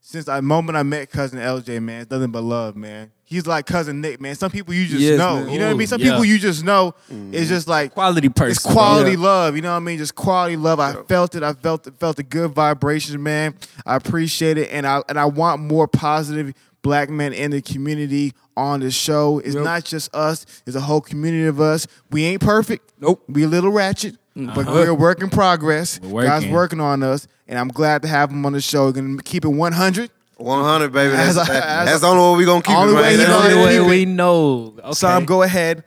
S1: since the moment I met cousin LJ, man, it's nothing but love, man. He's like cousin Nick, man. Some people you just
S3: Yes,
S1: know.
S3: man.
S1: You know what I
S2: Ooh,
S1: mean? Some
S2: yeah.
S1: people you just know. It's just like
S2: quality person.
S1: It's quality
S3: Yeah.
S1: love, you know what I mean? Just quality love. I felt it. I felt it, felt the good vibration, man. I appreciate it, and I and I want more positive black men in the community on the show. It's
S3: Yep.
S1: not just us; it's a whole community of us. We ain't perfect.
S3: Nope. Uh-huh.
S1: We a little ratchet, but we're a work in progress.
S2: We're
S1: God's
S2: working.
S1: working on us, and I'm glad to have him on the show. We're gonna keep it 100.
S4: 100, baby.
S1: As
S4: That's,
S1: I- as
S4: that's
S1: I-
S4: the only way we going to keep
S1: Only
S4: it,
S1: way
S4: man.
S1: he
S4: That's
S1: gonna
S4: the
S2: Only
S4: only
S1: do
S2: way
S1: it.
S2: we know. Okay.
S1: Sam, go ahead,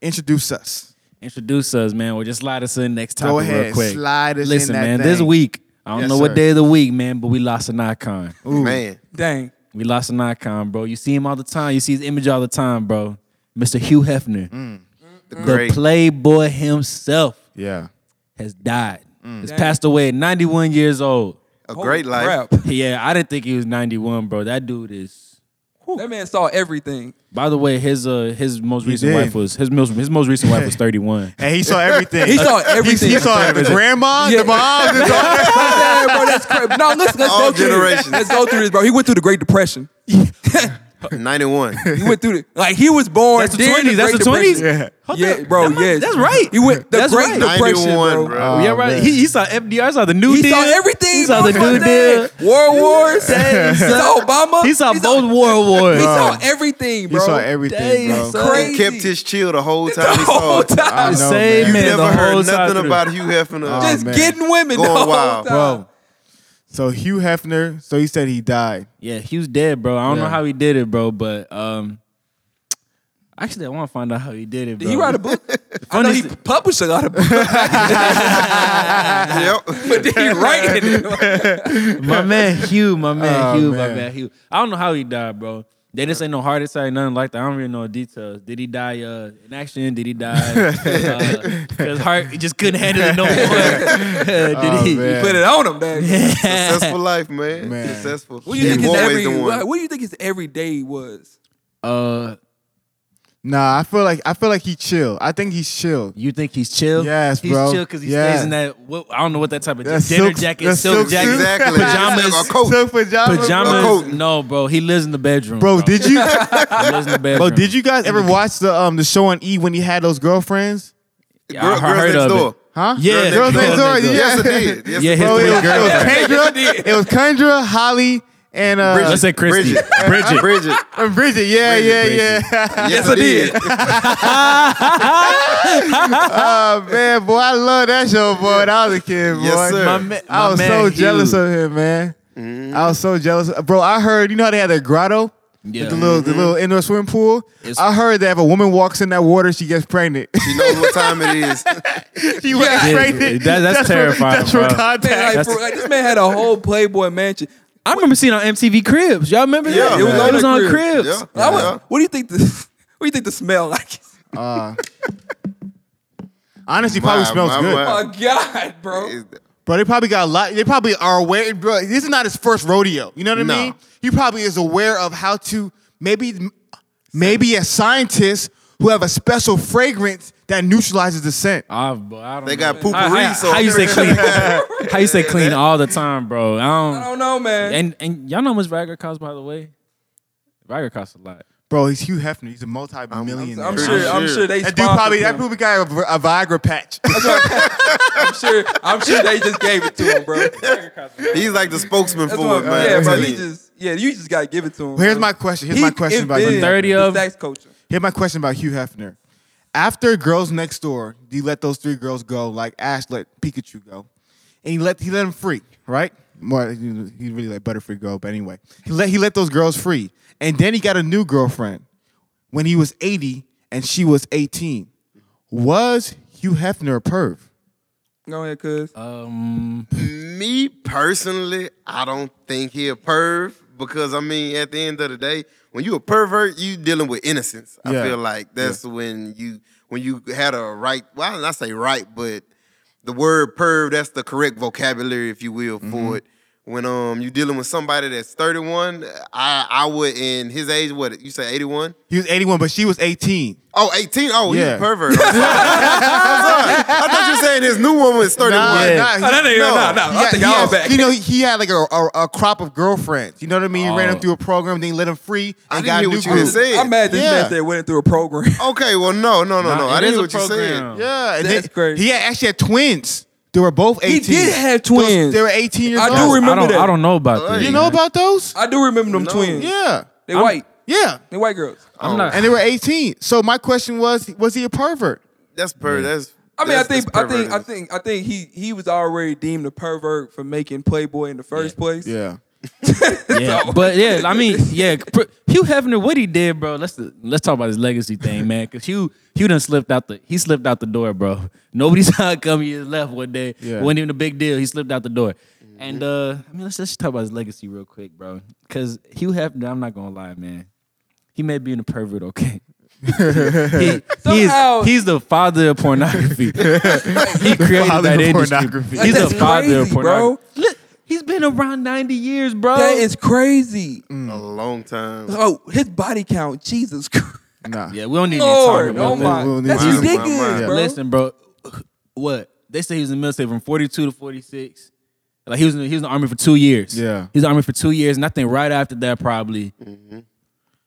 S1: introduce us.
S2: introduce us, man, or just slide us in next topic
S1: Go ahead,
S2: real quick.
S1: slide us
S2: Listen,
S1: in that
S2: man,
S1: thing.
S2: this week I don't
S1: Yes,
S2: know
S1: sir.
S2: what day of the week, man, but we lost an icon.
S4: Man.
S3: dang,
S2: We lost an icon, bro. You see him all the time. You see his image all the time, bro. Mr. Hugh Hefner,
S1: Mm,
S2: the
S4: Great.
S2: Playboy himself,
S1: Yeah,
S2: has died. Has passed away at 91 years old.
S4: A great life.
S3: crap.
S2: Yeah, I didn't think he was 91, bro. That dude is.
S3: That man saw everything.
S2: By the way, his uh his most recent
S1: did.
S2: wife was his most his most recent wife was 31.
S1: and he saw everything.
S3: He saw everything.
S1: He saw the grandma,
S3: Yeah.
S1: the mom, the daughter.
S3: Yeah, bro, that's crazy. No, let's let's
S4: All
S3: go through this.
S4: generations.
S3: Let's go through this, bro. He went through the Great Depression.
S4: 91.
S3: He went through the like he was born.
S2: That's the
S3: during
S2: 20s. That's the 20s.
S3: Great Depression.
S1: Yeah.
S2: Hold
S3: Yeah,
S2: up.
S3: bro.
S2: That might-
S3: yes,
S2: that's right.
S3: He went the
S2: That's
S3: Great
S2: right.
S3: Depression,
S4: 91,
S3: bro.
S4: bro.
S2: yeah,
S1: Oh,
S2: right.
S1: man.
S2: He, he saw FDR, saw the New
S3: He
S2: Deal.
S3: saw everything.
S2: He saw
S3: bro.
S2: the New Deal.
S3: World Wars. he
S2: Dang, son.
S3: saw Obama.
S2: He saw both world
S3: He
S2: wars.
S3: saw everything,
S1: He
S3: bro.
S1: saw everything,
S2: Dang,
S1: bro.
S2: son.
S3: Crazy.
S4: Kept his chill the whole
S3: the
S4: time he saw
S3: whole
S4: it.
S1: I
S3: time.
S1: know,
S2: Same
S1: man.
S2: man.
S4: Never
S2: the whole
S4: heard
S2: side
S4: nothing
S2: through.
S4: about Hugh Hefner.
S1: Oh,
S3: Just
S1: man.
S3: getting women the
S4: Going
S3: whole
S4: wild.
S3: time.
S2: Bro.
S1: So Hugh Hefner. So he said he died.
S2: Yeah, he was dead, bro. I don't
S1: Yeah.
S2: know how he did it, bro, but um actually I want to find out how he did it,
S3: Did
S2: bro.
S3: he write a book? I know
S2: Funny
S3: he
S2: thing-
S3: published a lot of books,
S4: yep.
S3: but did he write it?
S2: my man Hugh, my man
S1: Oh,
S2: Hugh, my
S1: man.
S2: man Hugh. I don't know how he died, bro. They didn't say no heart attack, nothing like that. I don't really know the details. Did he die uh, in action? Did he die? Because heart he just couldn't handle it no more. Did
S1: Oh,
S2: he?
S1: man.
S3: Put it on him, man.
S4: Successful life, man.
S1: Man.
S4: Successful.
S3: What do you think
S4: You've
S3: his
S4: always
S3: every?
S4: the one.
S3: What, what do you think his every day was?
S2: Uh,
S1: Nah, I feel like I feel like he chill. I think he's chill.
S2: you think he's chill?
S1: Yes,
S2: he's
S1: bro.
S2: chill because he
S1: Yeah.
S2: stays in that. What, I don't know what that type of
S1: That
S2: dinner
S1: silk-
S2: jacket,
S1: that
S2: silk,
S1: silk
S2: jacket,
S1: suit.
S4: Exactly.
S2: pajamas,
S4: A coat.
S1: So pajamas,
S2: pajamas.
S4: coat.
S2: No, bro, he lives in the bedroom.
S1: Bro, did you
S2: he lives in the bedroom?
S1: Bro, did you guys ever watch the um the show on E when he had those girlfriends?
S2: Yeah,
S4: Girl,
S2: I
S4: girls
S2: heard
S4: next
S2: of it.
S4: door.
S1: Huh?
S2: Yeah,
S1: Girls Next Door.
S2: Girls Next Door.
S1: Yeah.
S4: Yes, it did. Yes,
S2: Yeah,
S4: it
S2: his
S1: Bro,
S4: did.
S1: it
S2: three
S1: was, it was
S2: girls.
S1: Kendra, it was Kendra, Holly, and uh,
S4: Bridget.
S2: Let's say Christy.
S4: Bridget.
S2: Bridget.
S4: Bridget.
S1: and Bridget. Yeah,
S2: Bridget,
S1: yeah, yeah.
S4: Yes, I did.
S1: oh man, boy, I love that show, boy. When I was a kid, boy.
S4: Yes, sir. Mm-hmm.
S2: My ma- my
S1: I was
S2: man
S1: so
S2: Hugh.
S1: jealous of him, man. I was so jealous, bro. I heard you know how they had that grotto,
S2: Yeah.
S1: the little
S4: Mm-hmm.
S1: the little indoor swimming pool.
S2: It's-
S1: I heard that if a woman walks in that water, she gets pregnant.
S4: She knows what time it is.
S1: she was
S2: Yeah,
S1: pregnant.
S2: that- that's
S1: just for-
S2: terrifying,
S1: just for
S2: bro.
S1: context.
S3: Man, like, for, like, this man had a whole Playboy mansion.
S2: I remember seeing on MTV Cribs. Y'all remember that?
S4: Yeah,
S2: it was,
S4: man.
S2: it was on Cribs.
S4: Yeah.
S3: I was-
S4: Yeah.
S3: What do you think? The, what do you think the smell like?
S1: Honestly, probably
S4: My-
S1: smells
S4: my-
S1: good.
S4: my-
S3: Oh God, bro.
S1: Bro, they probably got a lot. They probably are aware. Bro, this is not his first rodeo. You know what I
S4: No.
S1: mean? He probably is aware of how to maybe, maybe a scientist who have a special fragrance that neutralizes the scent.
S2: Ah, bro, I don't
S4: They
S2: know.
S4: got poopery.
S2: How, how,
S4: so
S2: how you say clean? how you say clean all the time, bro? I
S3: I
S2: don't.
S3: don't know, man.
S2: And and y'all know how much Viagra costs, by the way. Viagra costs a lot.
S1: Bro, he's Hugh Hefner. He's a multi-millionaire.
S3: I'm sure. I'm sure they.
S1: that dude probably
S3: sponsored
S1: that
S3: him.
S1: probably got a, a Viagra patch.
S3: I'm sure. I'm sure they just gave it to him, bro. That's
S4: He's like the spokesman for
S3: what,
S4: it, man.
S3: yeah,
S4: I'm
S3: bro.
S4: telling
S3: You
S4: you.
S3: just, yeah, you just gotta give it to him.
S1: Here's
S3: bro.
S1: my question. Here's
S3: He
S1: my question about
S3: invented
S1: Hugh.
S2: Thirty
S1: Hefner.
S3: the
S2: of-
S3: sex culture.
S1: Here's my question about Hugh Hefner. After Girls Next Door, he let those three girls go, like Ash let Pikachu go, and he let he let them free, right? More, he he really let Butterfree go, but anyway, he let he let those girls free, and then he got a new girlfriend when he was eighty and she was eighteen. Was Hugh Hefner a perv?
S3: Go ahead, cuz.
S2: Um,
S4: Me personally, I don't think he a perv because I mean, at the end of the day, when you a pervert, you dealing with innocence. I
S1: Yeah.
S4: feel like that's when you when you had a right. Well, I not say right, but the word perv that's the correct vocabulary, if you will,
S1: Mm-hmm.
S4: for it. When um you dealing with somebody that's thirty one, I I would in his age what you say eighty one.
S1: He was eighty one, but she was eighteen.
S4: Oh, 18? Oh, he's
S1: Yeah.
S4: a pervert. I'm sorry. I'm sorry. I thought you were saying his new woman is 31.
S1: Nah, nah, he-
S3: that ain't-
S4: no.
S3: nah, nah,
S1: He
S3: I
S1: had,
S3: think
S1: he
S3: y'all
S1: had-
S3: back.
S1: You know, he- he had like a, a, a crop of girlfriends. You know what I mean? He ran
S2: Oh.
S1: them through a program, then he let them free
S4: I
S1: and
S4: didn't
S1: got a
S4: hear
S1: new
S4: what you just
S1: group.
S4: said.
S3: I'm mad this
S1: Yeah.
S3: man said went through a program.
S4: Okay, well, no, no, no, no.
S2: nah,
S4: I
S2: it
S4: didn't
S2: is
S4: hear
S2: a
S4: what you said.
S2: program.
S1: Yeah, and
S3: That's
S1: then-
S3: crazy.
S1: He had, actually had twins. They were both
S3: He
S1: eighteen.
S3: did have
S1: Those-
S3: twins.
S1: They were eighteen years
S3: I
S1: old.
S3: do remember-
S2: I don't.
S3: that.
S2: I don't know about
S4: Alright.
S2: that.
S1: You know
S2: man.
S1: about those?
S3: I do remember them twins.
S1: yeah,
S3: They white.
S1: yeah.
S3: They white girls.
S4: Oh,
S2: I'm not.
S1: And they were eighteen. So my question was, was he a pervert?
S4: That's per. That's.
S3: I mean, I
S4: that's-
S3: think, I
S4: that's
S3: think, I
S4: perverted.
S3: think, I think he he was already deemed a pervert for making Playboy in the first place.
S1: Yeah.
S2: Yeah, but yeah, I mean, yeah, pr- Hugh Hefner, what he did, bro. Let's let's talk about his legacy thing, man. Cause Hugh Hugh done slipped out the he slipped out the door, bro. Nobody saw it coming. He just left one day.
S1: Yeah. Mm-hmm.
S2: wasn't even a big deal. He slipped out the door. And uh, I mean, let's let's talk about his legacy real quick, bro. Cause Hugh Hefner, I'm not gonna lie, man. He may be in a pervert, okay. he, he's,
S3: Somehow-
S2: he's the father of pornography. he created
S1: Father of
S2: that industry.
S1: pornography.
S2: He's
S3: That's
S2: the father of
S3: crazy, bro.
S2: pornography. Look, he's been around 90 years, bro.
S3: That is crazy.
S1: Mm.
S4: a long time.
S3: Oh, his body count, Jesus Christ.
S1: Nah.
S2: Yeah, we don't need
S3: Lord,
S2: to
S3: oh
S2: talk
S3: my,
S2: about
S1: we'll need
S3: that's
S1: to-
S4: Wow, wow,
S3: ridiculous,
S4: wow.
S2: that.
S3: bro.
S2: Listen, bro, what they say he was in the military from forty two to forty six. Like he was in, he was in the army for two years.
S1: Yeah.
S2: he was in the army for two years, and I think right after that, probably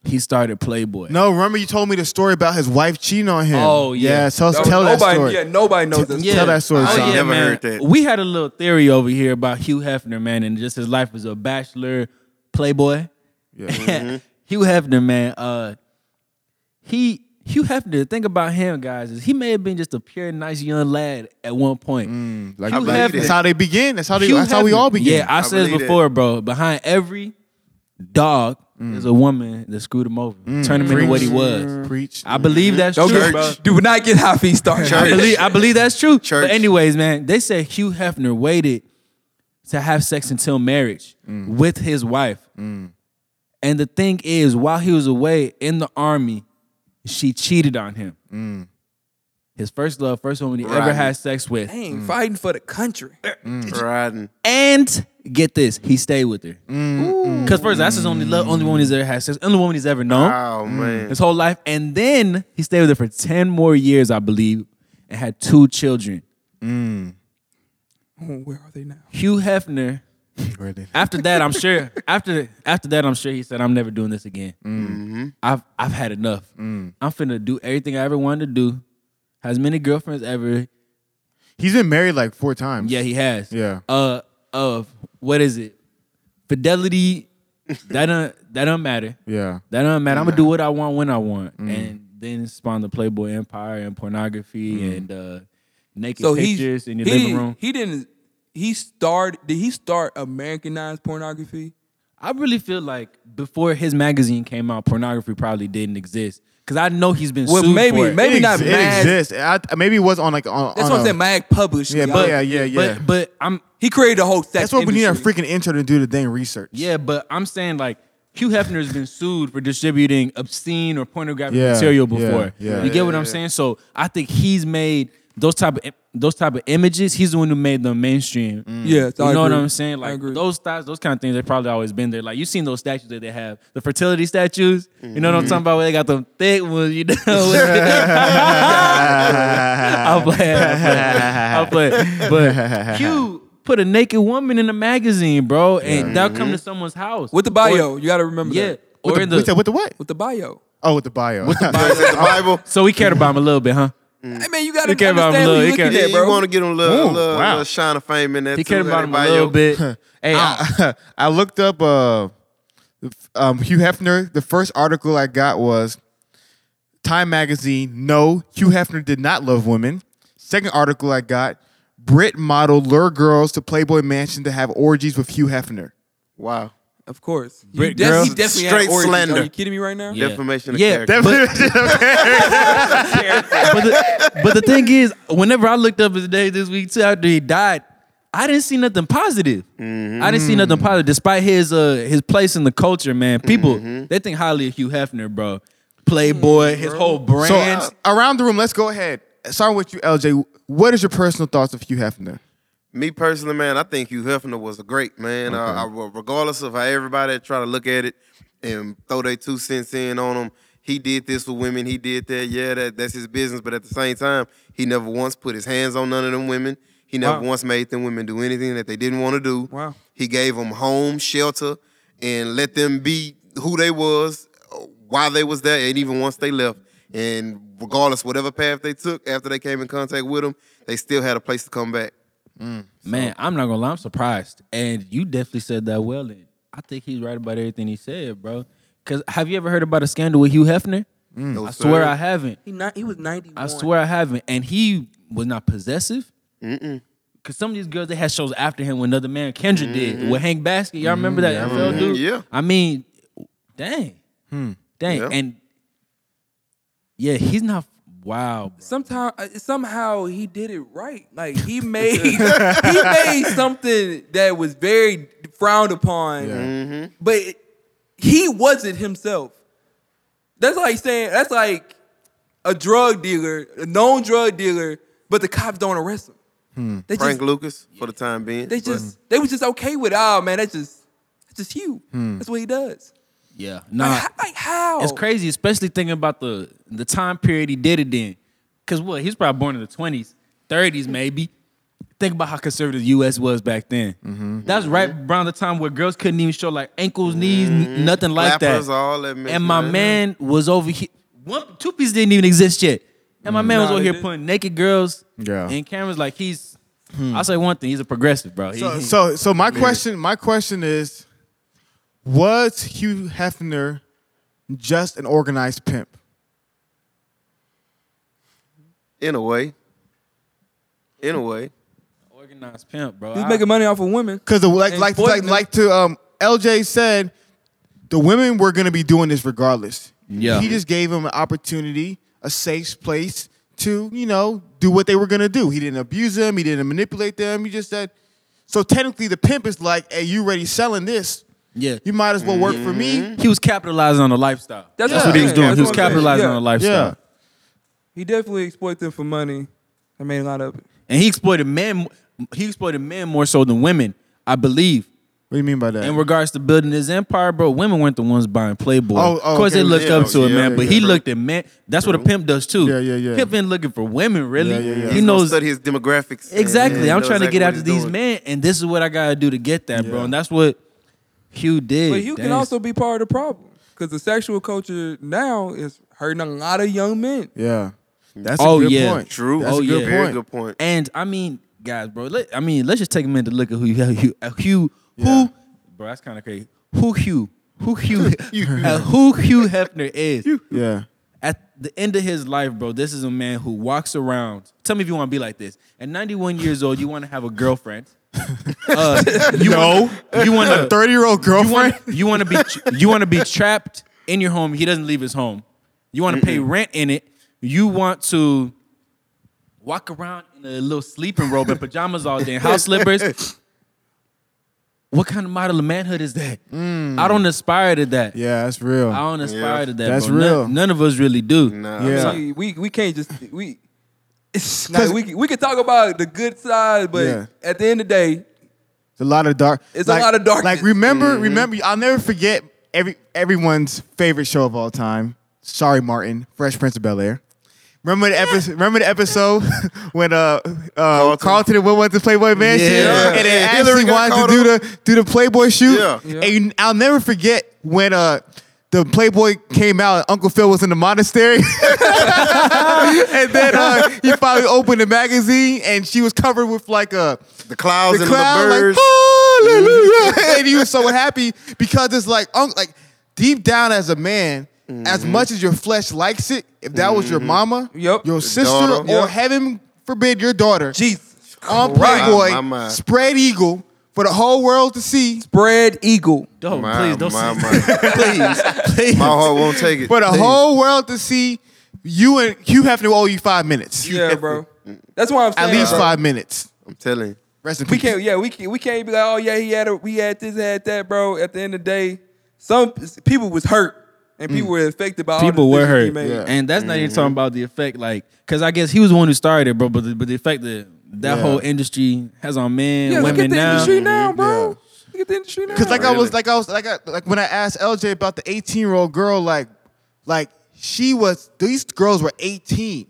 S2: he started Playboy.
S1: No, remember you told me the story about his wife cheating on him.
S2: Oh, yeah.
S1: tell
S3: No-
S1: tell that
S3: nobody,
S1: story.
S3: Yeah, nobody knows this.
S1: tell that story,
S4: Sean.
S2: yeah,
S4: Never
S2: man.
S4: heard that.
S2: We had a little theory over here about Hugh Hefner, man, and just his life as a bachelor playboy.
S1: Yeah.
S2: Hugh Hefner, man. Uh, he Hugh Hefner. The thing about him, guys, is he may have been just a pure, nice young lad at one point.
S1: Like,
S2: Hugh
S1: that's
S2: Hefner.
S1: how they begin. That's how they.
S2: Hugh
S1: that's how we
S2: Hefner.
S1: all begin.
S2: Yeah, I, said this
S4: believe it.
S2: before, bro. Behind every dog is a woman that screwed him over, turned him into what he
S1: Mm. Preach. Mm.
S2: was.
S1: Preach.
S2: I believe that's
S3: Don't
S2: true,
S3: get-
S2: bro.
S3: do not get high feet started.
S2: I believe, I believe that's true.
S4: Church.
S2: But anyways, man, they said Hugh Hefner
S1: Mm.
S2: waited to have sex until marriage with his wife. And the thing is, while he was away in the army, she cheated on him.
S1: Mm.
S2: His first love, first woman he ever
S4: Right.
S2: had sex with.
S3: Dang,
S1: Mm.
S3: fighting for the country.
S4: Riding.
S2: And get this, he stayed with her. Because first, that's his only love, only woman he's ever had sex, only woman he's ever known
S4: Oh man.
S2: his whole life. And then he stayed with her for 10 more years, I believe, and had two children.
S3: Oh,
S1: Mm.
S3: where are they now?
S2: Hugh Hefner.
S1: Where they-
S2: After that, I'm sure. After after that, I'm sure he said, "I'm never doing this again. I've I've had enough. I'm finna do everything I ever wanted to do. Have as many girlfriends ever.
S1: He's been married like four times.
S2: Yeah, he has.
S1: Yeah.
S2: Uh, of what is it? Fidelity. that don't that don't matter.
S1: Yeah. Mm.
S2: That don't matter. I'm gonna do what I want when I want, and then spawn the Playboy Empire and pornography
S1: Mm.
S2: and uh, naked
S3: So he,
S2: pictures in your
S3: he
S2: living
S3: didn't-
S2: room.
S3: He didn't. He started. Did he start Americanized pornography?
S2: I really feel like before his magazine came out, pornography probably didn't exist. Cause I know he's been
S3: Well,
S2: sued
S3: maybe-
S2: for it.
S3: maybe
S1: It
S3: not
S1: ex-
S3: mass-
S1: It exists. I, maybe it was on like on.
S3: That's
S1: on
S3: what
S1: a-
S3: I'm saying. Mag published.
S1: Oh, Yeah,
S3: y'all.
S1: but yeah, yeah, yeah.
S2: But but I'm
S3: He created a whole sex.
S1: That's what we need our
S3: industry.
S1: freaking intern to do the dang research.
S2: yeah, but I'm saying like Hugh Hefner has been sued for distributing obscene or pornographic
S1: Yeah,
S2: material
S1: yeah,
S2: before.
S1: yeah.
S2: You get what I'm saying? So I think he's made those type of those type of images. He's the one who made them mainstream.
S1: Mm.
S3: Yeah,
S2: You
S3: I
S2: know what
S3: agree.
S2: I'm saying?
S3: I
S2: Like
S3: agree.
S2: those styles, those kind of things, they probably always been there. Like you seen those statues that they have, the fertility statues. You know what I'm
S1: Mm-hmm.
S2: talking about? Where they got them thick ones, you know. I'm playing, I'm playing, I'm playing. But Hugh put a naked woman in a magazine, bro, and that'll come to someone's house
S3: with the bio. you got to remember
S2: yeah,
S3: that.
S2: or in
S1: With the,
S2: the
S1: with the what?
S3: With the bio.
S1: Oh, with the bio. With the
S4: Is that the Bible?
S2: so we cared about him a little bit, huh?
S1: Mm.
S3: Hey man, you got to
S2: care about
S3: understand who
S2: love,
S3: you
S2: he
S3: looking
S2: care-
S3: at,
S4: Yeah,
S3: bro.
S4: you want to get him little,
S1: Ooh,
S4: little,
S1: wow.
S4: little shine of fame in that
S2: He
S4: too.
S2: cared about him a
S4: everybody
S2: little
S4: else.
S2: bit. Hey, I,
S1: I, I looked up uh, um, Hugh Hefner. The first article I got was Time Magazine. No, Hugh Hefner did not love women. Second article I got Brit model lure girls to Playboy Mansion to have orgies with Hugh Hefner.
S4: Wow.
S3: Of course. You
S2: Brit
S3: def-
S2: girl.
S3: he definitely had
S4: Straight
S3: origins.
S4: slander.
S3: Are you kidding me right now?
S2: Yeah.
S4: Defamation of
S2: Yeah,
S4: character.
S2: but, the, but the thing is, whenever I looked up his day this week too after he died, I didn't see nothing positive. I didn't see nothing positive, despite his uh his place in the culture, man. People they think highly of Hugh Hefner, bro. Playboy, his whole
S1: So
S2: brand.
S1: uh, around the room, let's go ahead. Starting with you, LJ. What is your personal thoughts of Hugh Hefner?
S4: Me personally, man, I think Hugh Hefner was a great man. Uh, I, regardless of how everybody try to look at it and throw their two cents in on him, he did this for women. He did that. Yeah, that, that's his business. But at the same time, he never once put his hands on none of them women. He never
S3: Wow.
S4: once made them women do anything that they didn't want to do.
S3: Wow.
S4: He gave them home, shelter, and let them be who they was uh, while they was there, and even once they left. And regardless, whatever path they took after they came in contact with him, they still had a place to come back.
S2: Man, I'm not gonna lie, I'm surprised. And you definitely said that well. And I think he's right about everything he said, bro. Cause have you ever heard about a scandal with Hugh Hefner?
S4: No,
S2: I swear
S4: sir.
S2: I haven't.
S3: He, not, he was 91.
S2: I swear I haven't. And he was not possessive. Cause some of these girls they had shows after him when another man Kendra did with Hank Basket. Y'all remember that NFL dude?
S4: Mm-hmm. Mm, Yeah.
S2: I mean, dang,
S4: Hmm.
S2: dang,
S4: Yeah.
S2: and yeah, he's not. Wow, bro.
S3: Sometime, uh, somehow he did it right. Like he made he made something that was very frowned upon,
S2: Mm-hmm.
S3: but it- he wasn't himself. That's like saying that's like a drug dealer, a known drug dealer, but the cops don't arrest him. They
S4: Frank
S3: just
S4: Lucas for the time being.
S3: they just they was just okay with oh man that's just that's just you. That's what he does.
S2: yeah, nah,
S3: Like, how, like how?
S2: it's crazy, especially thinking about the the time period he did it in. Cause what he's probably born in the twenties, thirties maybe. Think about how conservative the U.S. was back then.
S3: Mm-hmm.
S2: That's right around the time where girls couldn't even show like ankles, knees,
S3: Mm-hmm.
S2: n- nothing like
S4: Clappers,
S2: that.
S4: all that mess,
S2: and my man was over here. One two piece didn't even exist yet, and my man was
S3: Mm-hmm. Nah,
S2: over
S3: they
S2: here
S3: didn't.
S2: putting naked girls
S1: Yeah.
S2: in cameras. Like he's,
S3: Hmm.
S2: I'll say one thing: he's a progressive, bro. He-
S1: So,
S2: he-
S1: Uh, so, so my question, my question is, was Hugh Hefner just an organized pimp?
S4: in a way. In a way.
S2: organized pimp, bro.
S3: He's
S2: I-
S3: making money off of women.
S1: Because like
S3: And
S1: like
S3: boy-
S1: like, like to um, LJ said, the women were gonna be doing this regardless.
S2: Yeah.
S1: He just gave them an opportunity, a safe place to you know do what they were gonna do. He didn't abuse them. He didn't manipulate them. He just said. So technically, the pimp is like, "Hey, you already selling this?
S2: Yeah. Mm-hmm.
S1: You might as well work for me.
S2: He was capitalizing on the lifestyle.
S3: That's
S2: That's,
S3: what
S2: what he was
S3: I'm
S2: doing.
S3: saying.
S2: he was
S3: That's what I'm saying.
S2: capitalizing
S3: Yeah.
S2: on the
S1: Yeah.
S2: lifestyle.
S3: He definitely exploited them for money. I made a lot of it.
S2: And he exploited men he exploited men more so than women, I believe.
S1: What do you mean by that?
S2: In regards to building his empire, bro, women weren't the ones buying Playboy.
S1: Oh, oh,
S2: of course,
S1: okay.
S2: they looked
S4: Yeah,
S2: up to
S4: yeah,
S2: it, man.
S4: yeah,
S2: but
S4: yeah,
S2: he
S4: true.
S2: looked at men. That's what a pimp does too.
S1: Yeah, yeah, yeah.
S2: Pimp been looking for women, really.
S1: Yeah, yeah, yeah.
S2: He
S1: He's
S4: Don't
S2: knows
S4: study his demographics. and-
S2: Exactly.
S4: and
S2: I'm
S4: know
S2: trying to
S4: exactly
S2: get
S4: what
S2: after
S4: he's
S2: these
S4: doing.
S2: men, and this is what I gotta do to get that, bro.
S1: Yeah.
S2: And that's what Hugh did.
S3: But you can
S2: Dang.
S3: also be part of the problem because the sexual culture now is hurting a lot of young men.
S1: yeah. That's
S2: Oh,
S1: a good
S2: yeah.
S1: point.
S4: True.
S1: That's
S2: Oh,
S1: a
S2: yeah.
S1: good
S4: Very
S1: point.
S4: good point.
S2: And I mean, guys, bro. Let, I mean, let's just take a minute to look at who you Hugh, uh, Hugh
S1: Yeah.
S2: who, bro. That's kind of crazy. Who Hugh? Who Hugh? uh, who Hugh Hefner is?
S1: Yeah.
S2: At the end of his life, bro, this is a man who walks around. Tell me if you want to be like this. At 91 years old, you want to have a girlfriend. Uh, you
S1: No.
S2: wanna- you want to
S1: Thirty year old
S2: you
S1: girlfriend.
S2: want you want to be you want to be trapped in your home. He doesn't leave his home. You want to pay rent in it. You want to walk around in a little sleeping robe and pajamas all day, and house slippers. What kind of model of manhood is that? I don't aspire to that.
S1: yeah, that's real.
S2: I don't aspire
S4: Mm. Yeah.
S2: to that.
S1: That's
S2: bro. None-
S1: real.
S2: None, of us really do.
S4: Nah.
S1: Yeah.
S3: We, we we can't just we. Like, we can- we can talk about the good side, but
S1: Yeah.
S3: at the end of the day,
S1: It's a lot of dark.
S3: It's a lot of darkness.
S1: Like remember,
S4: Mm-hmm.
S1: remember. I'll never forget every everyone's favorite show of all time. Sorry, Martin. Fresh Prince of Bel Air. Remember the episode? Remember the episode when uh, uh
S4: Carlton.
S1: Carlton and Will went to Playboy Mansion,
S2: Yeah.
S1: and
S4: Yeah.
S1: then
S4: Hillary
S1: Ashley
S4: got
S1: wanted to
S4: caught
S1: do
S4: up.
S1: the do the Playboy shoot.
S4: Yeah.
S3: Yeah.
S1: And you- I'll never forget when uh. The Playboy came out. and Uncle Phil was in the monastery, and then uh, he finally opened the magazine, and she was covered with like a
S4: The clouds
S1: the
S4: and
S1: crowd
S4: the birds.
S1: like hallelujah, and he was so happy because it's like um, like deep down as a man, as
S4: Mm-hmm.
S1: much as your flesh likes it, if that was your mama,
S3: Yep.
S1: your
S3: Your
S1: sister,
S4: daughter.
S1: or
S3: Yep.
S1: heaven forbid your daughter,
S3: Jesus,
S1: on
S4: Christ.
S1: Playboy,
S4: My mind.
S1: spread eagle for the whole world to see,
S3: spread eagle.
S2: Don't
S4: My-
S2: please don't
S4: my-
S2: say
S4: my-
S2: please please.
S4: My heart won't take it.
S1: for the whole world to see. You and Hugh Hefner owe you five minutes,
S3: Yeah, bro. That's why I'm
S1: at
S3: saying.
S1: least
S3: bro.
S1: five minutes.
S4: I'm telling you.
S1: Rest in
S3: We
S1: peace.
S3: can't. Yeah, we can't. We can't be like, oh yeah, he had a, we had this, had that, bro. At the end of the day, some people was hurt and
S1: Mm.
S3: people were affected by all the
S2: people were hurt,
S3: decisions he made.
S2: and that's not even
S1: Mm-hmm.
S2: talking about the effect. Like, cause I guess he was the one who started it, bro. But the, but the effect that that
S1: Yeah.
S2: whole industry has on men,
S3: Yeah, look
S2: women
S3: at the
S2: now.
S3: industry now, bro.
S1: Yeah.
S3: Look at the industry now.
S1: Because like I
S4: Really?
S1: was like I was like I, like when I asked LJ about the 18 year old girl, like like she was these girls were 18.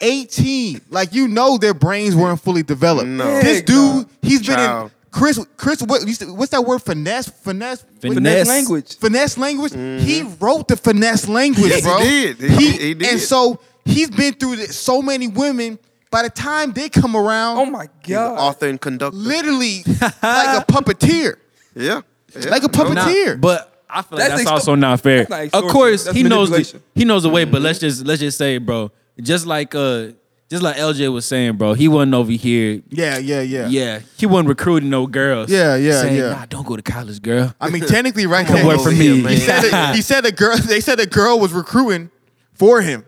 S1: 18. Like you know their brains weren't fully developed.
S4: No.
S1: This
S3: Big
S1: dude,
S3: dog.
S1: he's
S4: Child.
S1: been in Chris Chris what used to- what's that word finesse finesse
S2: Finesse.
S3: finesse language.
S1: finesse language. He wrote the finesse language,
S4: Mm-hmm. Yes, he
S1: bro.
S4: did. He- he did.
S1: And so he's been through this, so many women. By the time they come around,
S3: Oh my
S4: He's an
S3: god.
S4: author and conductor.
S1: literally like a puppeteer.
S4: Yeah. Yeah.
S1: Like a
S2: Nah,
S1: puppeteer.
S2: but I feel like
S3: That's
S2: that's,
S3: extor-
S2: also not fair.
S3: that's not
S2: of
S3: extortion.
S2: course,
S3: That's
S2: he knows the,
S3: manipulation.
S2: he knows the way. But
S1: Mm-hmm.
S2: let's just let's just say, bro, just like uh, just like LJ was saying, bro, he wasn't over here.
S1: Yeah, yeah, yeah.
S2: Yeah, he wasn't recruiting no girls.
S1: Yeah, yeah,
S2: saying,
S1: yeah.
S2: Nah, don't go to college, girl.
S1: I mean, technically, right
S2: Come
S1: now,
S2: work for
S1: he
S2: me.
S4: man.
S1: said that- he said a girl. They said a girl was recruiting for him.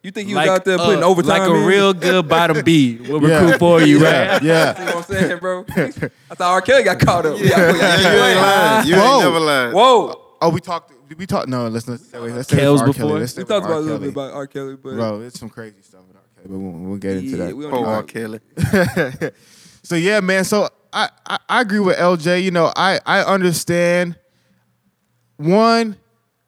S3: You think he was out there putting
S2: uh,
S3: overtime?
S2: like a
S3: in?
S2: real good bottom B will recruit for you,
S1: yeah,
S2: right?
S3: See
S1: Yeah.
S3: what I'm saying, bro? I thought R. Kelly got caught up. Yeah,
S4: Yeah, you ain't lying. You
S1: Whoa.
S4: ain't never lied.
S3: Whoa.
S1: Oh, we talked. Did we talked? No, let's not. Wait, let's
S2: Kells
S1: say R. Kelly.
S2: before?
S1: Let's say
S3: We talked
S1: R.
S3: about a little bit
S1: Kelly.
S3: about R. Kelly, but
S1: Bro, it's some crazy stuff with R. Kelly, but we'll, we'll get into
S3: yeah,
S1: that.
S3: we don't
S4: Oh,
S3: need
S4: R.
S3: that.
S4: Kelly.
S1: so yeah, man. So I, I I agree with LJ. You know, I I understand. One,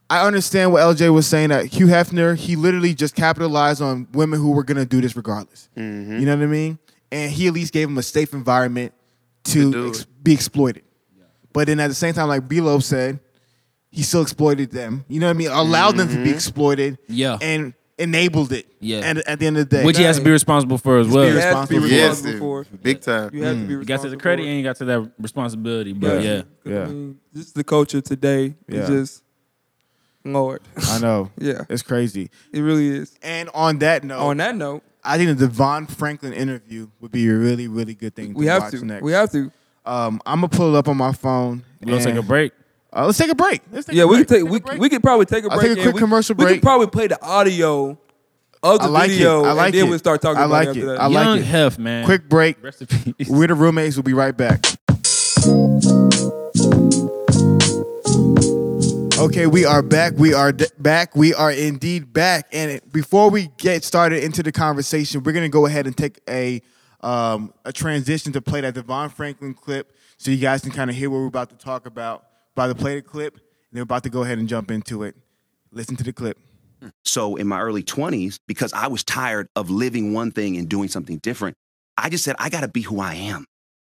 S1: I understand what LJ was saying that Hugh Hefner he literally just capitalized on women who were gonna do this regardless. You know what I mean? And he at least gave them a safe environment to,
S4: do
S1: ex-
S4: it.
S1: be exploited. But then at the same time, like Belo said, he still exploited them. You know what I mean? Allowed them to be exploited.
S2: Yeah.
S1: And enabled it.
S2: Yeah.
S1: And at the end of the day,
S2: Which he has to be responsible for as well.
S1: be
S3: You have to be
S1: responsible.
S4: Yes,
S3: responsible
S4: dude.
S3: for. it.
S4: big time.
S3: You have to be
S2: Mm. You got to
S3: responsible.
S2: the credit
S3: for it.
S2: and you got to that responsibility, but yeah.
S1: Yeah.
S3: I mean, this is the culture today.
S1: Yeah.
S3: It's just Lord.
S1: I know.
S3: Yeah.
S1: It's crazy.
S3: It really is.
S1: And on that note,
S3: On that note,
S1: I think the Devon Franklin interview would be a really, really good thing
S3: we
S1: to
S3: have
S1: watch
S3: to.
S1: next.
S3: We have to.
S1: um, I'm gonna pull it up on my phone.
S2: We'll
S1: and-
S2: take a break.
S1: Uh, let's take a break. Let's take
S3: Yeah,
S1: a
S3: we
S1: break.
S3: could take
S1: a
S3: we,
S1: break.
S3: we could probably take a
S1: I'll
S3: break.
S1: take a
S3: and
S1: quick
S3: we-
S1: commercial
S3: We
S1: break.
S3: could probably play the audio of the
S1: I like
S3: video
S1: it. I like
S3: and then
S1: it.
S3: we'll start talking
S1: I
S3: about
S1: like
S3: it after
S1: it.
S3: that.
S1: I like
S2: Young
S1: it.
S2: Hef, man.
S1: Quick break.
S2: Rest in peace.
S1: We're the roommates. We'll be right back. Okay, we are back. We are d- back. We are indeed back. And it- before we get started into the conversation, we're gonna go ahead and take a um, a transition to play that Devon Franklin clip, so you guys can kind of hear what we're about to talk about. By the play the clip, and then we're about to go ahead and jump into it. Listen to the clip.
S5: So in my early 20s, because I was tired of living one thing and doing something different, I just said, I got to be who I am.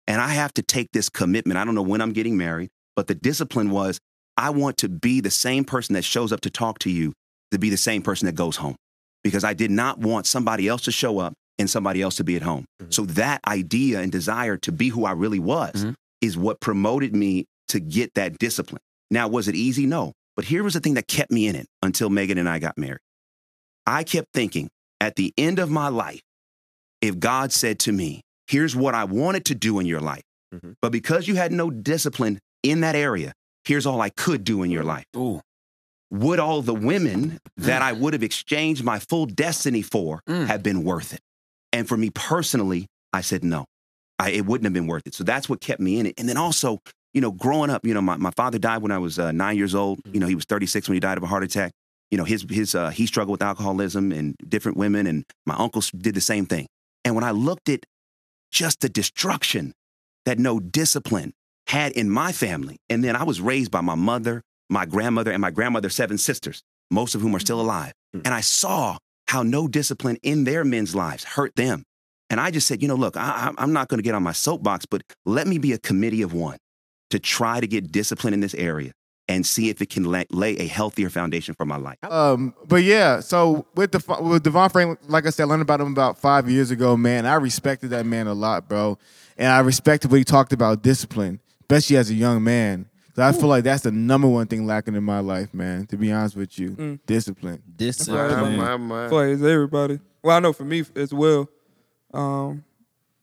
S5: And I have to take this commitment. I don't know when I'm getting married, but the discipline was I want to be the same person that shows up to talk to you to be the same person that goes home because I did not want somebody else to show up and somebody else to be at home. So that idea and desire to be who I really was
S6: Mhm.
S5: is what promoted me to get that discipline. Now, was it easy? No. But here was the thing that kept me in it until Megan and I got married. I kept thinking at the end of my life, if God said to me, here's what I wanted to do in your life,
S6: Mhm.
S5: but because you had no discipline in that area, here's all I could do in your life.
S6: Ooh.
S5: Would all the women that I would have exchanged my full destiny for
S6: Mm.
S5: have been worth it? And for me personally, I said no. I, it wouldn't have been worth it. So that's what kept me in it. And then also, you know, growing up, you know, my, my father died when I was uh, nine years old.
S6: Mm.
S5: You know, he was 36 when he died of a heart attack you know his his uh, he struggled with alcoholism and different women and my uncle did the same thing and when i looked at just the destruction that no discipline had in my family and then i was raised by my mother my grandmother and my grandmother's seven sisters most of whom are still alive
S6: Mm.
S5: and i saw how no discipline in their men's lives hurt them and i just said you know look I, I- i'm not going to get on my soapbox but let me be a committee of one to try to get discipline in this area and see if it can la- lay a healthier foundation for my life
S1: Um, but yeah, so with the with Devon Franklin, like I said, I learned about him about five years ago, man. I respected that man a lot, bro, and I respected what he talked about discipline, especially as a young man. 'Cause I feel like that's the number one thing lacking in my life, man. To be honest with you, discipline.
S2: This
S4: My,
S2: man.
S4: my, my.
S3: But it's everybody. Well, I know for me as well. Um,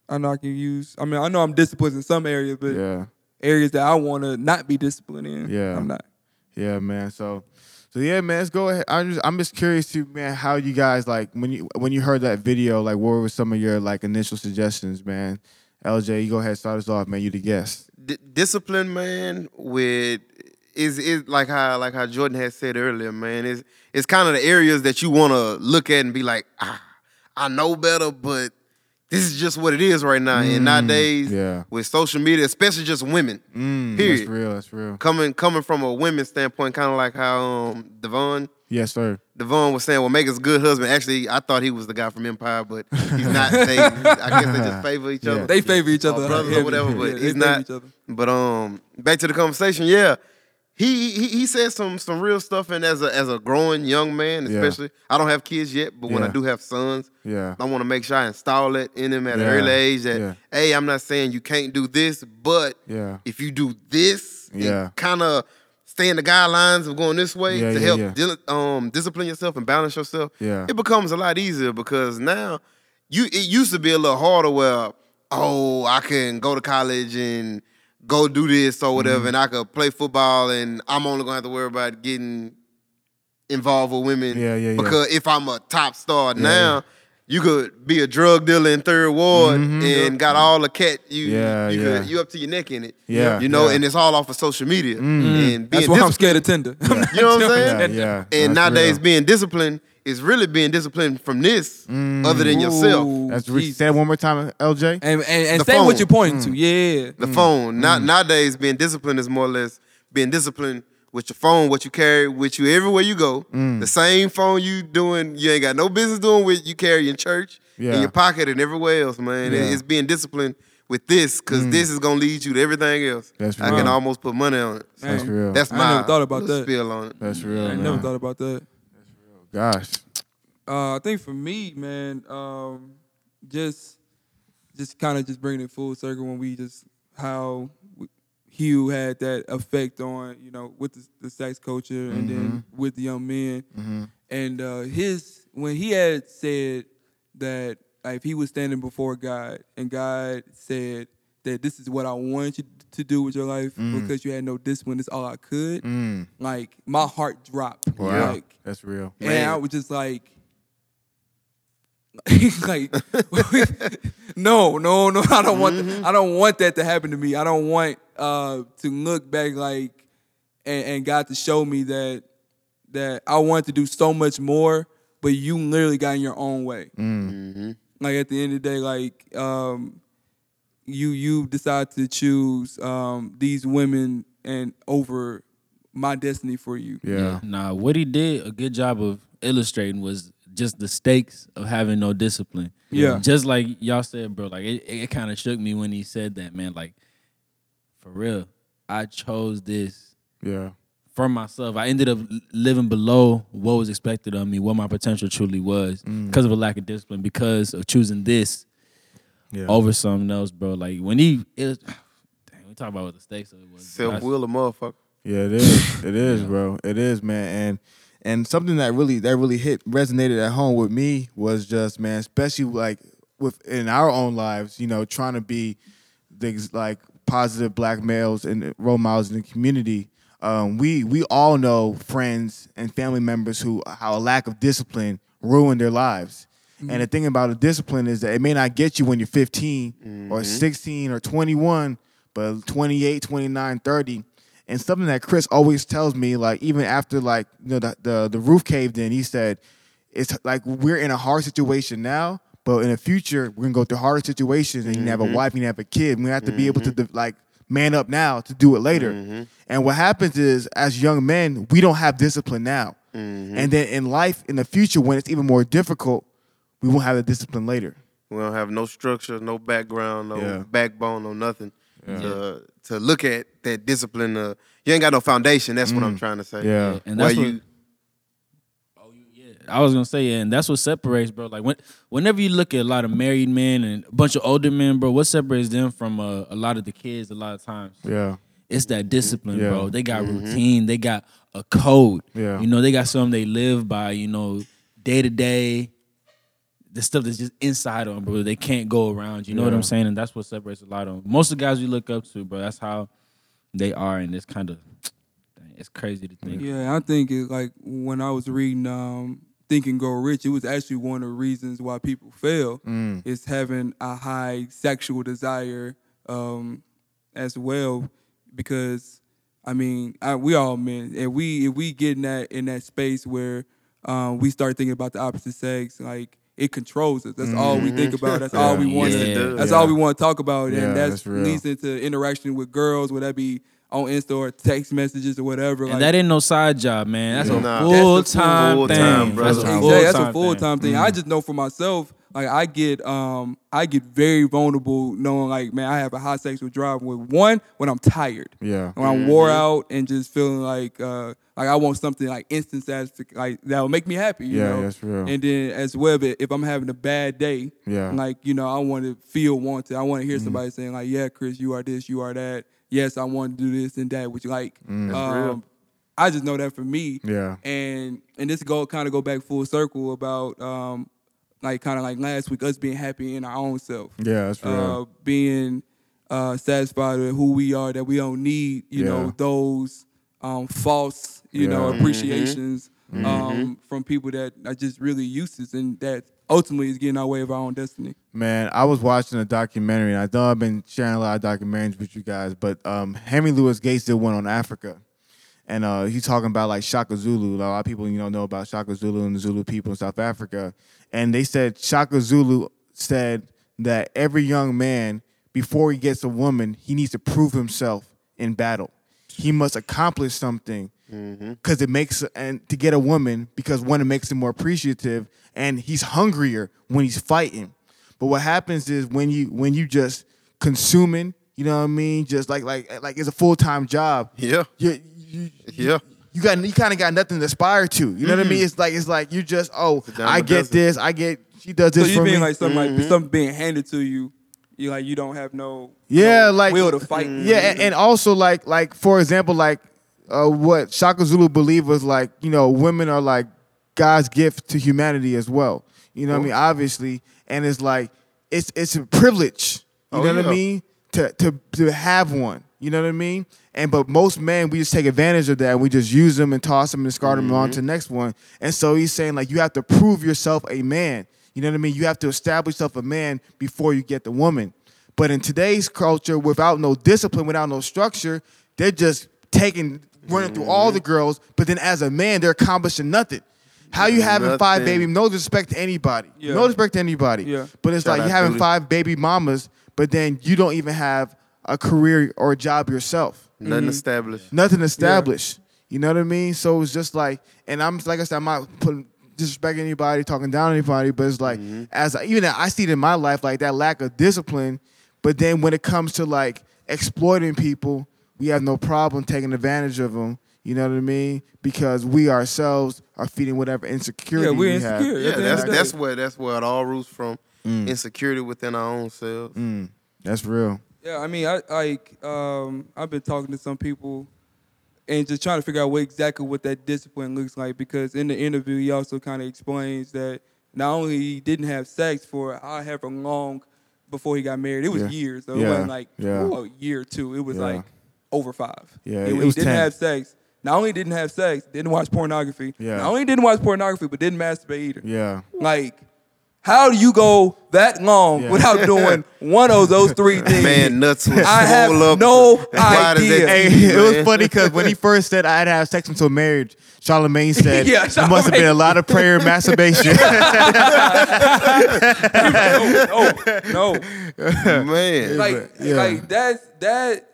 S3: I know I can use. I mean, I know I'm disciplined in some areas, but
S1: Yeah,
S3: areas that I want to not be disciplined in,
S1: Yeah.
S3: I'm not.
S1: yeah, man. So, so yeah, man. Let's go ahead. I'm just, I'm just curious to man how you guys like when you when you heard that video, like what were some of your like initial suggestions, man? LJ, you go ahead, start us off, man. You the guest.
S4: D- discipline, man, with is is like how like how Jordan had said earlier, man. It's it's kind of the areas that you want to look at and be like, ah, I know better, but this is just what it is right now. and nowadays,
S1: Mm, yeah.
S4: with social media, especially just women,
S1: Mm,
S4: period.
S1: That's real. That's real.
S4: Coming coming from a women's standpoint, kind of like how um, Devon
S1: Yes, sir.
S4: Devon was saying, "Well, Megan's a good husband." Actually, I thought he was the guy from Empire, but he's not. they, I guess they just favor each other.
S1: Yeah.
S3: They favor each
S4: Or
S3: other,
S4: brothers
S3: Yeah,
S4: or whatever.
S3: yeah,
S4: But
S3: they
S4: he's
S3: favor
S4: not.
S3: each other.
S4: But um, back to the conversation. Yeah, he he, he said some some real stuff. And as a as a growing young man,
S1: Yeah.
S4: especially, I don't have kids yet, but when I
S1: Yeah.
S4: do have sons,
S1: Yeah.
S4: I want to make sure I install it in him at
S1: Yeah.
S4: an early age. That
S1: Yeah.
S4: hey, I'm not saying you can't do this, but
S1: Yeah.
S4: if you do this,
S1: Yeah.
S4: kind of stay in the guidelines of going this way
S1: Yeah,
S4: to
S1: yeah,
S4: help
S1: yeah.
S4: dil- um, discipline yourself and balance yourself,
S1: Yeah.
S4: it becomes a lot easier because now you it used to be a little harder where oh I can go to college and go do this or
S1: Mm-hmm.
S4: whatever and I could play football and I'm only gonna have to worry about getting involved with women
S1: Yeah, yeah, yeah.
S4: because if I'm a top star now. You could be a drug dealer in third ward and got all the cat you
S1: Mm-hmm. Yeah,
S4: you,
S1: yeah.
S4: Could, you up to your neck in it.
S1: Yeah,
S4: You know,
S1: yeah. Mm.
S4: and it's all off of social media. And being
S3: That's why I'm
S4: disciplined-
S3: scared of Tinder. I'm not
S4: You know what I'm
S3: joking.
S4: saying?
S1: Yeah, yeah.
S4: And
S1: That's
S4: nowadays
S1: real.
S4: being disciplined is really being disciplined from this
S1: Mm.
S4: other than
S3: Ooh,
S4: yourself.
S1: That's re-
S3: Jesus.
S1: say that one more time, LJ.
S3: And and, and
S4: The
S3: say
S4: phone.
S3: what you're pointing
S1: Mm.
S3: to. Yeah.
S4: The phone. Not nowadays being disciplined is more or less being disciplined with your phone, what you carry with you everywhere you go.
S1: Mm.
S4: The same phone you doing, you ain't got no business doing with you carry in church,
S1: Yeah.
S4: in your pocket and everywhere else, man.
S1: Yeah. Mm.
S4: It's being disciplined with this, cause this is gonna lead you to everything else.
S1: That's
S4: I can
S1: real.
S4: almost put money on it.
S1: That's
S3: Dang.
S1: real.
S4: That's
S3: I
S4: my
S3: never thought about
S4: little
S3: that.
S4: spill on it.
S1: That's real.
S3: I
S1: man.
S3: never thought about that.
S1: Gosh.
S3: Uh, I think for me, man, um, just just kind of just bringing it full circle when we just how w- Hugh had that effect on you know with the, the sex culture and then with the young men, and uh, his when he had said that like, if he was standing before God and God said that this is what I want you to do with your life because you had no discipline, it's all I could. Like my heart dropped.
S1: Wow.
S3: Like
S1: That's real.
S3: and I was just like, like, no, no, no, I don't want, I don't want that to happen to me. I don't want uh, to look back like and, and God to show me that that I wanted to do so much more, but you literally got in your own way. Like at the end of the day, like um, you you decide to choose um, these women and over my destiny for you.
S1: Yeah.
S2: Nah, what he did a good job of illustrating was just the stakes of having no discipline.
S3: Yeah.
S2: Just like y'all said, bro, like it, it kind of shook me when he said that, man. Like, for real, I chose this
S1: Yeah.
S2: for myself. I ended up l- living below what was expected of me, what my potential truly was,
S1: Mm.
S2: because of a lack of discipline, because of choosing this
S1: Yeah.
S2: over something else, bro. Like when he, it, dang, we talk about what the stakes of it was. bro.
S4: Self will a motherfucker.
S1: Yeah, it is. It is, bro. It is, man. And and something that really that really hit resonated at home with me was just, man, especially like with in our own lives, you know, trying to be things like positive black males and role models in the community. Um, we we all know friends and family members who how a lack of discipline ruined their lives. And the thing about a discipline is that it may not get you when you're 15 or 16 or 21, but 28, 29, 30. And something that Chris always tells me, like even after like you know the the, the roof caved in, he said, it's like we're in a hard situation now, but in the future we're gonna go through harder situations, and you have a wife, and you have a kid, and we have to be able to de- like man up now to do it later. And what happens is, as young men, we don't have discipline now, and then in life, in the future, when it's even more difficult, we won't have the discipline later.
S4: We don't have no structure, no background, no
S1: Yeah.
S4: backbone, no nothing to to look at that discipline. Uh, you ain't got no foundation. That's what I'm trying to say.
S1: Yeah.
S2: And
S4: Where
S2: that's what-
S4: you
S2: I was gonna say, yeah, and that's what separates, bro. Like when, whenever you look at a lot of married men and a bunch of older men, bro, what separates them from uh, a lot of the kids? A lot of times,
S1: Yeah,
S2: it's that discipline,
S1: Yeah.
S2: bro. They got routine, they got a code.
S1: Yeah.
S2: you know, they got something they live by. You know, day to day, the stuff that's just inside of them, bro. They can't go around. You know what
S1: Yeah.
S2: I'm saying? And that's what separates a lot of them. Most of the guys we look up to, bro, that's how they are, and it's kind of, it's crazy to think.
S3: Yeah, I think it like when I was reading um Think and Grow Rich, it was actually one of the reasons why people fail is having a high sexual desire um as well because I mean, I, we all men and we if we get in that in that space where um, we start thinking about the opposite sex like it controls us. That's all we think about. That's all we
S2: Mm-hmm. Yeah.
S3: want
S2: Yes, it
S3: to.
S2: does.
S3: That's all we want to talk about,
S1: Yeah,
S3: and that's,
S1: that's real.
S3: leads into interaction with girls, whether that be on Insta or text messages or whatever.
S2: And that ain't no side job, man. That's
S4: Yeah.
S2: a
S4: Nah.
S2: full
S4: That's a
S2: time
S4: full-time,
S2: thing.
S4: bro.
S2: That's a
S4: That's
S2: full
S4: a
S2: time.
S3: Exactly. That's a full time thing.
S1: Mm.
S3: I just know for myself, like I get um I get very vulnerable knowing like, man, I have a high sexual drive with one when I'm tired.
S1: yeah,
S3: When I'm wore out and just feeling like uh like I want something like instant satisfaction like that will make me happy. You
S1: Yeah,
S3: know?
S1: that's real.
S3: And then as well but if I'm having a bad day,
S1: Yeah. Mm.
S3: like, you know, I want to feel wanted. I want to hear somebody saying, like, yeah, Chris, you are this, you are that. Yes, I want to do this and that, which like
S1: Mm.
S3: um, I just know that for me
S1: yeah,
S3: and and this go kind of go back full circle about um like kind of like last week us being happy in our own self
S1: yeah. That's
S3: uh
S1: real.
S3: being uh satisfied with who we are that we don't need you
S1: Yeah.
S3: know those um false you know
S1: Yeah. Mm-hmm.
S3: appreciations um from people that are just really useless and that ultimately is getting in our way of our own destiny
S1: Man, I was watching a documentary, and I know I've been sharing a lot of documentaries with you guys, but um, Henry Louis Gates did one on Africa, and uh, he's talking about like Shaka Zulu. A lot of people, you know, know about Shaka Zulu and the Zulu people in South Africa, and they said Shaka Zulu said that every young man, before he gets a woman, he needs to prove himself in battle. He must accomplish something because it makes and to get a woman because one it makes him more appreciative and he's hungrier when he's fighting. But what happens is when you when you just consuming, you know what I mean, just like like like it's a full time job.
S4: Yeah.
S1: You, you,
S4: Yeah. Mm-hmm.
S1: You got you kind of got nothing to aspire to. You know what I mean? It's like it's like you just oh
S4: dime
S1: I
S4: a
S1: get
S4: dozen.
S1: this, I get she does
S3: so
S1: this
S3: you
S1: for me.
S3: being like something like something being handed to you you like you don't have no
S1: Yeah,
S3: no
S1: like mm-hmm.
S3: will to fight
S1: Yeah, and, and also like like for example, like uh, what Shaka Zulu believed was like you know women are like God's gift to humanity as well. You
S4: Oh.
S1: know what I mean? Obviously, and it's like it's it's a privilege. You
S4: Oh,
S1: know what I
S4: yeah.
S1: mean? To to to have one. You know what I mean? And but most men, we just take advantage of that. we just use them and toss them and discard them on to the
S3: Mm-hmm.
S1: next one. And so he's saying like you have to prove yourself a man. You know what I mean? You have to establish yourself a man before you get the woman. But in today's culture, without no discipline, without no structure, they're just taking running through all
S3: Mm-hmm.
S1: the girls, but then as a man, they're accomplishing nothing. How you having five
S4: Nothing.
S1: baby? No disrespect to anybody.
S3: Yeah.
S1: No disrespect to anybody.
S3: Yeah.
S1: But it's
S4: Shout
S1: like
S4: out
S1: you having
S4: Julie.
S1: five baby mamas, but then you don't even have a career or a job yourself.
S4: Nothing
S2: Mm-hmm.
S4: established.
S1: Nothing established. You know what I mean? So it's just like, and I'm like I said, I'm not putting disrespecting anybody, talking down on anybody, but it's like
S3: Mm-hmm.
S1: as I, even I see it in my life, like that lack of discipline. But then when it comes to like exploiting people, we have no problem taking advantage of them. You know what I mean? Because we ourselves are feeding whatever insecurity
S3: Yeah, we're
S1: we have.
S3: insecure.
S4: Yeah,
S3: At the end
S4: that's
S3: of the
S4: that's
S3: day.
S4: where that's where it all roots from. Insecurity within our own selves.
S1: Mm. That's real.
S3: Yeah, I mean, I like um, I've been talking to some people and just trying to figure out what exactly what that discipline looks like because in the interview he also kind of explains that not only he didn't have sex for however long before he got married, it was
S1: Yeah.
S3: years. So it
S1: Yeah.
S3: wasn't like
S1: Yeah.
S3: oh, a year or two. It was
S1: Yeah.
S3: like over five.
S1: Yeah,
S3: And
S1: it
S3: when
S1: was
S3: he didn't
S1: 10.
S3: have sex. Not only didn't have sex, didn't watch pornography.
S1: Yeah.
S3: Not only didn't watch pornography, but didn't masturbate either.
S1: Yeah.
S3: Like, how do you go that long
S1: Yeah.
S3: without doing one of those three things?
S4: Man, nuts was
S3: I have
S4: swole up.
S3: no
S4: wide as
S3: idea.
S4: that
S1: Hey,
S4: TV,
S1: it was
S4: man.
S1: funny because when he first said I'd have sex until marriage, Charlemagne said
S3: Yeah,
S1: it must have been a
S3: Charlamagne.
S1: lot of prayer and masturbation.
S3: no, no, no.
S4: Man,
S3: Like,
S1: Yeah.
S3: like that's that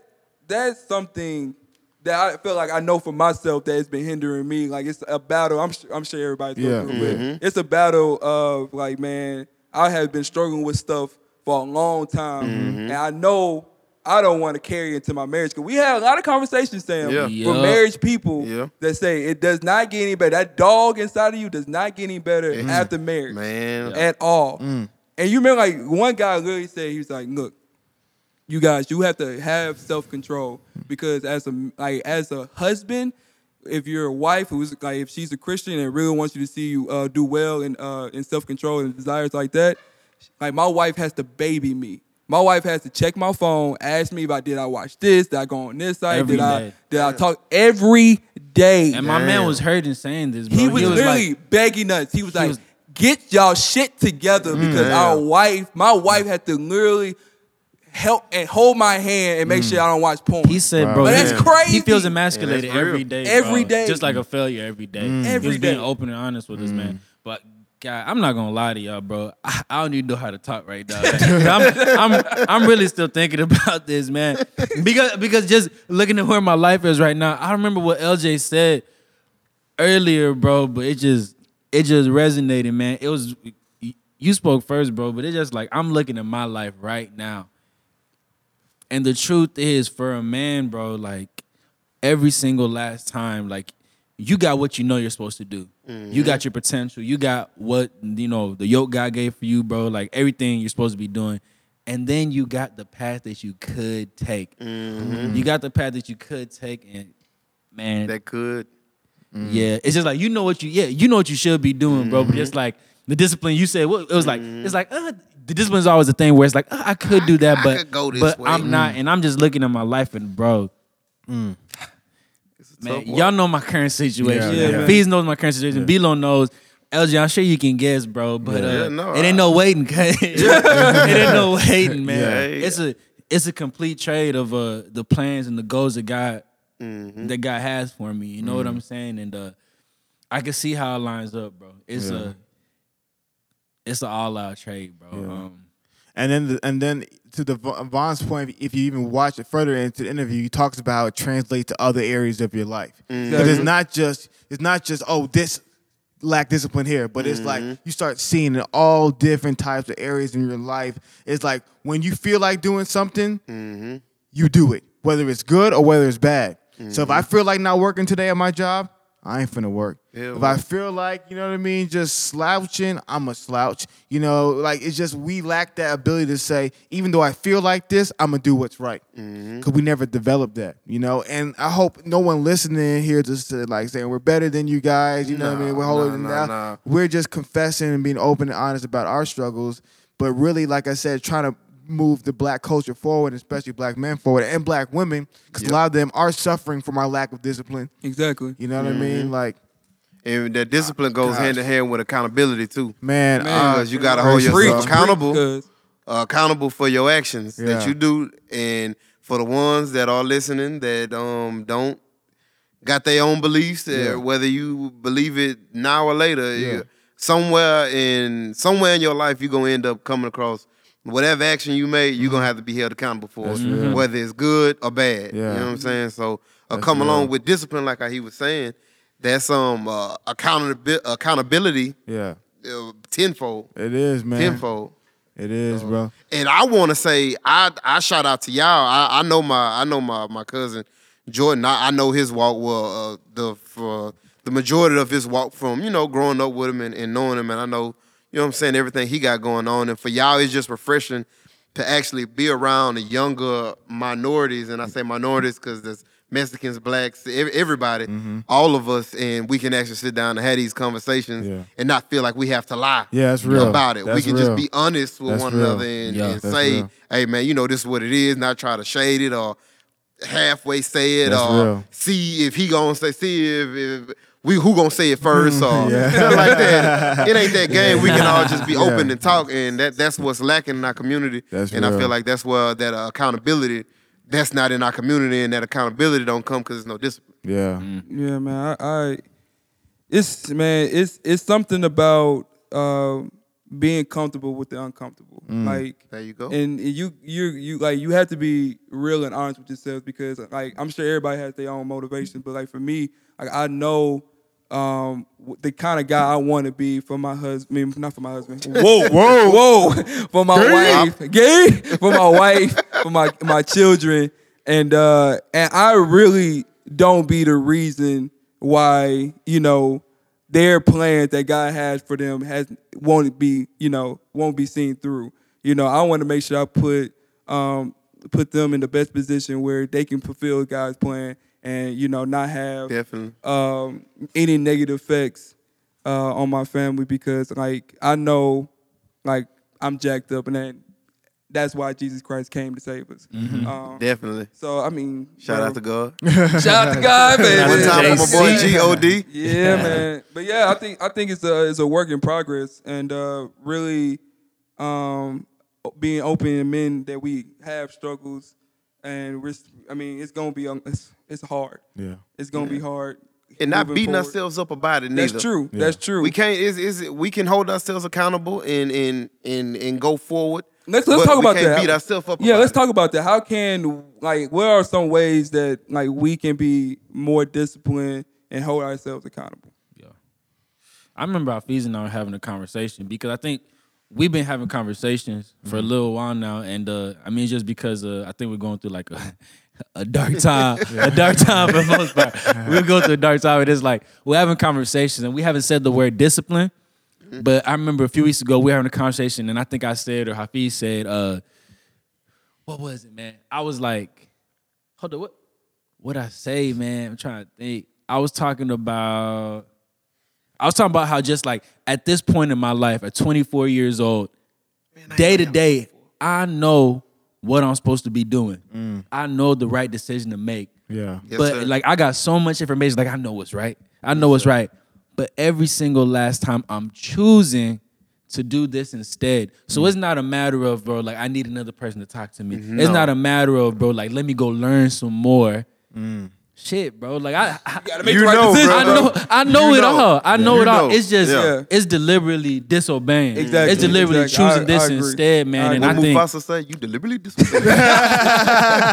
S3: that's something that I feel like I know for myself that has been hindering me. Like it's a battle. I'm su- I'm sure everybody's
S1: Yeah.
S3: going through it.
S4: Mm-hmm.
S3: It's a battle of like, man, I have been struggling with stuff for a long time,
S4: Mm-hmm.
S3: and I know. I don't want to carry into my marriage because we had a lot of conversations, Sam,
S4: Yeah.
S3: with
S2: Yeah.
S3: marriage people
S4: Yeah.
S3: that say it does not get any better. That dog inside of you does not get any better
S4: Mhm.
S3: after marriage
S4: man,
S3: at all.
S2: Mm.
S3: And you remember, like one guy literally said, he was like, "Look, you guys, you have to have self control because as a like as a husband, if your wife who's like if she's a Christian and really wants you to see you uh, do well and uh, in self control and desires like that, like my wife has to baby me." My wife has to check my phone, ask me about did I watch this, did I go on this site,
S2: Every
S3: did I
S2: day.
S3: did I talk every day.
S2: And my man
S4: Damn.
S2: was hurting saying this, bro.
S3: He was, literally
S2: like,
S3: begging us. He was like,
S2: was-
S3: "Get y'all shit together because our wife, my wife, had to literally help and hold my hand and make sure I don't watch porn."
S2: he said,
S1: Wow.
S2: bro,
S1: But
S2: he-
S3: that's crazy.
S2: He feels emasculated
S4: Yeah, that's
S2: every
S4: real.
S2: day,
S3: Every
S2: bro.
S3: day. Mm.
S2: just like a failure every day.
S3: Every
S2: he was being
S3: day.
S2: open and honest with us, man. But God, I'm not gonna lie to y'all, bro. I, I don't even know how to talk right now. I'm, I'm, I'm really still thinking about this, man. Because because just looking at where my life is right now, I remember what LJ said earlier, bro, but it just it just resonated, man. It was you spoke first, bro, but it's just like I'm looking at my life right now. And the truth is for a man, bro, like every single last time, like you got what you know you're supposed to do. You got your potential. You got what you know the yoke God gave for you, bro. Like everything you're supposed to be doing. And then you got the path that you could take. You got the path that you could take and man,
S4: that could. Mm.
S2: yeah, it's just like you know what you yeah you know what you should be doing, bro. But
S4: Mm-hmm.
S2: it's like the discipline you said. Well, it was like it's like uh, the discipline is always a thing where it's like uh, I could do that,
S4: I
S2: but
S4: could go this
S2: but
S4: way. Mm.
S2: I'm not, and I'm just looking at my life and bro. mm. Man, y'all know my current situation.
S1: Yeah,
S2: Yeah,
S3: yeah.
S2: Fees knows my current situation. Belon knows. LG, I'm sure you can guess, bro. But uh,
S4: Yeah, no,
S2: it ain't no waiting. cuz. it ain't no waiting, man.
S4: Yeah.
S2: It's a it's a complete trade of uh the plans and the goals that God
S4: Mm-hmm.
S2: that God has for me. You know what
S4: Mm.
S2: I'm saying? And uh I can see how it lines up, bro. It's a it's an all out trade, bro. Um,
S1: And then, the, and then to the Va- Vaughn's point, if you even watch it further into the interview, he talks about how it translates to other areas of your life.
S3: Mm.
S1: 'Cause
S3: Mm-hmm.
S1: it's not just it's not just oh this lack discipline here, but it's
S3: Mm-hmm.
S1: like you start seeing in all different types of areas in your life. It's like when you feel like doing something, you do it, whether it's good or whether it's bad. So if I
S4: Mm-hmm.
S1: feel like not working today at my job, I ain't finna work.
S4: Yeah,
S1: if I feel like, you know what I mean, just slouching, I'm a slouch. You know, like it's just we lack that ability to say, even though I feel like this, I'm gonna do what's right.
S4: Mm-hmm.
S1: Cause we never developed that, you know. And I hope no one listening here just to like saying we're better than you guys, you know what I mean?
S4: Nah,
S1: We're holding
S4: nah,
S1: them
S4: nah,
S1: down.
S4: nah.
S1: We're just confessing and being open and honest about our struggles, but really, like I said, trying to move the black culture forward, especially black men forward and black women, because a lot of them are suffering from our lack of discipline.
S3: exactly.
S1: You know what I mean? Like,
S4: And that discipline goes hand in hand with accountability too.
S1: man, uh,
S3: Man,
S4: Because you gotta hold yourself
S1: preach,
S3: preach,
S4: accountable,
S3: because-
S4: uh, accountable for your actions
S1: Yeah.
S4: that you do, and for the ones that are listening that um don't got their own beliefs, or whether you believe it now or later. you- Somewhere in somewhere in your life, you're gonna end up coming across whatever action you made. You're gonna have to be held accountable for, it, whether it's good or bad.
S1: Yeah.
S4: You know what I'm saying? So uh, come along with discipline, like how he was saying. That's um uh, accountability, accountability
S1: Yeah.
S4: uh, tenfold,
S1: It is, man.
S4: tenfold.
S1: It is, bro.
S4: And I want to say, I I shout out to y'all. I, I know my I know my my cousin Jordan. I, I know his walk well. Uh, the for the majority of his walk from you know growing up with him and, and knowing him, and I know you know what I'm saying everything he got going on. And for y'all, it's just refreshing to actually be around the younger minorities, and I say minorities because there's Mexicans, blacks, ev- everybody,
S1: Mm-hmm.
S4: all of us, and we can actually sit down and have these conversations
S1: Yeah.
S4: and not feel like we have to lie
S1: Yeah, that's real.
S4: about it. we
S1: That's
S4: can
S1: real.
S4: just be honest with
S1: That's
S4: one
S1: real.
S4: another and,
S2: Yeah,
S4: and
S1: that's
S4: say,
S1: real.
S4: hey man, you know this is what it is, not try to shade it or halfway say it
S1: That's
S4: or
S1: real.
S4: see if he gonna say see if, if we who gonna say it first or
S1: Mm, yeah.
S4: something like that. It ain't that game. We can all just be open
S1: Yeah.
S4: and talk and that that's what's lacking in our community.
S1: That's
S4: and I
S1: real.
S4: feel like that's where that uh, accountability that's not in our community and that accountability don't come because there's no discipline.
S1: Yeah.
S3: Yeah, man. I, I it's man, it's it's something about uh, being comfortable with the uncomfortable. Like
S4: There you go.
S3: And you you you like you have to be real and honest with yourself because like I'm sure everybody has their own motivation, but like for me, like I know um w- the kind of guy I want to be for my husband, I mean, not for my husband. Whoa, whoa, whoa! For my wife, gay. For my wife, for my my children, and uh and I really don't be the reason why you know their plans that God has for them has won't be you know won't be seen through. You know I want to make sure I put um put them in the best position where they can fulfill God's plan and you know not have
S4: Definitely.
S3: um, any negative effects uh, on my family because like I know like I'm jacked up and that, that's why Jesus Christ came to save us. Um,
S4: Definitely.
S3: so I mean,
S4: Shout
S3: bro,
S4: out to God.
S3: shout out to God, baby.
S4: One time for my boy
S2: JC.
S4: G O D.
S3: Yeah, man. But yeah, I think I think it's a it's a work in progress, and uh, really, um, being open and men that we have struggles, and we're. I mean, it's gonna be um, it's it's hard.
S1: Yeah.
S3: It's gonna be hard.
S4: And not
S3: moving
S4: beating
S3: forward.
S4: ourselves up about it neither.
S3: That's true. That's true.
S4: We can't is is we can hold ourselves accountable and and and and go forward.
S3: Let's let's
S4: but
S3: talk
S4: we
S3: about
S4: can't
S3: that.
S4: Beat ourselves up.
S3: Yeah,
S4: about
S3: let's
S4: it.
S3: talk about that. How can like what are some ways that like we can be more disciplined and hold ourselves accountable?
S2: I remember Alfiz and I were having a conversation because I think we've been having conversations for a little while now, and uh, I mean just because uh, I think we're going through like a, a dark time, a dark time for the most part. We're going through a dark time. It is like we're having conversations, and we haven't said the word discipline. But I remember a few weeks ago we were having a conversation, and I think I said or Hafiz said, uh, "What was it, man?" I was like, "Hold on, what? What I say, man? I'm trying to think." I was talking about I was talking about how just like at this point in my life, at 24 years old, day to day, I know what I'm supposed to be doing. I know the right decision to make.
S1: Yeah.
S4: Yes,
S2: but
S4: sir.
S2: like I got so much information, like I know what's right. I know what's right. But every single last time I'm choosing to do this instead. So
S4: Mm.
S2: it's not a matter of, bro, like I need another person to talk to me.
S4: Mm-hmm.
S2: It's not a matter of, bro, like let me go learn some more.
S4: Mm.
S2: Shit, bro. Like I, I
S3: gotta
S4: You know, bro.
S2: I know, I know
S4: You
S2: it
S4: know.
S2: all. I know
S4: You
S2: it all.
S4: know.
S2: It's just,
S4: Yeah.
S2: it's deliberately disobeying.
S3: Exactly.
S2: It's deliberately
S3: Exactly.
S2: choosing
S3: I- I
S2: this
S3: agree.
S2: instead, man.
S3: I
S2: and
S4: What
S2: I think
S4: Mufasa say? You deliberately disobeyed.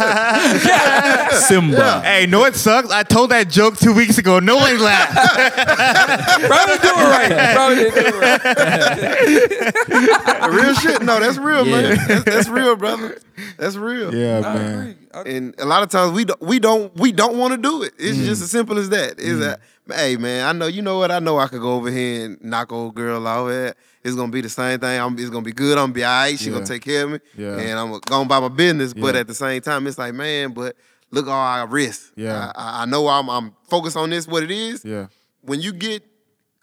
S2: Simba.
S1: Hey, know it sucks? I told that joke two weeks ago. No one laughed.
S3: Probably didn't do it right. Probably didn't do it right.
S4: real shit. No, that's real,
S2: Yeah.
S4: man. That's, that's real, brother. That's real.
S1: yeah,
S3: I
S1: man.
S3: agree. I-
S4: And a lot of times we don't we don't we don't want to do it. It's
S1: Hmm.
S4: just as simple as that. Is that hey man, I know you know what I know. I could go over here and knock old girl out. Eh, It's gonna be the same thing. I'm, it's gonna be good. I'm gonna be all right. She
S1: Yeah.
S4: gonna take care of me.
S1: Yeah.
S4: And I'm going by my business. But
S1: Yeah.
S4: at the same time, it's like man, but look all I risk.
S1: Yeah.
S4: I- I, I know I'm I'm focused on this. What it is.
S1: Yeah.
S4: When you get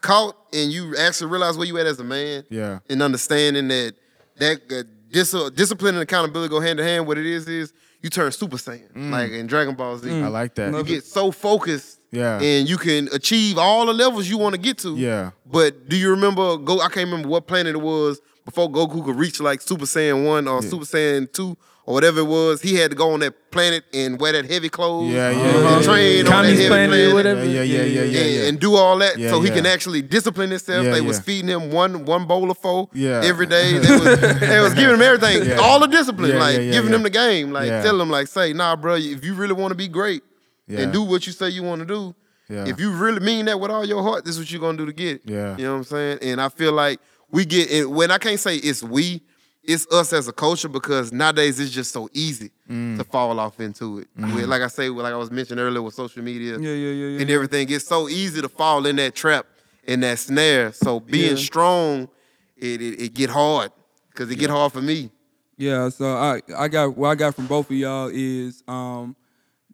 S4: caught and you actually realize where you at as a man.
S1: Yeah.
S4: And understanding that that uh, dis- discipline and accountability go hand in hand. What it is is you turn Super Saiyan, like in Dragon Ball Z.
S1: Mm. I like that.
S4: You get so focused,
S1: Yeah.
S4: and you can achieve all the levels you want to get to.
S1: Yeah.
S4: But do you remember? Go. I can't remember what planet it was before Goku could reach like Super Saiyan one or Super Saiyan two or whatever it was, he had to go on that planet and wear that heavy clothes.
S1: Yeah, yeah,
S4: on
S1: yeah,
S4: the train
S1: yeah.
S4: on that
S2: Communist
S4: heavy
S2: Uh-huh. planet or
S4: planet.
S2: whatever.
S1: Yeah, yeah, yeah, yeah, yeah.
S4: Yeah,
S1: yeah.
S4: and do all that
S1: Yeah,
S4: so he
S1: yeah.
S4: can actually discipline himself.
S1: Yeah,
S4: they was
S1: yeah.
S4: feeding him one one bowl of foe
S1: Yeah.
S4: every day. They was, they was giving him everything,
S1: Yeah.
S4: all the discipline,
S1: Yeah,
S4: like
S1: yeah, yeah,
S4: giving
S1: yeah.
S4: him the game, like
S1: Yeah.
S4: telling him like, say, nah, bro, if you really want to be great
S1: Yeah.
S4: and do what you say you want to do,
S1: Yeah.
S4: if you really mean that with all your heart, this is what you're gonna do to get it.
S1: Yeah.
S4: you know what I'm saying. And I feel like we get and when I can't say it's we. It's us as a culture because nowadays it's just so easy
S1: Mm.
S4: to fall off into it. With, like I say, with- like I was mentioning earlier with social media,
S3: Yeah, yeah, yeah, yeah.
S4: and everything. It's so easy to fall in that trap, in that snare. So being
S3: Yeah.
S4: strong, it, it it get hard because it get hard for me.
S3: Yeah, so I I got what I got from both of y'all is um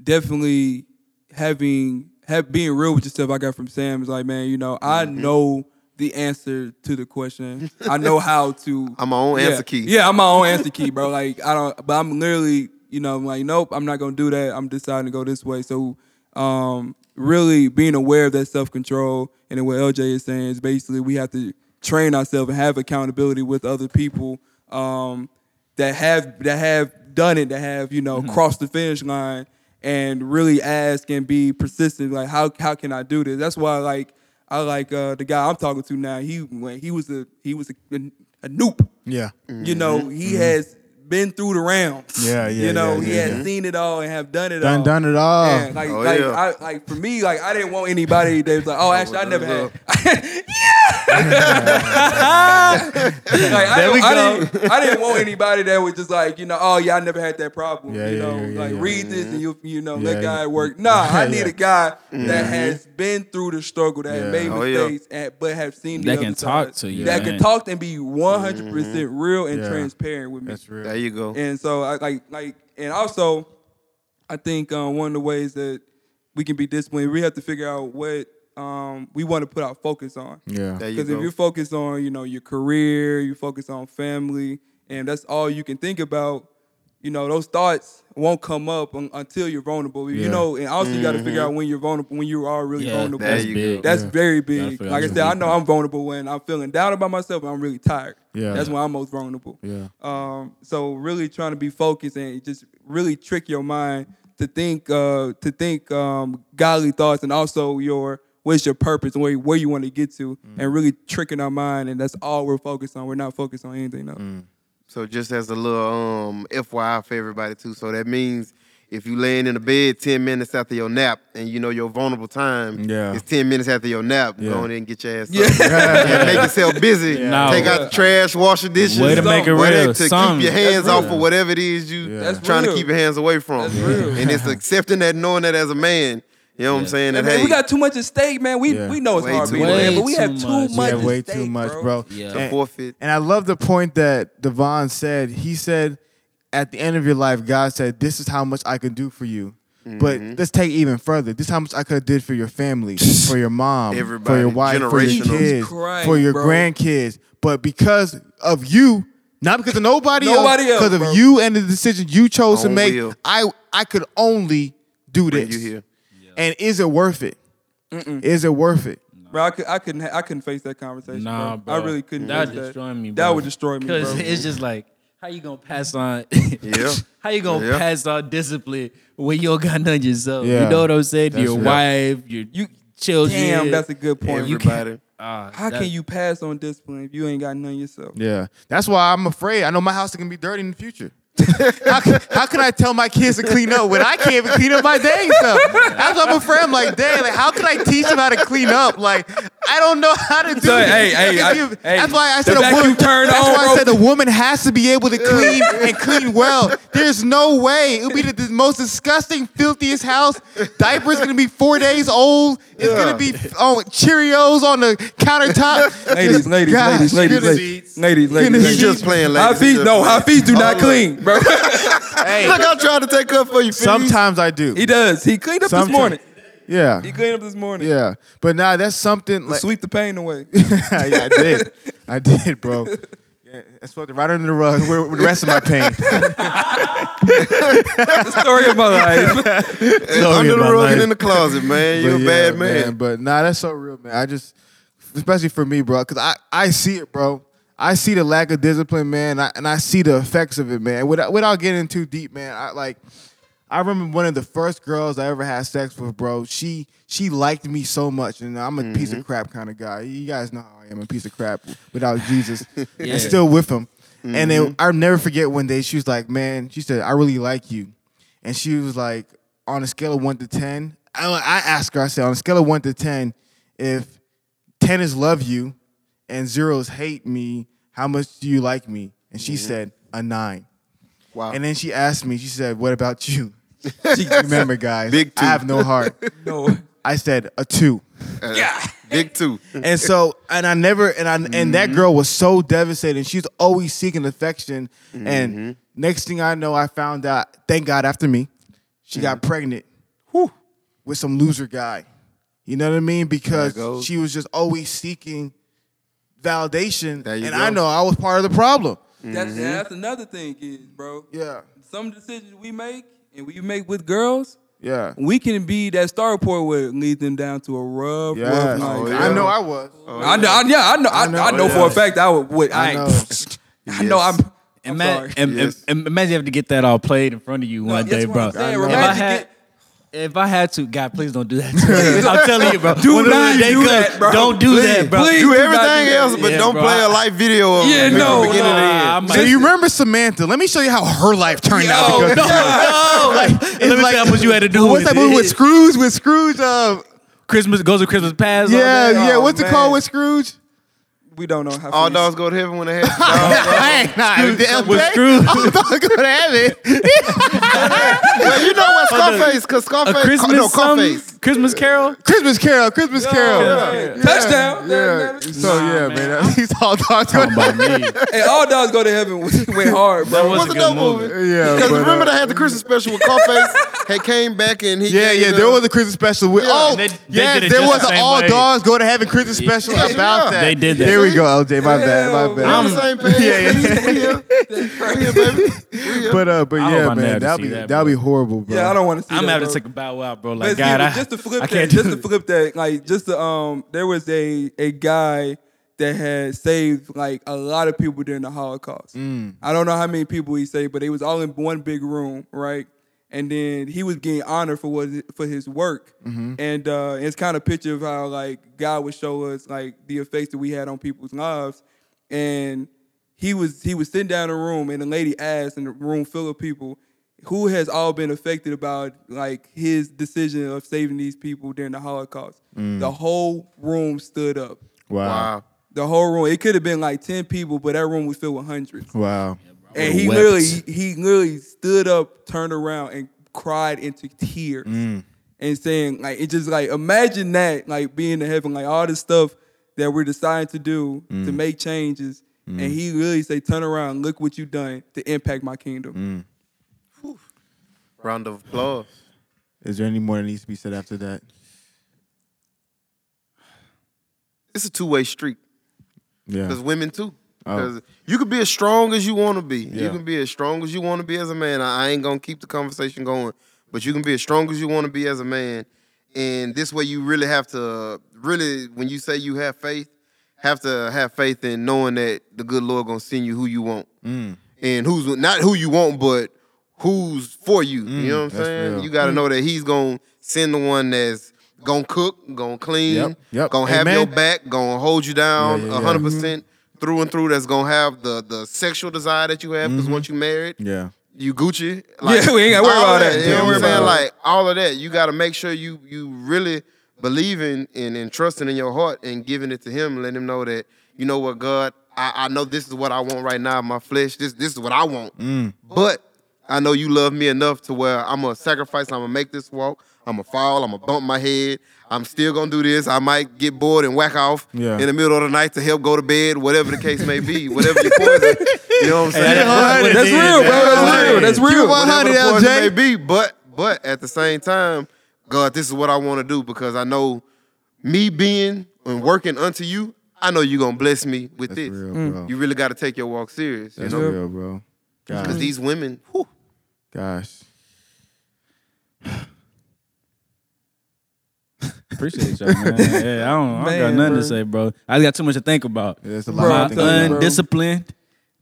S3: definitely having have being real with yourself. I got from Sam is like, man, you know, I
S4: Mm-hmm.
S3: know the answer to the question. I know how to.
S4: I'm my own
S3: Yeah.
S4: answer key.
S3: Yeah, I'm my own answer key, bro. Like I don't, but I'm literally, you know, I'm like, nope, I'm not gonna do that. I'm deciding to go this way. So, um, really being aware of that self control and then what LJ is saying is basically we have to train ourselves and have accountability with other people. Um, that have that have done it, that have you know crossed the finish line, and really ask and be persistent. Like how how can I do this? That's why like I like uh, the guy I'm talking to now. He when he was a he was a, a noob.
S1: Yeah.
S3: You know he has been through the rounds.
S1: Mm-hmm. Yeah, yeah,
S3: You know
S1: yeah,
S3: he
S1: yeah,
S3: has
S1: yeah.
S3: seen it all and have done it
S1: Done
S3: all.
S1: done it all.
S3: Yeah, like,
S4: Oh,
S3: like,
S4: yeah.
S3: I, like for me, like I didn't want anybody that was like, oh, actually, I never had. Yeah. like, I,
S2: There we
S3: don't- I
S2: go.
S3: didn't, I didn't want anybody that was just like, you know, oh yeah, I never had that problem.
S1: Yeah,
S3: you
S1: yeah,
S3: know,
S1: yeah, yeah,
S3: like
S1: yeah.
S3: read this and you, you know,
S1: Yeah,
S3: let God
S1: yeah.
S3: work. Nah, I need
S1: Yeah.
S3: a guy that has been through the struggle, that
S1: Yeah.
S3: has made
S4: Oh, yeah.
S3: mistakes, and, but have seen
S2: That
S3: the
S2: can
S3: other
S2: talk
S3: side.
S2: to you,
S3: that
S2: man.
S3: can talk and be one hundred percent real and
S1: Mm-hmm. Yeah.
S3: transparent with me.
S1: That's real.
S4: There you go.
S3: And so I like like and also I think um, one of the ways that we can be disciplined, we have to figure out what um, we want to put our focus on.
S1: Yeah.
S4: There you
S3: Because if
S4: go.
S3: you're focused on, you know, your career, you focus on family, and that's all you can think about, you know, those thoughts won't come up un- until you're vulnerable.
S1: Yeah.
S3: You know, and also you got to figure out when you're vulnerable, when you are really
S2: Yeah,
S3: vulnerable.
S4: There
S2: that's
S4: you
S2: big.
S3: That's very big.
S2: Gotta feel
S3: Like I
S2: that.
S3: said, I know I'm vulnerable when I'm feeling down about myself and I'm really tired.
S1: Yeah.
S3: That's when I'm most vulnerable.
S1: Yeah.
S3: Um, so really trying to be focused and just really trick your mind to think uh, to think um, godly thoughts and also your what's your purpose and where, where you want to get to
S1: Mm.
S3: and really tricking our mind and that's all we're focused on. We're not focused on anything else.
S1: Mm.
S4: So just as a little um FYI for everybody too. So that means if you laying in the bed ten minutes after your nap and you know your vulnerable time
S1: Yeah.
S4: is ten minutes after your nap,
S1: Yeah.
S4: go on in and get your ass
S3: Yeah.
S4: up. Yeah, make yourself busy.
S2: Yeah. No.
S4: Take out the trash, wash the dishes.
S2: Way to make it
S4: whatever,
S2: real.
S4: To
S2: Something.
S4: keep your hands
S3: That's real.
S4: off of whatever it is you
S1: Yeah.
S3: That's
S4: trying to
S3: real.
S4: keep your hands away from.
S3: That's real.
S4: And it's accepting that, knowing that as a man. You know what I'm
S2: Yeah.
S4: saying?
S3: And
S4: That
S3: man,
S4: hey,
S3: we got too much at stake, man. We
S1: Yeah.
S3: we know it's
S4: Way
S3: hard
S4: too
S3: being a
S4: much.
S3: man, but we
S2: Way
S3: have
S2: too
S3: too
S2: much. Yeah,
S3: much.
S1: Yeah,
S3: at
S1: way
S3: stake,
S1: too much, bro.
S2: Yeah.
S4: to
S1: And-
S4: forfeit.
S1: And I love the point that Devon said. He said, at the end of your life, God said, This is how much I can do for you. But
S4: Mm-hmm.
S1: let's take it even further. This is how much I could have did for your family, for your mom, for
S4: Everybody.
S1: your wife, for your
S4: Generational.
S1: kids,
S3: Jesus Christ,
S1: for your
S3: bro.
S1: grandkids. But because of you, not because of nobody,
S3: Nobody else,
S1: because
S3: bro.
S1: of you and the decision you chose to
S4: Own
S1: make,
S4: will.
S1: I I could only do
S4: Bring
S1: this.
S4: you here.
S1: And is it worth it? Is it worth it?
S3: Bro, I, could, I couldn't. ha- I couldn't face that conversation.
S2: Nah, bro.
S3: I really couldn't.
S2: That
S3: face
S2: would destroy
S3: that.
S2: me.
S3: That
S2: bro.
S3: would destroy me, bro.
S2: Cause it's just like, how you gonna pass on?
S4: Yeah.
S2: How you gonna
S4: Yeah.
S2: pass on discipline when you don't got none yourself?
S1: Yeah.
S2: You know what I'm saying?
S1: That's
S2: your
S1: right.
S2: wife, your
S3: You-
S2: children.
S3: Damn, that's a good point.
S2: You
S4: Everybody.
S2: Ah,
S3: How
S2: that-
S3: can you pass on discipline if you ain't got none yourself?
S1: Yeah, that's why I'm afraid. I know my house is gonna be dirty in the future. how, can, how can I tell my kids to clean up when I can't even clean up my dang stuff? That's what I'm afraid. I'm like, dang, like how can I teach them how to clean up? Like, I don't know how to do
S3: So,
S1: it.
S3: hey, hey,
S1: If
S3: I-
S1: you-
S3: hey,
S1: that's why I
S3: the
S1: said a
S3: vacuum
S1: woman.
S3: turned
S1: that's
S3: on,
S1: why I
S3: bro.
S1: said a woman has to be able to clean and clean well. There's no way it would be the, the most disgusting, filthiest house. Diapers gonna be four days old. It's gonna be oh Cheerios on the countertop.
S3: Ladies, ladies,
S1: Gosh,
S3: ladies, ladies,
S1: goodness.
S3: ladies, ladies, ladies,
S1: Goodness.
S4: He's just playing
S3: Our
S4: ladies. He's
S3: feet,
S4: just
S3: no,
S4: playing.
S3: our feet do not clean, bro.
S4: Look, I'm trying to take up for you. Fitz.
S1: Sometimes I do.
S3: he does. He cleaned up
S1: Sometimes-
S3: this morning.
S1: Yeah.
S3: He cleaned up this morning.
S1: Yeah. But nah, that's something like
S3: Sweep the pain away.
S1: yeah, I did. I did, bro. Yeah, I swept it right under the rug with with the rest of my pain.
S3: the story of my life.
S4: under the
S2: my
S4: rug
S2: life.
S4: and in the closet, man. You're
S1: But
S4: a
S1: yeah,
S4: bad man.
S1: But nah, that's so real, man. I just, especially for me, bro, because I, I see it, bro. I see the lack of discipline, man, and I, and I see the effects of it, man. Without, without getting too deep, man, I like. I remember one of the first girls I ever had sex with, bro. She she liked me so much, and I'm a piece
S4: Mm-hmm.
S1: of crap kind of guy. You guys know how I am, a piece of crap without Jesus,
S2: Yeah.
S1: and still with him. And
S4: Mm-hmm.
S1: then I'll never forget one day she was like, "Man," she said, "I really like you," and she was like, "On a scale of one to ten, I, I asked her, I said, on a scale of one to ten, if ten is love you and zero is hate me, how much do you like me?" And she said, "A nine.
S4: Mm-hmm. Wow.
S1: And then she asked me, she said, What about you? Remember, guys,
S4: Big two.
S1: I have no heart.
S3: No.
S1: I said, A two.
S4: Big two.
S1: And so, and I never, and I, and that girl was so devastated. She's always seeking affection. And next thing I know, I found out, thank God after me, she got pregnant with some loser guy. You know what I mean? Because
S4: goes.
S1: she was just always seeking validation.
S4: There you
S1: and I
S4: go.
S1: know I was part of the problem.
S3: That's, that's another thing is, bro.
S1: Yeah.
S3: Some decisions we make and we make with girls,
S1: Yeah.
S3: we can be that star point where it leads them down to a rough,
S1: Yeah.
S3: rough night.
S4: Oh, yeah.
S1: I know I was.
S3: I know, I, yeah, I know, I, I know,
S1: know.
S3: for a fact I would. would I,
S1: I
S3: I
S1: know.
S3: know. I know I'm. I'm
S2: Ima-
S3: sorry.
S2: im- im-
S4: Yes.
S2: im- imagine you have to get that all played in front of you one
S3: that's
S2: day,
S3: what
S2: bro.
S3: I'm saying.
S2: If I
S3: Imagine
S2: had,
S3: get-
S2: if I had to, God, please don't do that. To me. I'm telling you, bro.
S3: Do
S2: One of
S3: not
S2: those days
S3: do
S2: come,
S3: that, bro.
S2: Don't do that, bro.
S3: Please.
S4: Do
S3: do not
S4: everything
S3: do that.
S4: else, but
S2: Yeah,
S4: don't
S2: bro.
S4: play a live video of
S3: Yeah,
S4: it from
S3: no,
S4: the beginning
S3: no.
S4: to the end.
S2: Nah, I might-
S1: So you remember Samantha? Let me show you how her life turned out.
S3: Yo,
S1: Because
S2: no, like, let me tell you what you had to do.
S1: what's that
S2: with
S1: movie
S2: it.
S1: with Scrooge? With Scrooge? Uh,
S2: Christmas goes to Christmas past. all
S1: yeah,
S2: day.
S1: yeah.
S3: Oh,
S1: What's it
S3: man.
S1: called with Scrooge?
S3: we don't know how.
S4: All
S3: fast-
S4: dogs go to heaven when they have dogs.
S1: Dang, nah, okay.
S2: with Scrooge.
S1: I'm not gonna have it.
S4: Well, you know what Scarface? Because
S2: A
S4: Scarface,
S2: Christmas
S4: no,
S2: song?
S4: Carface.
S2: Christmas Carol.
S1: Christmas Carol, Christmas Carol.
S3: Yeah. Touchdown.
S1: Yeah. So
S2: Nah,
S1: yeah,
S2: man.
S1: man. That, he's all talking about me.
S3: Hey, all dogs go to heaven. Went hard, bro.
S2: That was
S4: What's
S2: a
S4: a
S2: good
S4: dope
S2: movie.
S4: movie?
S1: Yeah,
S4: Because
S1: but,
S4: remember
S1: uh,
S4: they had the Christmas special with Carface. He came back and he
S1: Yeah,
S4: gave
S1: yeah,
S4: the-
S1: there was a Christmas special. With,
S4: Yeah.
S1: Oh,
S4: And
S2: they- they
S1: yes,
S2: did it
S1: there
S2: just
S1: was
S2: the
S1: an
S2: same
S1: all
S2: way.
S1: dogs go to heaven Christmas
S2: Yeah.
S1: special
S4: Yeah.
S1: about that.
S2: They did that.
S1: There we go, LJ. My bad, my
S4: We on the
S1: bad.
S4: same page.
S1: Yeah, yeah.
S4: We here. We here, baby. We here.
S1: But uh, but
S2: I hope I
S1: yeah,
S2: never
S1: man,
S2: have to
S1: that'd
S2: see
S1: be that'd
S2: that, bro.
S1: be horrible, bro.
S3: Yeah, I don't want to see.
S2: I'm gonna
S3: that,
S2: have to
S3: bro.
S2: take a bow out, bro.
S3: But
S2: Like,
S3: see,
S2: God, I,
S3: just to flip
S2: I
S3: that,
S2: can't do
S3: just to
S2: it.
S3: flip that, like just to um, there was a a guy that had saved like a lot of people during the Holocaust.
S2: Mm.
S3: I don't know how many people he saved, but they was all in one big room, right? And then he was getting honored for what for his work,
S2: Mm-hmm.
S3: and uh, it's kind of picture of how like God would show us like the effects that we had on people's lives, and he was he was sitting down in a room and the lady asked in a room full of people who has all been affected about like his decision of saving these people during the holocaust the whole room stood up
S1: Wow,
S4: Wow.
S3: the whole room it could have been like 10 people but that room was filled with hundreds
S1: wow.
S3: and he
S2: wept.
S3: literally he literally stood up turned around and cried into tears
S2: Mm.
S3: and saying like it just like imagine that like being in heaven like all this stuff that we're deciding to do to
S2: Mm.
S3: make changes and he really say turn around look what you done to impact my kingdom
S2: Mm.
S4: Round of applause.
S1: Is there any more that needs to be said after that?
S4: It's a two way street.
S1: Yeah.
S4: Because women too.
S1: Oh.
S4: 'Cause you can be as strong as you want to be. You
S1: Yeah.
S4: can be as strong as you want to be as a man. I I ain't gonna keep the conversation going, but you can be as strong as you want to be as a man. And this way, you really have to really when you say you have faith, have to have faith in knowing that the good Lord gonna send you who you want
S1: Mm.
S4: and who's not who you want, but who's for you. you know what I'm
S1: Mm, that's
S4: saying?
S1: real. Mm.
S4: You got to know that he's gonna send the one that's gonna cook, gonna clean,
S1: Yep, yep.
S4: gonna have
S1: Amen.
S4: your back, gonna hold you down
S1: Yeah,
S4: a
S1: yeah, yeah.
S4: 100 percent through and through. That's gonna have the the sexual desire that you have because once you married,
S1: Yeah.
S4: you Gucci.
S3: Yeah, we ain't gotta worry
S4: all
S3: about that.
S4: You know
S3: Don't
S4: what
S3: worry
S4: I'm
S3: about
S4: saying?
S3: it.
S4: Like all of that, you got to make sure you you really believe in and, and trusting in your heart and giving it to Him, letting Him know that you know what, God, I, I know this is what I want right now. My flesh, this this is what I want.
S3: Mm.
S4: But I know you love me enough to where I'm gonna sacrifice. I'm gonna make this walk. I'm gonna fall. I'm gonna bump my head. I'm still gonna do this. I might get bored and whack off
S1: Yeah.
S4: in the middle of the night to help go to bed, whatever the case may be. Whatever your poison, you know what I'm saying?
S2: That's
S3: that's
S2: Yeah,
S3: real bro
S2: that's
S3: that's
S2: right.
S3: real that's
S1: Keep
S3: real
S1: it 100,
S4: whatever the poison
S1: LJ.
S4: may be. But but at the same time, God, this is what I want to do because I know me being and working unto you, I know you're gonna bless me with
S1: That's
S4: this.
S1: real,
S3: Mm.
S1: bro.
S4: You really got to take your walk serious, you
S1: That's
S4: know,
S1: real, bro.
S4: because
S1: Gosh,
S4: these women, whew,
S1: gosh.
S2: Appreciate y'all, man. Hey, I don't, I don't got
S3: Man,
S2: nothing
S3: bro.
S2: to say, bro. I got too much to think about.
S1: Yeah, it's a
S3: Bro,
S1: lot.
S2: My
S1: of
S3: I'm telling you,
S1: things.
S3: bro.
S2: undisciplined.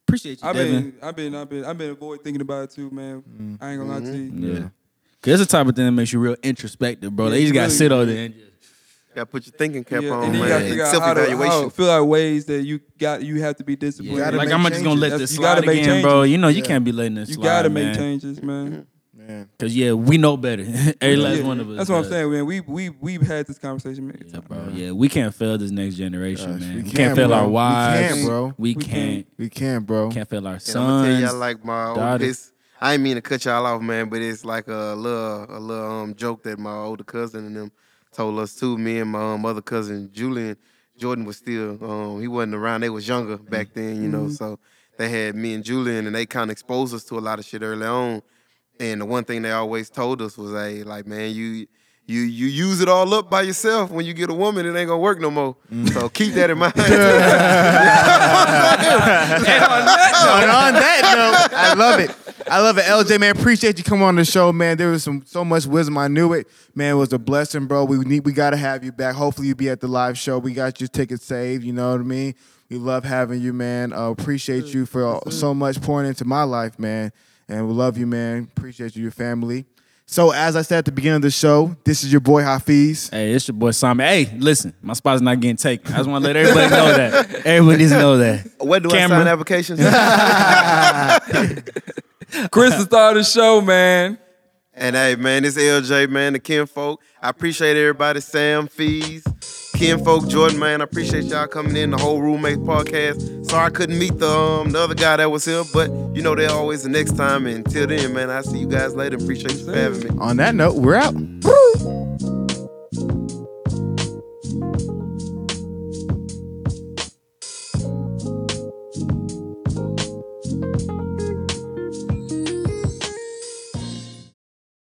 S2: Appreciate you,
S3: I've
S2: Devin.
S3: been, I've been, I've been, I've been avoid thinking about it too, man. I ain't gonna lie to you.
S2: Yeah. Cause it's the type of thing that makes you real introspective, bro.
S3: Yeah,
S2: they just
S3: you
S2: gotta
S3: really-
S2: sit over there and just
S4: Gotta put your thinking cap
S3: Yeah,
S4: on,
S3: and then you gotta
S4: man.
S3: figure out
S4: Self
S3: how to, how to
S4: evaluation.
S3: feel out ways that you got, you have to be disciplined.
S1: gotta
S2: like
S1: make
S2: I'm not just gonna let
S3: changes.
S2: this
S3: You
S2: slide
S3: gotta
S2: again,
S3: make
S2: bro.
S3: changes.
S2: You know you
S1: Yeah.
S2: can't be letting this
S3: you
S2: slide.
S3: gotta
S2: man.
S3: make changes, man.
S1: Man.
S2: Cause yeah, we know better. Every last
S3: Yeah,
S2: one of us.
S3: That's what I'm
S2: does.
S3: saying, man. We we we've had this conversation many
S2: Yeah,
S3: times.
S2: bro. Yeah, we can't fail this next generation,
S1: Gosh, we
S2: man. We, can't
S1: can't,
S2: fail
S1: bro.
S2: our
S1: We
S2: wives.
S1: can't, bro.
S2: We
S3: We
S2: can't.
S1: We can, bro.
S2: Can't fail our
S4: And I'm gonna tell
S2: sons.
S4: y'all like my old
S2: daughters.
S4: piss. I ain't mean to cut y'all off, man, but it's like a little a little um joke that my older cousin and them told us too. Me and my um, other cousin Julian Jordan was still um he wasn't around. They was younger back then, you
S2: Mm-hmm.
S4: know. So they had me and Julian, and they kind of exposed us to a lot of shit early on. And the one thing they always told us was, "Hey, like man, you." You you use it all up by yourself. When you get a woman, it ain't gonna work no more. So keep that in mind.
S1: and on that note, I love it. I love it. LJ, man, appreciate you coming on the show, man. There was some so much wisdom. I knew it. Man, it was a blessing, bro. We need we gotta have you back. Hopefully you be at the live show. We got your ticket saved, you know what I mean? We love having you, man. Uh, appreciate you for all- so much pouring into my life, man. And we love you, man. Appreciate you, your family. So as I said at the beginning of the show, this is your boy Hafiz.
S2: Hey, it's your boy Simon. Hey, listen, my spot's not getting taken. I just want to let everybody know that. Everybody needs to know that.
S4: Where do I sign
S2: Camera.
S4: applications?
S3: Chris is star of the show, man.
S4: And hey, man, it's LJ, man, the kinfolk. I appreciate everybody, Sam Fees, kinfolk, Jordan, man. I appreciate y'all coming in, the whole Roommates podcast. Sorry I couldn't meet the um the other guy that was here, but you know they're always the next time. And until then, man, I'll see you guys later. Appreciate you for having me.
S1: On that note, we're out.